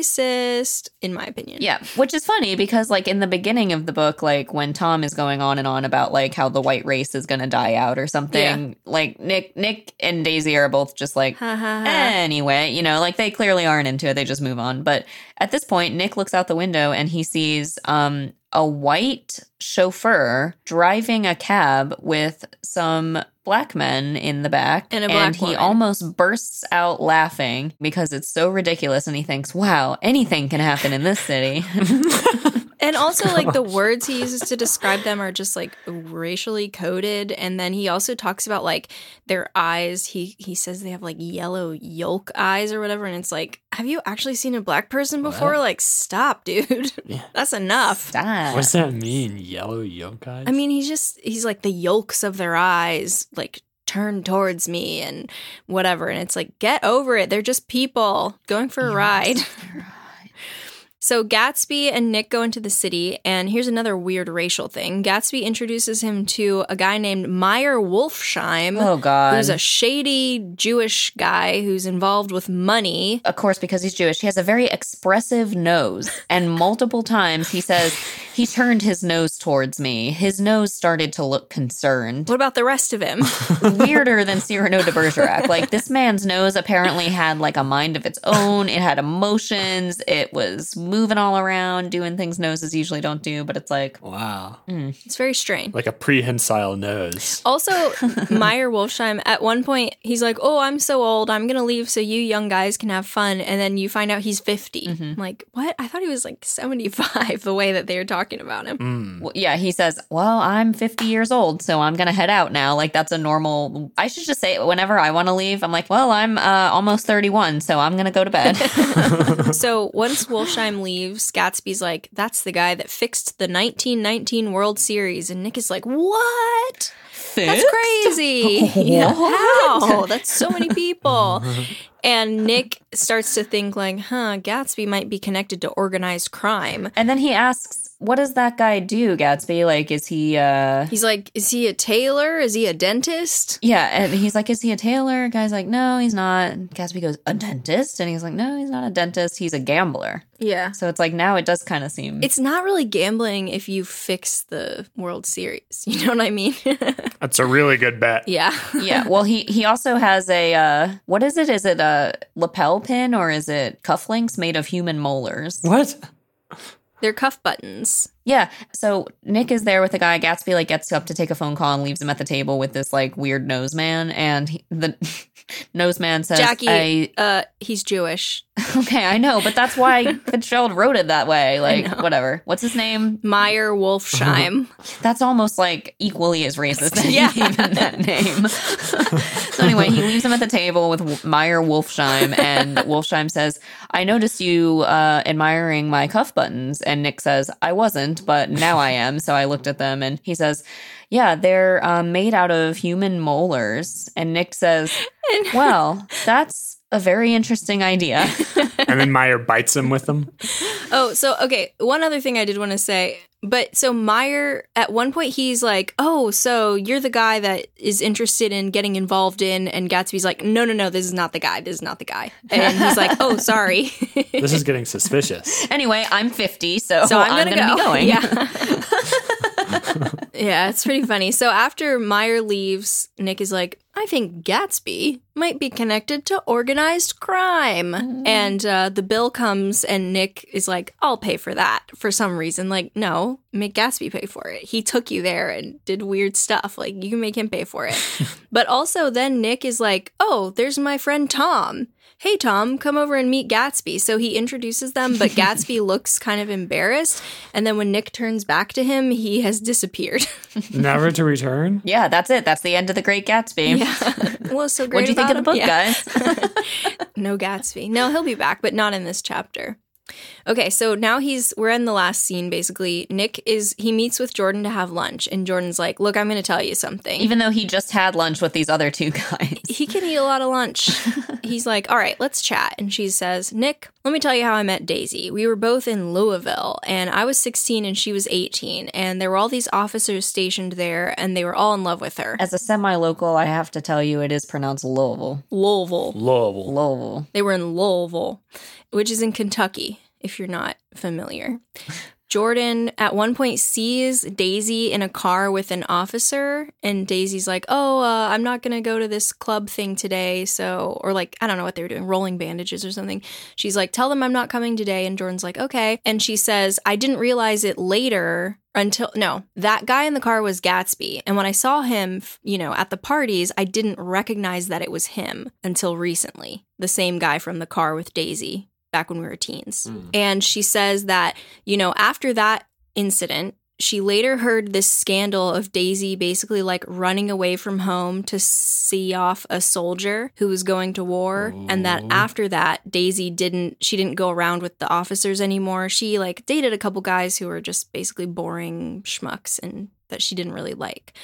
[SPEAKER 2] racist, in my opinion.
[SPEAKER 3] Yeah, which is funny because like in the beginning of the book, like when Tom is going on and on about like how the white race is going to die out or something, like Nick, Nick and Daisy are both just like
[SPEAKER 2] Ha, ha, ha.
[SPEAKER 3] Eh. anyway, you know, like they clearly aren't into it. They just move on. But at this point, Nick looks out the window and he sees um a white chauffeur driving a cab with some black men in the back
[SPEAKER 2] And a black
[SPEAKER 3] he
[SPEAKER 2] woman.
[SPEAKER 3] almost bursts out laughing because it's so ridiculous and he thinks wow anything can happen in this city
[SPEAKER 2] And also, like the words he uses to describe them are just like racially coded. And then he also talks about like their eyes. He he says they have like yellow yolk eyes or whatever. And it's like, have you actually seen a black person before?
[SPEAKER 1] Well.
[SPEAKER 2] like, stop, dude.
[SPEAKER 1] Yeah.
[SPEAKER 2] That's enough.
[SPEAKER 3] Stop.
[SPEAKER 1] What's that mean? Yellow yokai?
[SPEAKER 2] I mean, he's just he's like the yolks of their eyes, like turn towards me and whatever. And it's like, get over it. They're just people going for a ride. So Gatsby and Nick go into the city, and here's another weird racial thing. Gatsby introduces him to a guy named Meyer Wolfsheim,
[SPEAKER 3] oh god
[SPEAKER 2] who's a shady Jewish guy who's involved with money.
[SPEAKER 3] of course, because he's Jewish, he has a very expressive nose. And multiple times he says, he turned his nose towards me. His nose started to look concerned.
[SPEAKER 2] What about the rest of him?
[SPEAKER 3] Weirder than Cyrano de Bergerac. Like, this man's nose apparently had like a mind of its own. It had emotions. It was moving all around, doing things noses usually don't do. But it's like,
[SPEAKER 1] wow.
[SPEAKER 2] It's very strange.
[SPEAKER 1] Like a prehensile nose.
[SPEAKER 2] Also, Meyer Wolfsheim, at one point, he's like, Oh, I'm so old. I'm going to leave so you young guys can have fun. And then you find out he's 50. I'm like, what? I thought he was like 75, the way that they were talking about him.
[SPEAKER 3] Well, yeah, he says, "Well, I'm 50 years old, so I'm gonna head out now." Like that's a normal. I should just say it whenever I want to leave. I'm like, "Well, I'm uh, almost 31, so I'm gonna go to bed."
[SPEAKER 2] So once Wolfsheim leaves, Gatsby's like, that's the guy that fixed the 1919 World Series. And Nick is like, what? That's crazy. Yeah, How? That's so many people. And Nick starts to think, like, huh, Gatsby might be connected to organized crime.
[SPEAKER 3] And then he asks, "What does that guy do, Gatsby? Like, is he?" uh
[SPEAKER 2] He's like, is he a tailor? Is he a dentist?
[SPEAKER 3] yeah, and he's like, "Is he a tailor?" Guy's like, "No, he's not." And Gatsby goes, "A dentist," and he's like, "No, he's not a dentist. He's a gambler."
[SPEAKER 2] Yeah.
[SPEAKER 3] So it's like now it does kind of seem
[SPEAKER 2] It's not really gambling if you fix the World Series. You know what I mean?
[SPEAKER 1] That's a really good bet.
[SPEAKER 2] yeah.
[SPEAKER 3] yeah well he he also has a uh what is it is it a lapel pin or is it cufflinks made of human molars
[SPEAKER 1] What?
[SPEAKER 2] They're cuff buttons.
[SPEAKER 3] yeah so nick is there with a guy gatsby like gets up to take a phone call and leaves him at the table with this like weird nose man and he, the nose man says
[SPEAKER 2] Jackie,
[SPEAKER 3] I,
[SPEAKER 2] uh, he's Jewish.
[SPEAKER 3] okay i know but that's why fitzgerald wrote it that way like whatever what's his name
[SPEAKER 2] Meyer Wolfsheim.
[SPEAKER 3] that's almost like equally as racist that
[SPEAKER 2] Yeah.
[SPEAKER 3] he gave him that name. so anyway, he leaves him at the table with W- Meyer Wolfsheim, and Wolfsheim says, "I noticed you uh, admiring my cuff buttons," and Nick says, "I wasn't, but now I am." So I looked at them, and he says. Yeah, they're um, made out of human molars. And Nick says, Well, that's a very interesting idea.
[SPEAKER 1] and then Meyer bites him with them.
[SPEAKER 2] Oh, so okay. One other thing I did want to say, but so Meyer at one point he's like, "Oh, so you're the guy that is interested in getting involved in," and Gatsby's like, "No, no, no, this is not the guy. This is not the guy." And he's like, "Oh, sorry."
[SPEAKER 1] This is getting suspicious.
[SPEAKER 3] anyway, I'm 50, so,
[SPEAKER 2] So I'm,
[SPEAKER 3] going
[SPEAKER 2] gonna,
[SPEAKER 3] to
[SPEAKER 2] go.
[SPEAKER 3] be going.
[SPEAKER 2] Yeah. yeah, it's pretty funny. So after Meyer leaves, Nick is like, I think Gatsby might be connected to organized crime.
[SPEAKER 3] Mm-hmm.
[SPEAKER 2] And uh, the bill comes, and Nick is like, I'll pay for that for some reason. Like, no, make Gatsby pay for it. He took you there and did weird stuff. Like, you can make him pay for it. but also, then Nick is like, Oh, there's my friend Tom hey tom come over and meet gatsby so he introduces them but gatsby looks kind of embarrassed and then when nick turns back to him he has disappeared
[SPEAKER 1] Never to return?
[SPEAKER 3] Yeah, that's it. That's the end of The Great Gatsby.
[SPEAKER 2] well so great
[SPEAKER 3] What'd you think of the book, guys?
[SPEAKER 2] no gatsby no he'll be back but not in this chapter okay so now he's we're in the last scene basically nick is he meets with jordan to have lunch and jordan's like look i'm going to tell you something
[SPEAKER 3] Even though he just had lunch with these other two guys.
[SPEAKER 2] he can eat a lot of lunch. He's like, all right, let's chat. And she says, Nick, let me tell you how I met Daisy. We were both in Louisville, and I was 16 and she was 18. And there were all these officers stationed there, and they were all in love with her.
[SPEAKER 3] As a semi local, I have to tell you it is pronounced Louisville.
[SPEAKER 2] Louisville.
[SPEAKER 1] Louisville.
[SPEAKER 3] Louisville.
[SPEAKER 2] They were in Louisville, which is in Kentucky, if you're not familiar. Jordan at one point sees Daisy in a car with an officer, and Daisy's like, "Oh, uh, I'm not gonna go to this club thing today." So, or like, I don't know what they were doing, rolling bandages or something. She's like, "Tell them I'm not coming today," and Jordan's like, "Okay," and she says, "I didn't realize it later." Until no, that guy in the car was Gatsby. And when I saw him, f- you know, at the parties, I didn't recognize that it was him until recently. The same guy from the car with Daisy back when we were teens.
[SPEAKER 1] Mm.
[SPEAKER 2] And she says that, you know, after that incident, she later heard this scandal of Daisy basically like running away from home to see off a soldier who was going to war. And that
[SPEAKER 1] Ooh.
[SPEAKER 2] after that, Daisy didn't, she didn't go around with the officers anymore. She like dated a couple guys who were just basically boring schmucks and that she didn't really like.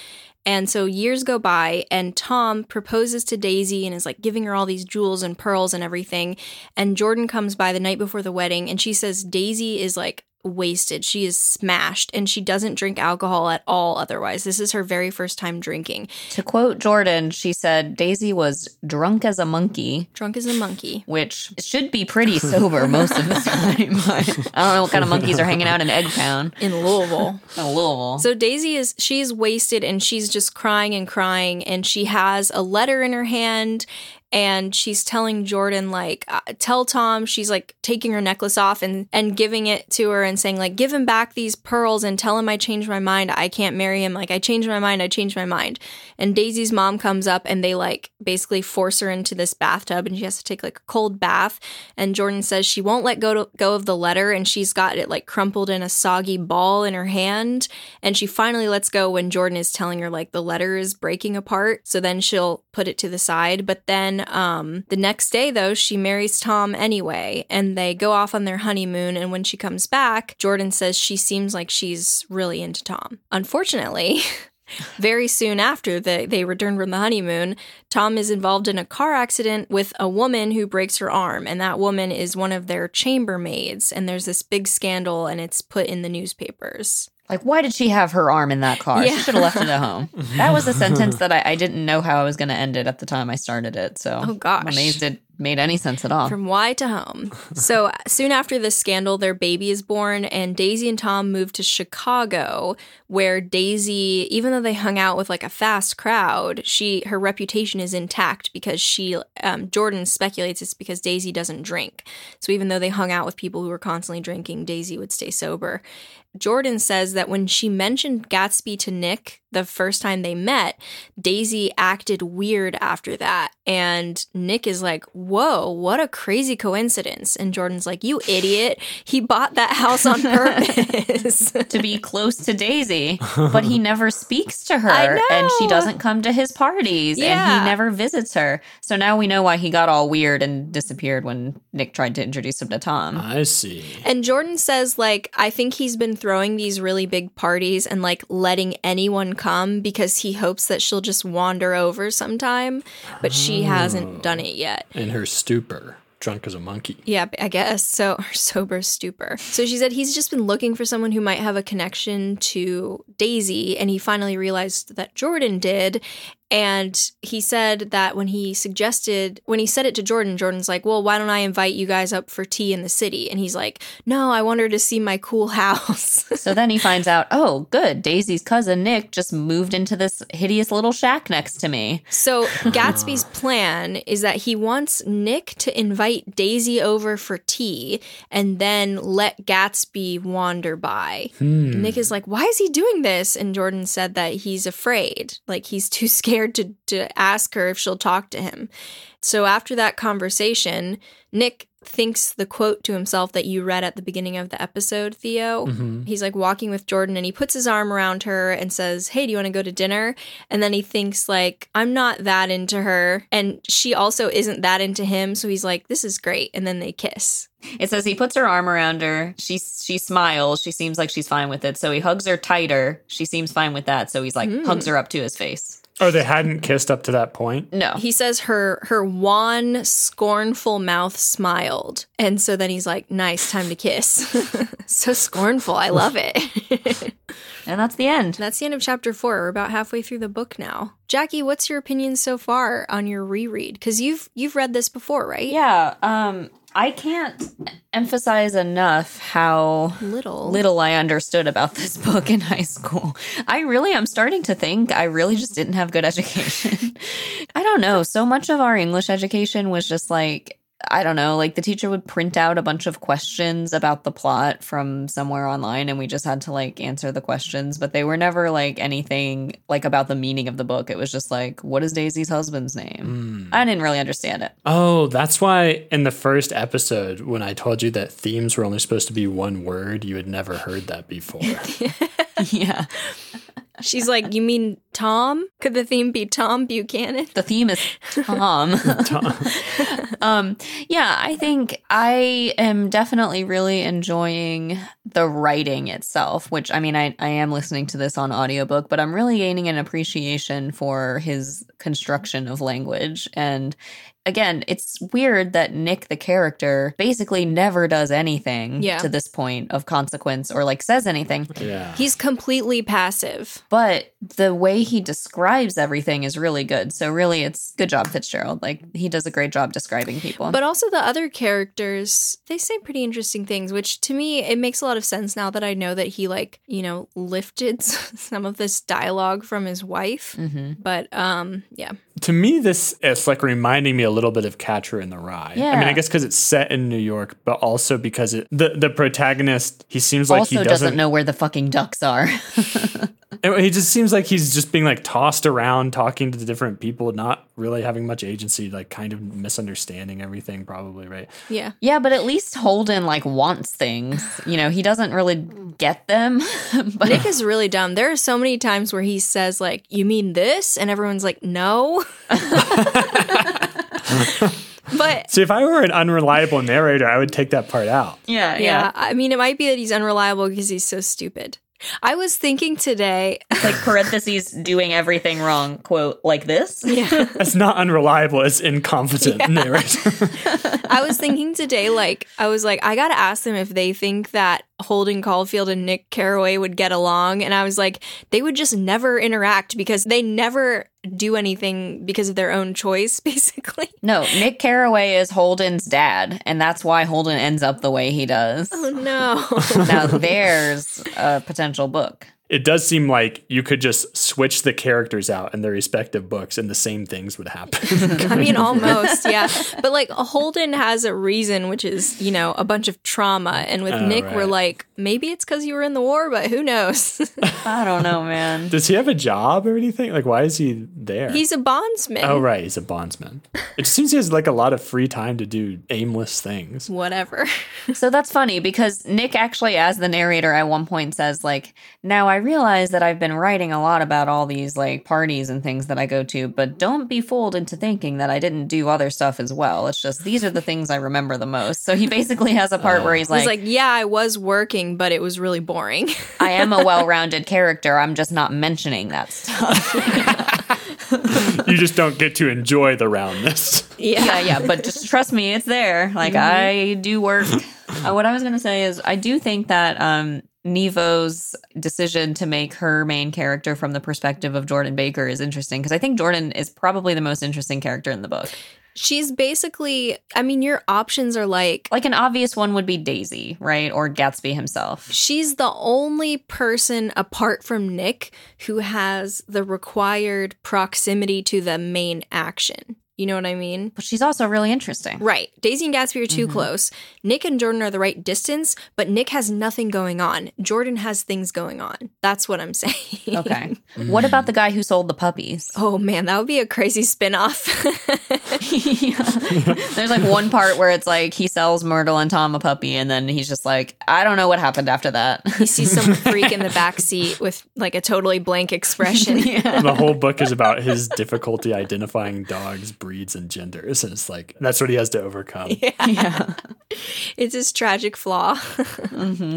[SPEAKER 2] And so years go by, and Tom proposes to Daisy and is like giving her all these jewels and pearls and everything. And Jordan comes by the night before the wedding and she says Daisy is like wasted. She is smashed and she doesn't drink alcohol at all otherwise. This is her very first time drinking.
[SPEAKER 3] To quote Jordan, she said Daisy was drunk as a monkey,
[SPEAKER 2] Drunk as a monkey.
[SPEAKER 3] which should be pretty sober most of the time. but I don't know what kind of monkeys are hanging out in Eggtown,
[SPEAKER 2] In Louisville.
[SPEAKER 3] in Oh, Louisville.
[SPEAKER 2] So Daisy is she's wasted and she's just crying and crying and she has a letter in her hand and she's telling Jordan like uh, tell Tom she's like taking her necklace off and and giving it to her and saying like give him back these pearls and tell him I changed my mind I can't marry him like I changed my mind I changed my mind and Daisy's mom comes up and they like basically force her into this bathtub and she has to take like a cold bath and Jordan says she won't let go to, go of the letter and she's got it like crumpled in a soggy ball in her hand and she finally lets go when Jordan is telling her like the letter is breaking apart so then she'll put it to the side but then um the next day though she marries Tom anyway and they go off on their honeymoon and when she comes back Jordan says she seems like she's really into Tom unfortunately very soon after the, they return from the honeymoon, Tom is involved in a car accident with a woman who breaks her arm, and that woman is one of their chambermaids. And there's this big scandal, and it's put in the newspapers.
[SPEAKER 3] Like, why did she have her arm in that car?
[SPEAKER 2] Yeah.
[SPEAKER 3] She should have left it at home. That was a sentence that I, I didn't know how I was going to end it at the time I started it. So
[SPEAKER 2] Oh, gosh.
[SPEAKER 3] I'm amazed it made any sense at all.
[SPEAKER 2] From Y to home. So soon after this scandal, their baby is born, and Daisy and Tom move to Chicago, where Daisy, even though they hung out with like a fast crowd, she her reputation is intact because she um, Jordan speculates it's because Daisy doesn't drink. So even though they hung out with people who were constantly drinking, Daisy would stay sober. Jordan says that when she mentioned Gatsby to Nick the first time they met, Daisy acted weird after that. And Nick is like, Whoa, what a crazy coincidence. And Jordan's like, You idiot. He bought that house on purpose.
[SPEAKER 3] to be close to Daisy, but he never speaks to her
[SPEAKER 2] I know.
[SPEAKER 3] and she doesn't come to his parties and
[SPEAKER 2] Yeah.
[SPEAKER 3] he never visits her. So now we know why he got all weird and disappeared when Nick tried to introduce him to Tom.
[SPEAKER 1] I see.
[SPEAKER 2] And Jordan says, like, I think he's been throwing these really big parties and like letting anyone come because he hopes that she'll just wander over sometime, but she hasn't done it yet.
[SPEAKER 1] In her stupor, drunk as a monkey.
[SPEAKER 2] Yeah, I guess. So, or sober stupor. So she said he's just been looking for someone who might have a connection to Daisy, and he finally realized that Jordan did. And he said that when he suggested, when he said it to Jordan, Jordan's like, Well, why don't I invite you guys up for tea in the city? And he's like, No, I want her to see my cool house.
[SPEAKER 3] So then he finds out, oh, good, Daisy's cousin Nick just moved into this hideous little shack next to me.
[SPEAKER 2] So Gatsby's plan is that he wants Nick to invite Daisy over for tea and then let Gatsby wander by.
[SPEAKER 1] Hmm.
[SPEAKER 2] Nick is like, "Why is he doing this?" And Jordan said that he's afraid, like he's too scared to to ask her if she'll talk to him. So after that conversation, Nick thinks the quote to himself that you read at the beginning of the episode, Theo.
[SPEAKER 1] Mhm.
[SPEAKER 2] He's like walking with Jordan and he puts his arm around her and says, "Hey, do you want to go to dinner?" And then he thinks like, "I'm not that into her." And she also isn't that into him, so he's like, "This is great." And then they kiss.
[SPEAKER 3] It says he puts her arm around her. She she smiles. She seems like she's fine with it. So he hugs her tighter. She seems fine with that. So he's like hugs her up to his face.
[SPEAKER 1] Oh, they hadn't kissed up to that point.
[SPEAKER 3] No.
[SPEAKER 2] He says her her wan, scornful mouth smiled, and so then he's like, "Nice time to kiss." so scornful, I love it.
[SPEAKER 3] and that's the end.
[SPEAKER 2] That's the end of chapter four. We're about halfway through the book now. Jackie, what's your opinion so far on your reread? Because you've you've read this before, right?
[SPEAKER 3] Yeah, um I can't emphasize enough how
[SPEAKER 2] Little.
[SPEAKER 3] little I understood about this book in high school. I really am starting to think I really just didn't have good education. I don't know. So much of our English education was just like, I don't know, like the teacher would print out a bunch of questions about the plot from somewhere online and we just had to like answer the questions, but they were never like anything like about the meaning of the book. It was just like, what is Daisy's husband's name?
[SPEAKER 1] Hmm.
[SPEAKER 3] I didn't really understand it.
[SPEAKER 1] Oh, that's why in the first episode, when I told you that themes were only supposed to be one word, you had never heard that before.
[SPEAKER 3] yeah.
[SPEAKER 2] She's like, You mean Tom? Could the theme be Tom Buchanan?
[SPEAKER 3] The theme is Tom.
[SPEAKER 1] Tom.
[SPEAKER 3] um, yeah, I think I am definitely really enjoying the writing itself, which I mean, I, I am listening to this on audiobook, but I'm really gaining an appreciation for his construction of language. And again, it's weird that Nick, the character, basically never does anything
[SPEAKER 2] Yeah.
[SPEAKER 3] to this point of consequence or like says anything.
[SPEAKER 1] yeah.
[SPEAKER 2] He's completely passive.
[SPEAKER 3] But the way he describes everything is really good. So really it's good job Fitzgerald. Like he does a great job describing people.
[SPEAKER 2] But also the other characters, they say pretty interesting things, which to me it makes a lot of sense now that I know that he like, you know, lifted some of this dialogue from his wife.
[SPEAKER 3] mm-hmm.
[SPEAKER 2] But um yeah.
[SPEAKER 1] to me this it's like reminding me a little bit of catcher in the rye i mean
[SPEAKER 3] Yeah.
[SPEAKER 1] i guess because it's set in new york but also because it the, the protagonist he seems like
[SPEAKER 3] also
[SPEAKER 1] he
[SPEAKER 3] doesn't,
[SPEAKER 1] doesn't,
[SPEAKER 3] know where the fucking ducks are.
[SPEAKER 1] he just seems like he's just being like tossed around talking to different people not really having much agency like kind of misunderstanding everything probably right
[SPEAKER 2] Yeah.
[SPEAKER 3] yeah, but at least Holden like wants things. You know, he doesn't really get them. but
[SPEAKER 2] Nick is really dumb. There are so many times where he says like, "You mean this?" and everyone's like, "No." but
[SPEAKER 1] so if i were an unreliable narrator i would take that part out
[SPEAKER 3] yeah,
[SPEAKER 2] yeah, I mean, it might be that he's unreliable because he's so stupid. I was thinking today,
[SPEAKER 3] Like parentheses doing everything wrong quote like this.
[SPEAKER 2] yeah,
[SPEAKER 1] that's not unreliable it's incompetent narrator
[SPEAKER 2] I was thinking today, like, I was like, I gotta ask them if they think that Holden Caulfield and Nick Carraway would get along. And I was like, they would just never interact because they never do anything because of their own choice, basically.
[SPEAKER 3] No, Nick Carraway is Holden's dad, and that's why Holden ends up the way he does.
[SPEAKER 2] Oh no.
[SPEAKER 3] now there's a potential book.
[SPEAKER 1] it does seem like you could just switch the characters out in their respective books and the same things would happen
[SPEAKER 2] I mean, almost, yeah. But like Holden has a reason, which is, you know, a bunch of trauma. And with
[SPEAKER 1] Oh,
[SPEAKER 2] Nick, we're
[SPEAKER 1] right.
[SPEAKER 2] like, maybe it's because you were in the war, but who knows?
[SPEAKER 3] I don't know, man.
[SPEAKER 1] Does he have a job or anything? Like, why is he there?
[SPEAKER 2] He's a bondsman.
[SPEAKER 1] oh right, he's a bondsman. It just seems he has like a lot of free time to do aimless things.
[SPEAKER 2] Whatever.
[SPEAKER 3] So that's funny because Nick actually, as the narrator, at one point says, like, now I realize that I've been writing a lot about all these like parties and things that I go to, but don't be fooled into thinking that I didn't do other stuff as well. It's just these are the things I remember the most. So he basically has a part where he's like,
[SPEAKER 2] He's like, yeah, I was working, but it was really boring.
[SPEAKER 3] I am a well rounded character. I'm just not mentioning that stuff.
[SPEAKER 1] You just don't get to enjoy the roundness.
[SPEAKER 3] yeah, yeah. But just trust me, it's there. Like I do work. Mm-hmm. Uh, what I was gonna say is, I do think that um, Nevo's decision to make her main character from the perspective of Jordan Baker is interesting because I think Jordan is probably the most interesting character in the book.
[SPEAKER 2] She's basically, I mean, your options are like,
[SPEAKER 3] Like an obvious one would be Daisy, right, or Gatsby himself.
[SPEAKER 2] she's the only person apart from Nick who has the required proximity to the main action. You know what I mean?
[SPEAKER 3] But she's also really interesting.
[SPEAKER 2] Right. Daisy and Gatsby are too
[SPEAKER 3] Mhm.
[SPEAKER 2] close. Nick and Jordan are the right distance, but Nick has nothing going on. Jordan has things going on. That's what I'm saying.
[SPEAKER 3] Okay. What about the guy who sold the puppies?
[SPEAKER 2] Oh man, that would be a crazy spin-off.
[SPEAKER 3] Yeah. There's like one part where it's like he sells Myrtle and Tom a puppy, and then he's just like, I don't know what happened after that.
[SPEAKER 2] you see some freak in the back seat with like a totally blank expression.
[SPEAKER 3] yeah.
[SPEAKER 1] The whole book is about his difficulty identifying dogs, breeds, and genders, and it's like that's what he has to overcome.
[SPEAKER 3] yeah.
[SPEAKER 2] It's his tragic flaw.
[SPEAKER 3] Mhm.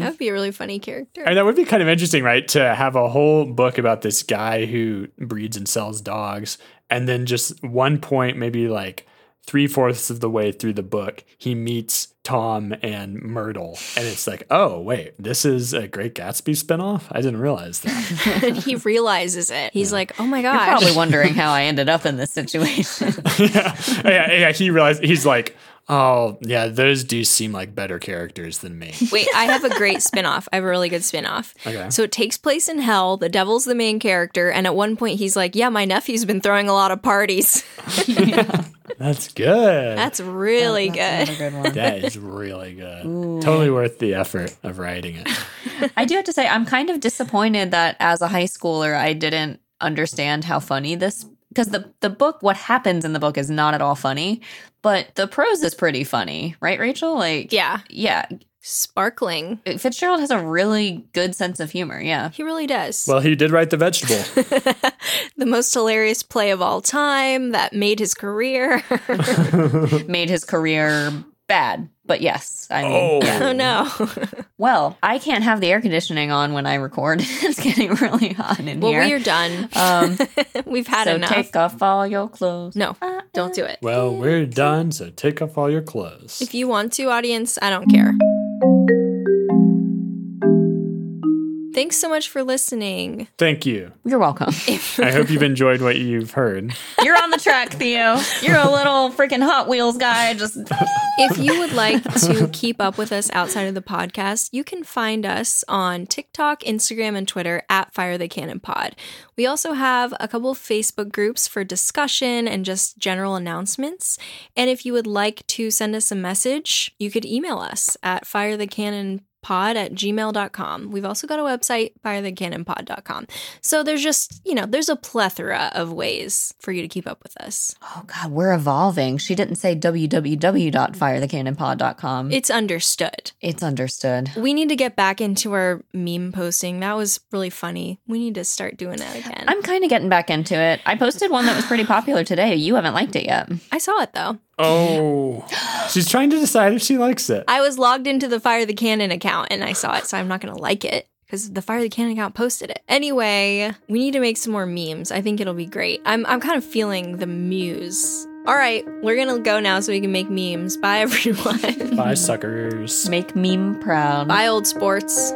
[SPEAKER 2] that would be a really funny character.
[SPEAKER 1] And that would be kind of interesting, right? To have a whole book about this guy who breeds and sells dogs, and then just one point, maybe like three fourths of the way through the book, he meets Tom and Myrtle, and it's like, oh wait, this is a Great Gatsby spinoff. I didn't realize that.
[SPEAKER 2] and he realizes it. He's like, "Oh my
[SPEAKER 3] You're
[SPEAKER 2] gosh."
[SPEAKER 3] probably wondering how I ended up in this situation.
[SPEAKER 1] yeah, yeah, yeah, he realized he's like. Oh, yeah, those do seem like better characters than me.
[SPEAKER 2] Wait, I have a great spinoff. I have a really good spinoff.
[SPEAKER 1] Okay.
[SPEAKER 2] So it takes place in hell. The devil's the main character, and at one point he's like, "Yeah, my nephew's been throwing a lot of parties.
[SPEAKER 1] That's good.
[SPEAKER 2] That's really
[SPEAKER 3] That's
[SPEAKER 2] good."
[SPEAKER 3] another good one.
[SPEAKER 1] that is really good. Totally worth the effort of writing it.
[SPEAKER 3] I do have to say, I'm kind of disappointed that as a high schooler, I didn't understand how funny this because the the book, what happens in the book, is not at all funny, but the prose is pretty funny, right, Rachel? Like,
[SPEAKER 2] Yeah,
[SPEAKER 3] yeah.
[SPEAKER 2] sparkling.
[SPEAKER 3] Fitzgerald has a really good sense of humor. Yeah,
[SPEAKER 2] He really does.
[SPEAKER 1] Well, he did write The Vegetable.
[SPEAKER 2] the most hilarious play of all time that made his career.
[SPEAKER 3] made his career bad, but yes, I mean,
[SPEAKER 1] Oh.
[SPEAKER 3] yeah.
[SPEAKER 2] oh no.
[SPEAKER 3] Well, I can't have the air conditioning on when I record. it's getting really hot in
[SPEAKER 2] Well,
[SPEAKER 3] here.
[SPEAKER 2] we are done.
[SPEAKER 3] Um,
[SPEAKER 2] We've had
[SPEAKER 3] so
[SPEAKER 2] enough.
[SPEAKER 3] take off all your clothes. Uh,
[SPEAKER 2] no, don't do it.
[SPEAKER 1] Well, we're done, so take off all your clothes.
[SPEAKER 2] If you want to, audience, I don't care. Thanks so much for listening.
[SPEAKER 1] Thank you.
[SPEAKER 3] uh. You're welcome.
[SPEAKER 1] I hope you've enjoyed what you've heard.
[SPEAKER 3] You're on the track, Theo. You're a little freaking Hot Wheels guy. Just
[SPEAKER 2] If you would like to keep up with us outside of the podcast, you can find us on TikTok, Instagram, and Twitter at Fire the Cannon Pod. We also have a couple of Facebook groups for discussion and just general announcements. And if you would like to send us a message, you could email us at firethecannonpod at gmail.com. We've also got a website, firethecannonpod.com. So there's just, you know, there's a plethora of ways for you to keep up with us.
[SPEAKER 3] oh god, we're evolving. She didn't say www.firethecannonpod.com.
[SPEAKER 2] It's understood.
[SPEAKER 3] it's understood.
[SPEAKER 2] We need to get back into our meme posting. That was really funny. We need to start doing that again.
[SPEAKER 3] I'm kind of getting back into it. I posted one that was pretty popular today. You haven't liked it yet.
[SPEAKER 2] I saw it though.
[SPEAKER 1] Oh, she's trying to decide if she likes it.
[SPEAKER 2] I was logged into the Fire the Cannon account and I saw it, so I'm not going to like it because the Fire the Cannon account posted it. Anyway, we need to make some more memes. I think it'll be great. I'm, I'm kind of feeling the muse. All right, we're going to go now so we can make memes. Bye, everyone.
[SPEAKER 1] Bye, suckers.
[SPEAKER 3] Make meme proud.
[SPEAKER 2] Bye, old sports.